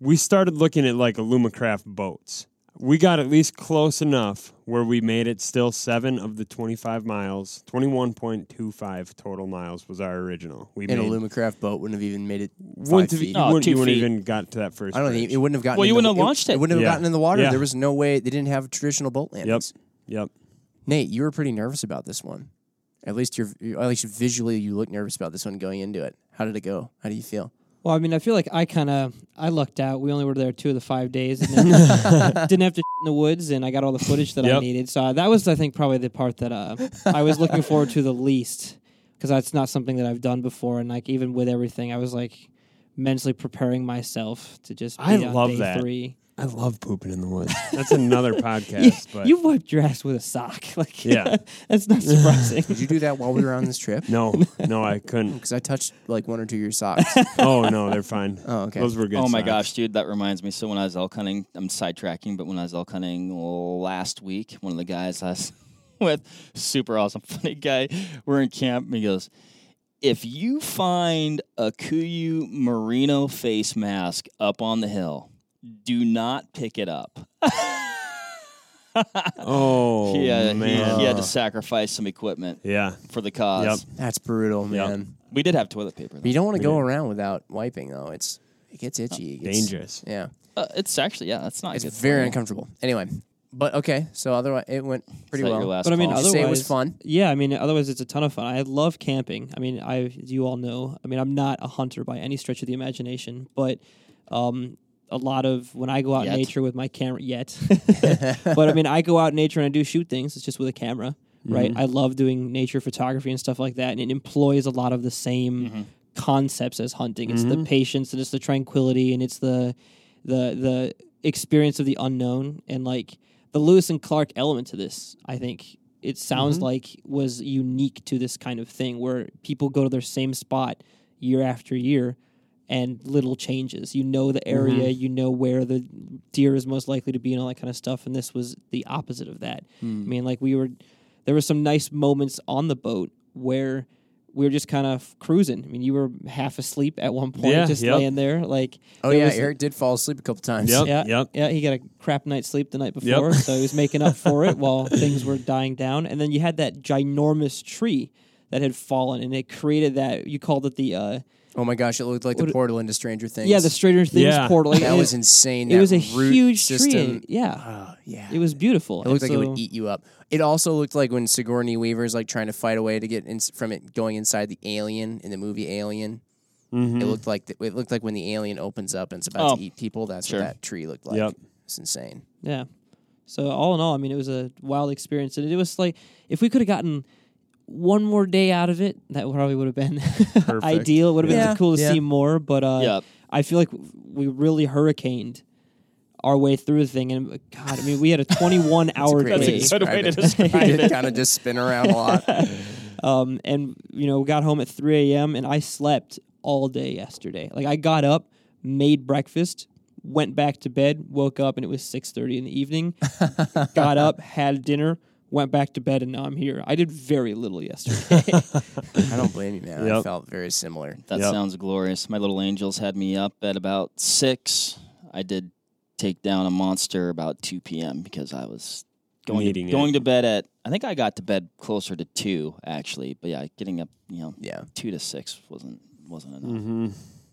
[SPEAKER 4] we started looking at like Alumacraft boats. We got at least close enough where we made it still seven of the 25 miles. 21.25 total miles was our original. We
[SPEAKER 1] An
[SPEAKER 4] made
[SPEAKER 1] Alumacraft boat wouldn't have even made it five
[SPEAKER 4] wouldn't have- e-
[SPEAKER 1] feet.
[SPEAKER 4] You,
[SPEAKER 2] Oh,
[SPEAKER 4] wouldn't,
[SPEAKER 2] two
[SPEAKER 4] you wouldn't
[SPEAKER 2] feet.
[SPEAKER 4] even got to that first.
[SPEAKER 1] I don't think
[SPEAKER 4] bridge.
[SPEAKER 1] it wouldn't have gotten.
[SPEAKER 2] Well, you
[SPEAKER 1] in the-
[SPEAKER 2] wouldn't have launched it.
[SPEAKER 1] It wouldn't have
[SPEAKER 4] Yeah.
[SPEAKER 1] gotten in the water.
[SPEAKER 4] Yeah.
[SPEAKER 1] There was no way. They didn't have traditional boat
[SPEAKER 4] Yep.
[SPEAKER 1] landings.
[SPEAKER 4] Yep.
[SPEAKER 1] Nate, you were pretty nervous about this one. At least you're, you- at least visually, you look nervous about this one going into it. How did it go? How do you feel?
[SPEAKER 3] Well, I mean, I feel like I kind of I lucked out. We only were there two of the five days. And then didn't have to in the woods, and I got all the footage that I
[SPEAKER 4] Yep.
[SPEAKER 3] needed. So uh, that was, I think, probably the part that uh, I was looking forward to the least because that's not something that I've done before. And like even with everything, I was like mentally preparing myself to just. Be
[SPEAKER 4] I
[SPEAKER 3] on
[SPEAKER 4] love
[SPEAKER 3] day
[SPEAKER 4] that.
[SPEAKER 3] Three.
[SPEAKER 4] I love pooping in the woods. That's another podcast. but
[SPEAKER 3] you wiped your ass with a sock. Like,
[SPEAKER 4] Yeah.
[SPEAKER 3] that's not surprising.
[SPEAKER 1] Did you do that while we were on this trip?
[SPEAKER 4] no, no, I couldn't.
[SPEAKER 1] Because I touched like one or two of your socks.
[SPEAKER 4] Oh no, they're fine.
[SPEAKER 1] Oh, okay.
[SPEAKER 4] Those were good.
[SPEAKER 2] oh my
[SPEAKER 4] socks.
[SPEAKER 2] gosh, dude, that reminds me. So when I was elk hunting, I'm sidetracking, but when I was elk hunting last week, one of the guys I was with, super awesome, funny guy, we're in camp, and he goes, "If you find a Kuyu merino face mask up on the hill, do not pick it up."
[SPEAKER 4] Oh
[SPEAKER 2] yeah,
[SPEAKER 4] man.
[SPEAKER 2] He, he had to sacrifice some equipment
[SPEAKER 4] yeah.
[SPEAKER 2] for the cause.
[SPEAKER 1] That's brutal, man.
[SPEAKER 2] We did have toilet paper.
[SPEAKER 1] But
[SPEAKER 2] Though.
[SPEAKER 1] you don't want to go around without wiping though. It's it gets itchy. It gets-
[SPEAKER 4] Dangerous.
[SPEAKER 1] Yeah,
[SPEAKER 2] Uh, it's actually yeah, that's not.
[SPEAKER 1] it's
[SPEAKER 2] good for
[SPEAKER 1] very
[SPEAKER 2] you.
[SPEAKER 1] uncomfortable. Anyway, but okay. So otherwise, it went pretty
[SPEAKER 2] Is that
[SPEAKER 1] well.
[SPEAKER 2] your last
[SPEAKER 3] But I mean,
[SPEAKER 2] call?
[SPEAKER 1] Did you
[SPEAKER 3] otherwise,
[SPEAKER 1] say it was fun?
[SPEAKER 3] Yeah, I mean, otherwise it's a ton of fun. I love camping. I mean, I, as you all know, I mean, I'm not a hunter by any stretch of the imagination, but um, a lot of when I go out
[SPEAKER 2] Yet.
[SPEAKER 3] in nature with my camera, yet. but I mean, I go out in nature and I do shoot things. It's just with a camera, right? I love doing nature photography and stuff like that, and it employs a lot of the same concepts as hunting. It's the patience and it's the tranquility and it's the the the experience of the unknown and like the Lewis and Clark element to this. I think it sounds like was unique to this kind of thing where people go to their same spot year after year and little changes. You know the area, you know where the deer is most likely to be, and all that kind of stuff. And this was the opposite of that. I mean, like we were, there were some nice moments on the boat where we were just kind of cruising. I mean, you were half asleep at one point,
[SPEAKER 4] Yeah,
[SPEAKER 3] just
[SPEAKER 4] yep.
[SPEAKER 3] laying there. Like,
[SPEAKER 1] Oh
[SPEAKER 3] there
[SPEAKER 1] yeah,
[SPEAKER 3] was-
[SPEAKER 1] Eric did fall asleep a couple times.
[SPEAKER 4] Yep.
[SPEAKER 3] yeah, yeah. He got a crap night's sleep the night
[SPEAKER 4] Yep.
[SPEAKER 3] before, so he was making up for it while things were dying down. And then you had that ginormous tree that had fallen, and it created that. You called it the. Uh,
[SPEAKER 1] Oh my gosh, it looked like the
[SPEAKER 3] What-
[SPEAKER 1] portal into Stranger Things.
[SPEAKER 3] Yeah, the Stranger Things
[SPEAKER 4] Yeah.
[SPEAKER 3] portal. Like,
[SPEAKER 1] that
[SPEAKER 3] it-
[SPEAKER 1] was insane.
[SPEAKER 3] It
[SPEAKER 1] that
[SPEAKER 3] was a
[SPEAKER 1] root
[SPEAKER 3] huge
[SPEAKER 1] system.
[SPEAKER 3] tree. Yeah,
[SPEAKER 1] Oh, yeah.
[SPEAKER 3] it was beautiful.
[SPEAKER 1] It looked like it would eat you up. It also looked like when Sigourney Weaver's like trying to fight away to get in, from it going inside the alien in the movie Alien. It looked like th- it looked like when the alien opens up and it's about
[SPEAKER 2] Mm-hmm. Oh,
[SPEAKER 1] to eat people. That's
[SPEAKER 2] sure.
[SPEAKER 1] what that tree looked like.
[SPEAKER 4] Yep.
[SPEAKER 1] It's insane.
[SPEAKER 3] Yeah. So all in all, I mean, it was a wild experience, and it was like if we could have gotten one more day out of it, that probably would have been
[SPEAKER 4] Perfect.
[SPEAKER 3] ideal. Would have
[SPEAKER 1] Yeah.
[SPEAKER 3] been cool to
[SPEAKER 1] Yeah.
[SPEAKER 3] see more, but uh,
[SPEAKER 2] Yeah.
[SPEAKER 3] I feel like we really hurricaned our way through the thing. And uh, God, I mean, we had a 21 hour
[SPEAKER 1] Great
[SPEAKER 2] That's
[SPEAKER 3] day,
[SPEAKER 2] a good way to
[SPEAKER 1] it.
[SPEAKER 2] describe
[SPEAKER 1] It did
[SPEAKER 2] it.
[SPEAKER 1] kind of just spin around a lot.
[SPEAKER 3] um, and you know, got home at 3 a.m. and I slept all day yesterday. Like I got up, made breakfast, went back to bed, woke up, and it was 6:30 in the evening. got up, had dinner, went back to bed, and now I'm here. I did very little yesterday.
[SPEAKER 1] I don't blame you, man. I
[SPEAKER 4] Yep.
[SPEAKER 1] felt very similar.
[SPEAKER 2] That
[SPEAKER 4] Yep.
[SPEAKER 2] sounds glorious. My little angels had me up at about six. I did take down a monster about two p.m. because I was going
[SPEAKER 4] Needing
[SPEAKER 2] to,
[SPEAKER 4] it.
[SPEAKER 2] going to bed at. I think I got to bed closer to two actually, but yeah, getting up you know
[SPEAKER 1] Yeah.
[SPEAKER 2] two to six wasn't wasn't enough.
[SPEAKER 4] Mm-hmm.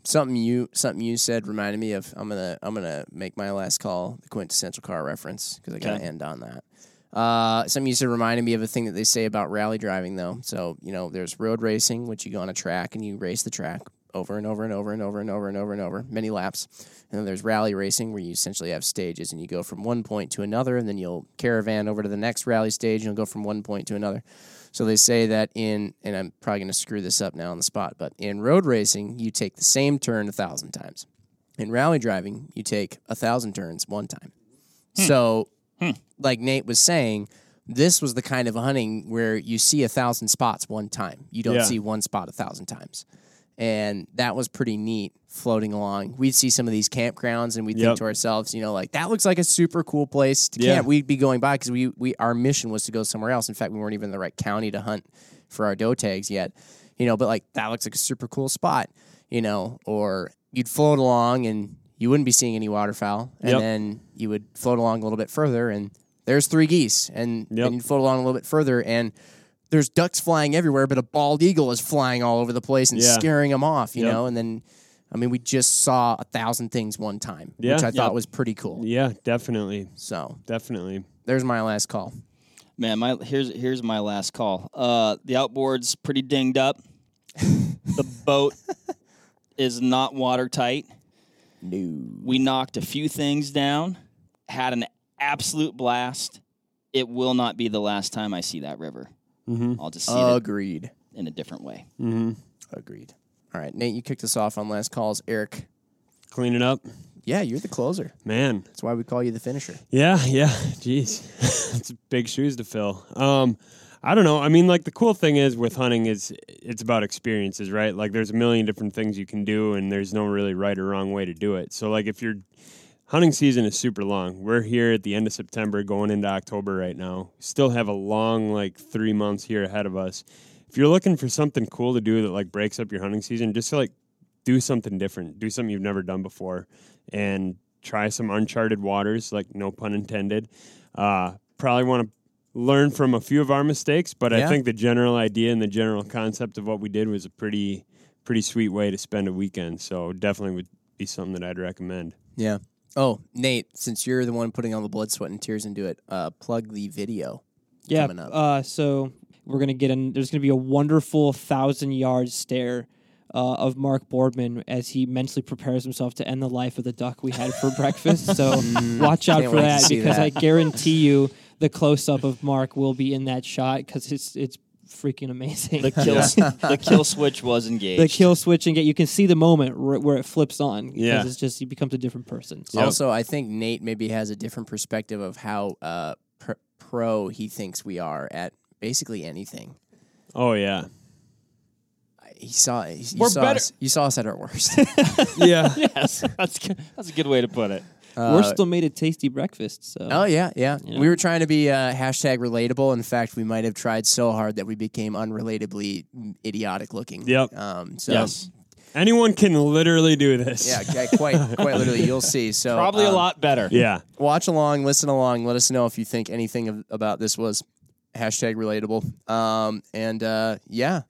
[SPEAKER 1] Something you something you said reminded me of I'm gonna I'm gonna make my last call the quintessential car reference because I gotta
[SPEAKER 2] Okay.
[SPEAKER 1] end on that. Uh, something you said reminded me of a thing that they say about rally driving though. So you know, there's road racing, which you go on a track and you race the track over and over and over and over and over and over and over many laps. And then there's rally racing where you essentially have stages and you go from one point to another and then you'll caravan over to the next rally stage and you'll go from one point to another. So they say that in, and I'm probably going to screw this up now on the spot, but in road racing, you take the same turn a thousand times. In rally driving, you take a thousand turns one time.
[SPEAKER 4] Hmm.
[SPEAKER 1] So, like Nate was saying, this was the kind of hunting where you see a thousand spots one time. You don't
[SPEAKER 4] Yeah.
[SPEAKER 1] see one spot a thousand times. And that was pretty neat floating along. We'd see some of these campgrounds and we'd think
[SPEAKER 4] Yep.
[SPEAKER 1] to ourselves, you know, like that looks like a super cool place to
[SPEAKER 4] Yeah.
[SPEAKER 1] camp. We'd be going by because we, we our mission was to go somewhere else. In fact, we weren't even in the right county to hunt for our doe tags yet, you know, but like that looks like a super cool spot, you know, or you'd float along and you wouldn't be seeing any waterfowl. And
[SPEAKER 4] Yep.
[SPEAKER 1] then you would float along a little bit further and there's three geese. And
[SPEAKER 4] Yep.
[SPEAKER 1] then you float along a little bit further and there's ducks flying everywhere, but a bald eagle is flying all over the place and
[SPEAKER 4] Yeah.
[SPEAKER 1] scaring them off, you
[SPEAKER 4] Yep.
[SPEAKER 1] know? And then, I mean, we just saw a thousand things one time,
[SPEAKER 4] Yeah.
[SPEAKER 1] which I thought
[SPEAKER 4] Yep.
[SPEAKER 1] was pretty cool.
[SPEAKER 4] Yeah, definitely,
[SPEAKER 1] So
[SPEAKER 4] definitely.
[SPEAKER 1] there's my last call.
[SPEAKER 2] Man, my here's here's my last call. Uh, the outboard's pretty dinged up. the boat is not watertight.
[SPEAKER 1] No.
[SPEAKER 2] We knocked a few things down. Had an absolute blast. It will not be the last time I see that river.
[SPEAKER 4] Mm-hmm.
[SPEAKER 2] I'll just see
[SPEAKER 3] Uh,
[SPEAKER 1] Agreed.
[SPEAKER 2] it in a different way.
[SPEAKER 4] Mm-hmm.
[SPEAKER 1] Uh, Agreed. All right, Nate, you kicked us off on last calls. Eric,
[SPEAKER 4] Clean it up,
[SPEAKER 1] yeah, you're the closer.
[SPEAKER 4] man.
[SPEAKER 1] That's why we call you the finisher.
[SPEAKER 4] Yeah, yeah. Jeez, it's big shoes to fill. Um, I don't know. I mean, like the cool thing is with hunting is it's about experiences, right? Like there's a million different things you can do, and there's no really right or wrong way to do it. So like if your hunting season is super long, we're here at the end of September, going into October right now. Still have a long like three months here ahead of us. If you're looking for something cool to do that like breaks up your hunting season, just like do something different, do something you've never done before, and try some uncharted waters, like no pun intended. Uh, probably want to learn from a few of our mistakes, but
[SPEAKER 1] Yeah.
[SPEAKER 4] I think the general idea and the general concept of what we did was a pretty, pretty sweet way to spend a weekend. So definitely would be something that I'd recommend.
[SPEAKER 1] Yeah. Oh, Nate, since you're the one putting all the blood, sweat, and tears into it, uh, plug the video.
[SPEAKER 3] yeah.
[SPEAKER 1] coming up.
[SPEAKER 3] Uh, so we're gonna get in. There's gonna be a wonderful thousand yard stare. Uh, of Mark Boardman as he mentally prepares himself to end the life of the duck we had for breakfast. So watch
[SPEAKER 1] Mm,
[SPEAKER 3] out
[SPEAKER 1] Can't
[SPEAKER 3] for
[SPEAKER 1] wait to
[SPEAKER 3] that
[SPEAKER 1] see
[SPEAKER 3] because
[SPEAKER 1] that.
[SPEAKER 3] I guarantee you the close up of Mark will be in that shot because it's it's freaking amazing.
[SPEAKER 2] The kill the kill switch was engaged.
[SPEAKER 3] the kill switch and get you can see the moment where, where it flips on. 'cause
[SPEAKER 4] Yeah.
[SPEAKER 3] it's just he becomes a different person. So
[SPEAKER 4] Yep.
[SPEAKER 1] Also, I think Nate maybe has a different perspective of how uh, pr- pro he thinks we are at basically anything.
[SPEAKER 4] Oh yeah,
[SPEAKER 1] He saw, he, you
[SPEAKER 2] We're
[SPEAKER 1] saw
[SPEAKER 2] better-
[SPEAKER 1] us. You saw us at our worst.
[SPEAKER 4] yeah.
[SPEAKER 2] yes, that's good. that's a good way to put it.
[SPEAKER 3] we're still made a tasty breakfast. So
[SPEAKER 1] Uh, Oh
[SPEAKER 2] Um,
[SPEAKER 1] yeah, yeah. We were trying to be uh, hashtag relatable. In fact, we might have tried so hard that we became unrelatably idiotic looking.
[SPEAKER 4] Yep.
[SPEAKER 1] Um, so
[SPEAKER 2] Yes,
[SPEAKER 4] Anyone can literally do this.
[SPEAKER 1] yeah, yeah, quite quite literally. You'll see. So
[SPEAKER 2] probably a
[SPEAKER 1] um,
[SPEAKER 2] lot better.
[SPEAKER 4] yeah.
[SPEAKER 1] watch along, listen along. Let us know if you think anything of, about this was hashtag relatable. Um, and uh, yeah,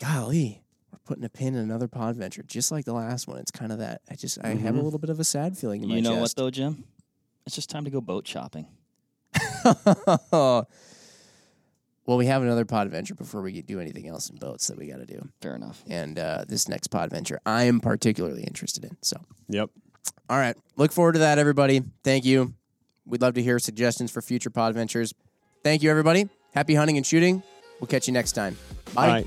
[SPEAKER 1] golly, we're putting a pin in another pod venture, just like the last one. It's kind of that. I just I have a little bit of a sad feeling in my
[SPEAKER 2] Mm-hmm. You know what
[SPEAKER 1] chest.
[SPEAKER 2] though, Jim? It's just time to go boat shopping.
[SPEAKER 1] well, we have another pod adventure before we do anything else in boats that we got to do,
[SPEAKER 2] Fair enough.
[SPEAKER 1] and uh, this next pod adventure I am particularly interested in. So.
[SPEAKER 4] Yep.
[SPEAKER 1] All right. Look forward to that, everybody. Thank you. We'd love to hear suggestions for future pod ventures. Thank you, everybody. Happy hunting and shooting. We'll catch you next time.
[SPEAKER 4] All
[SPEAKER 1] Bye.
[SPEAKER 4] right.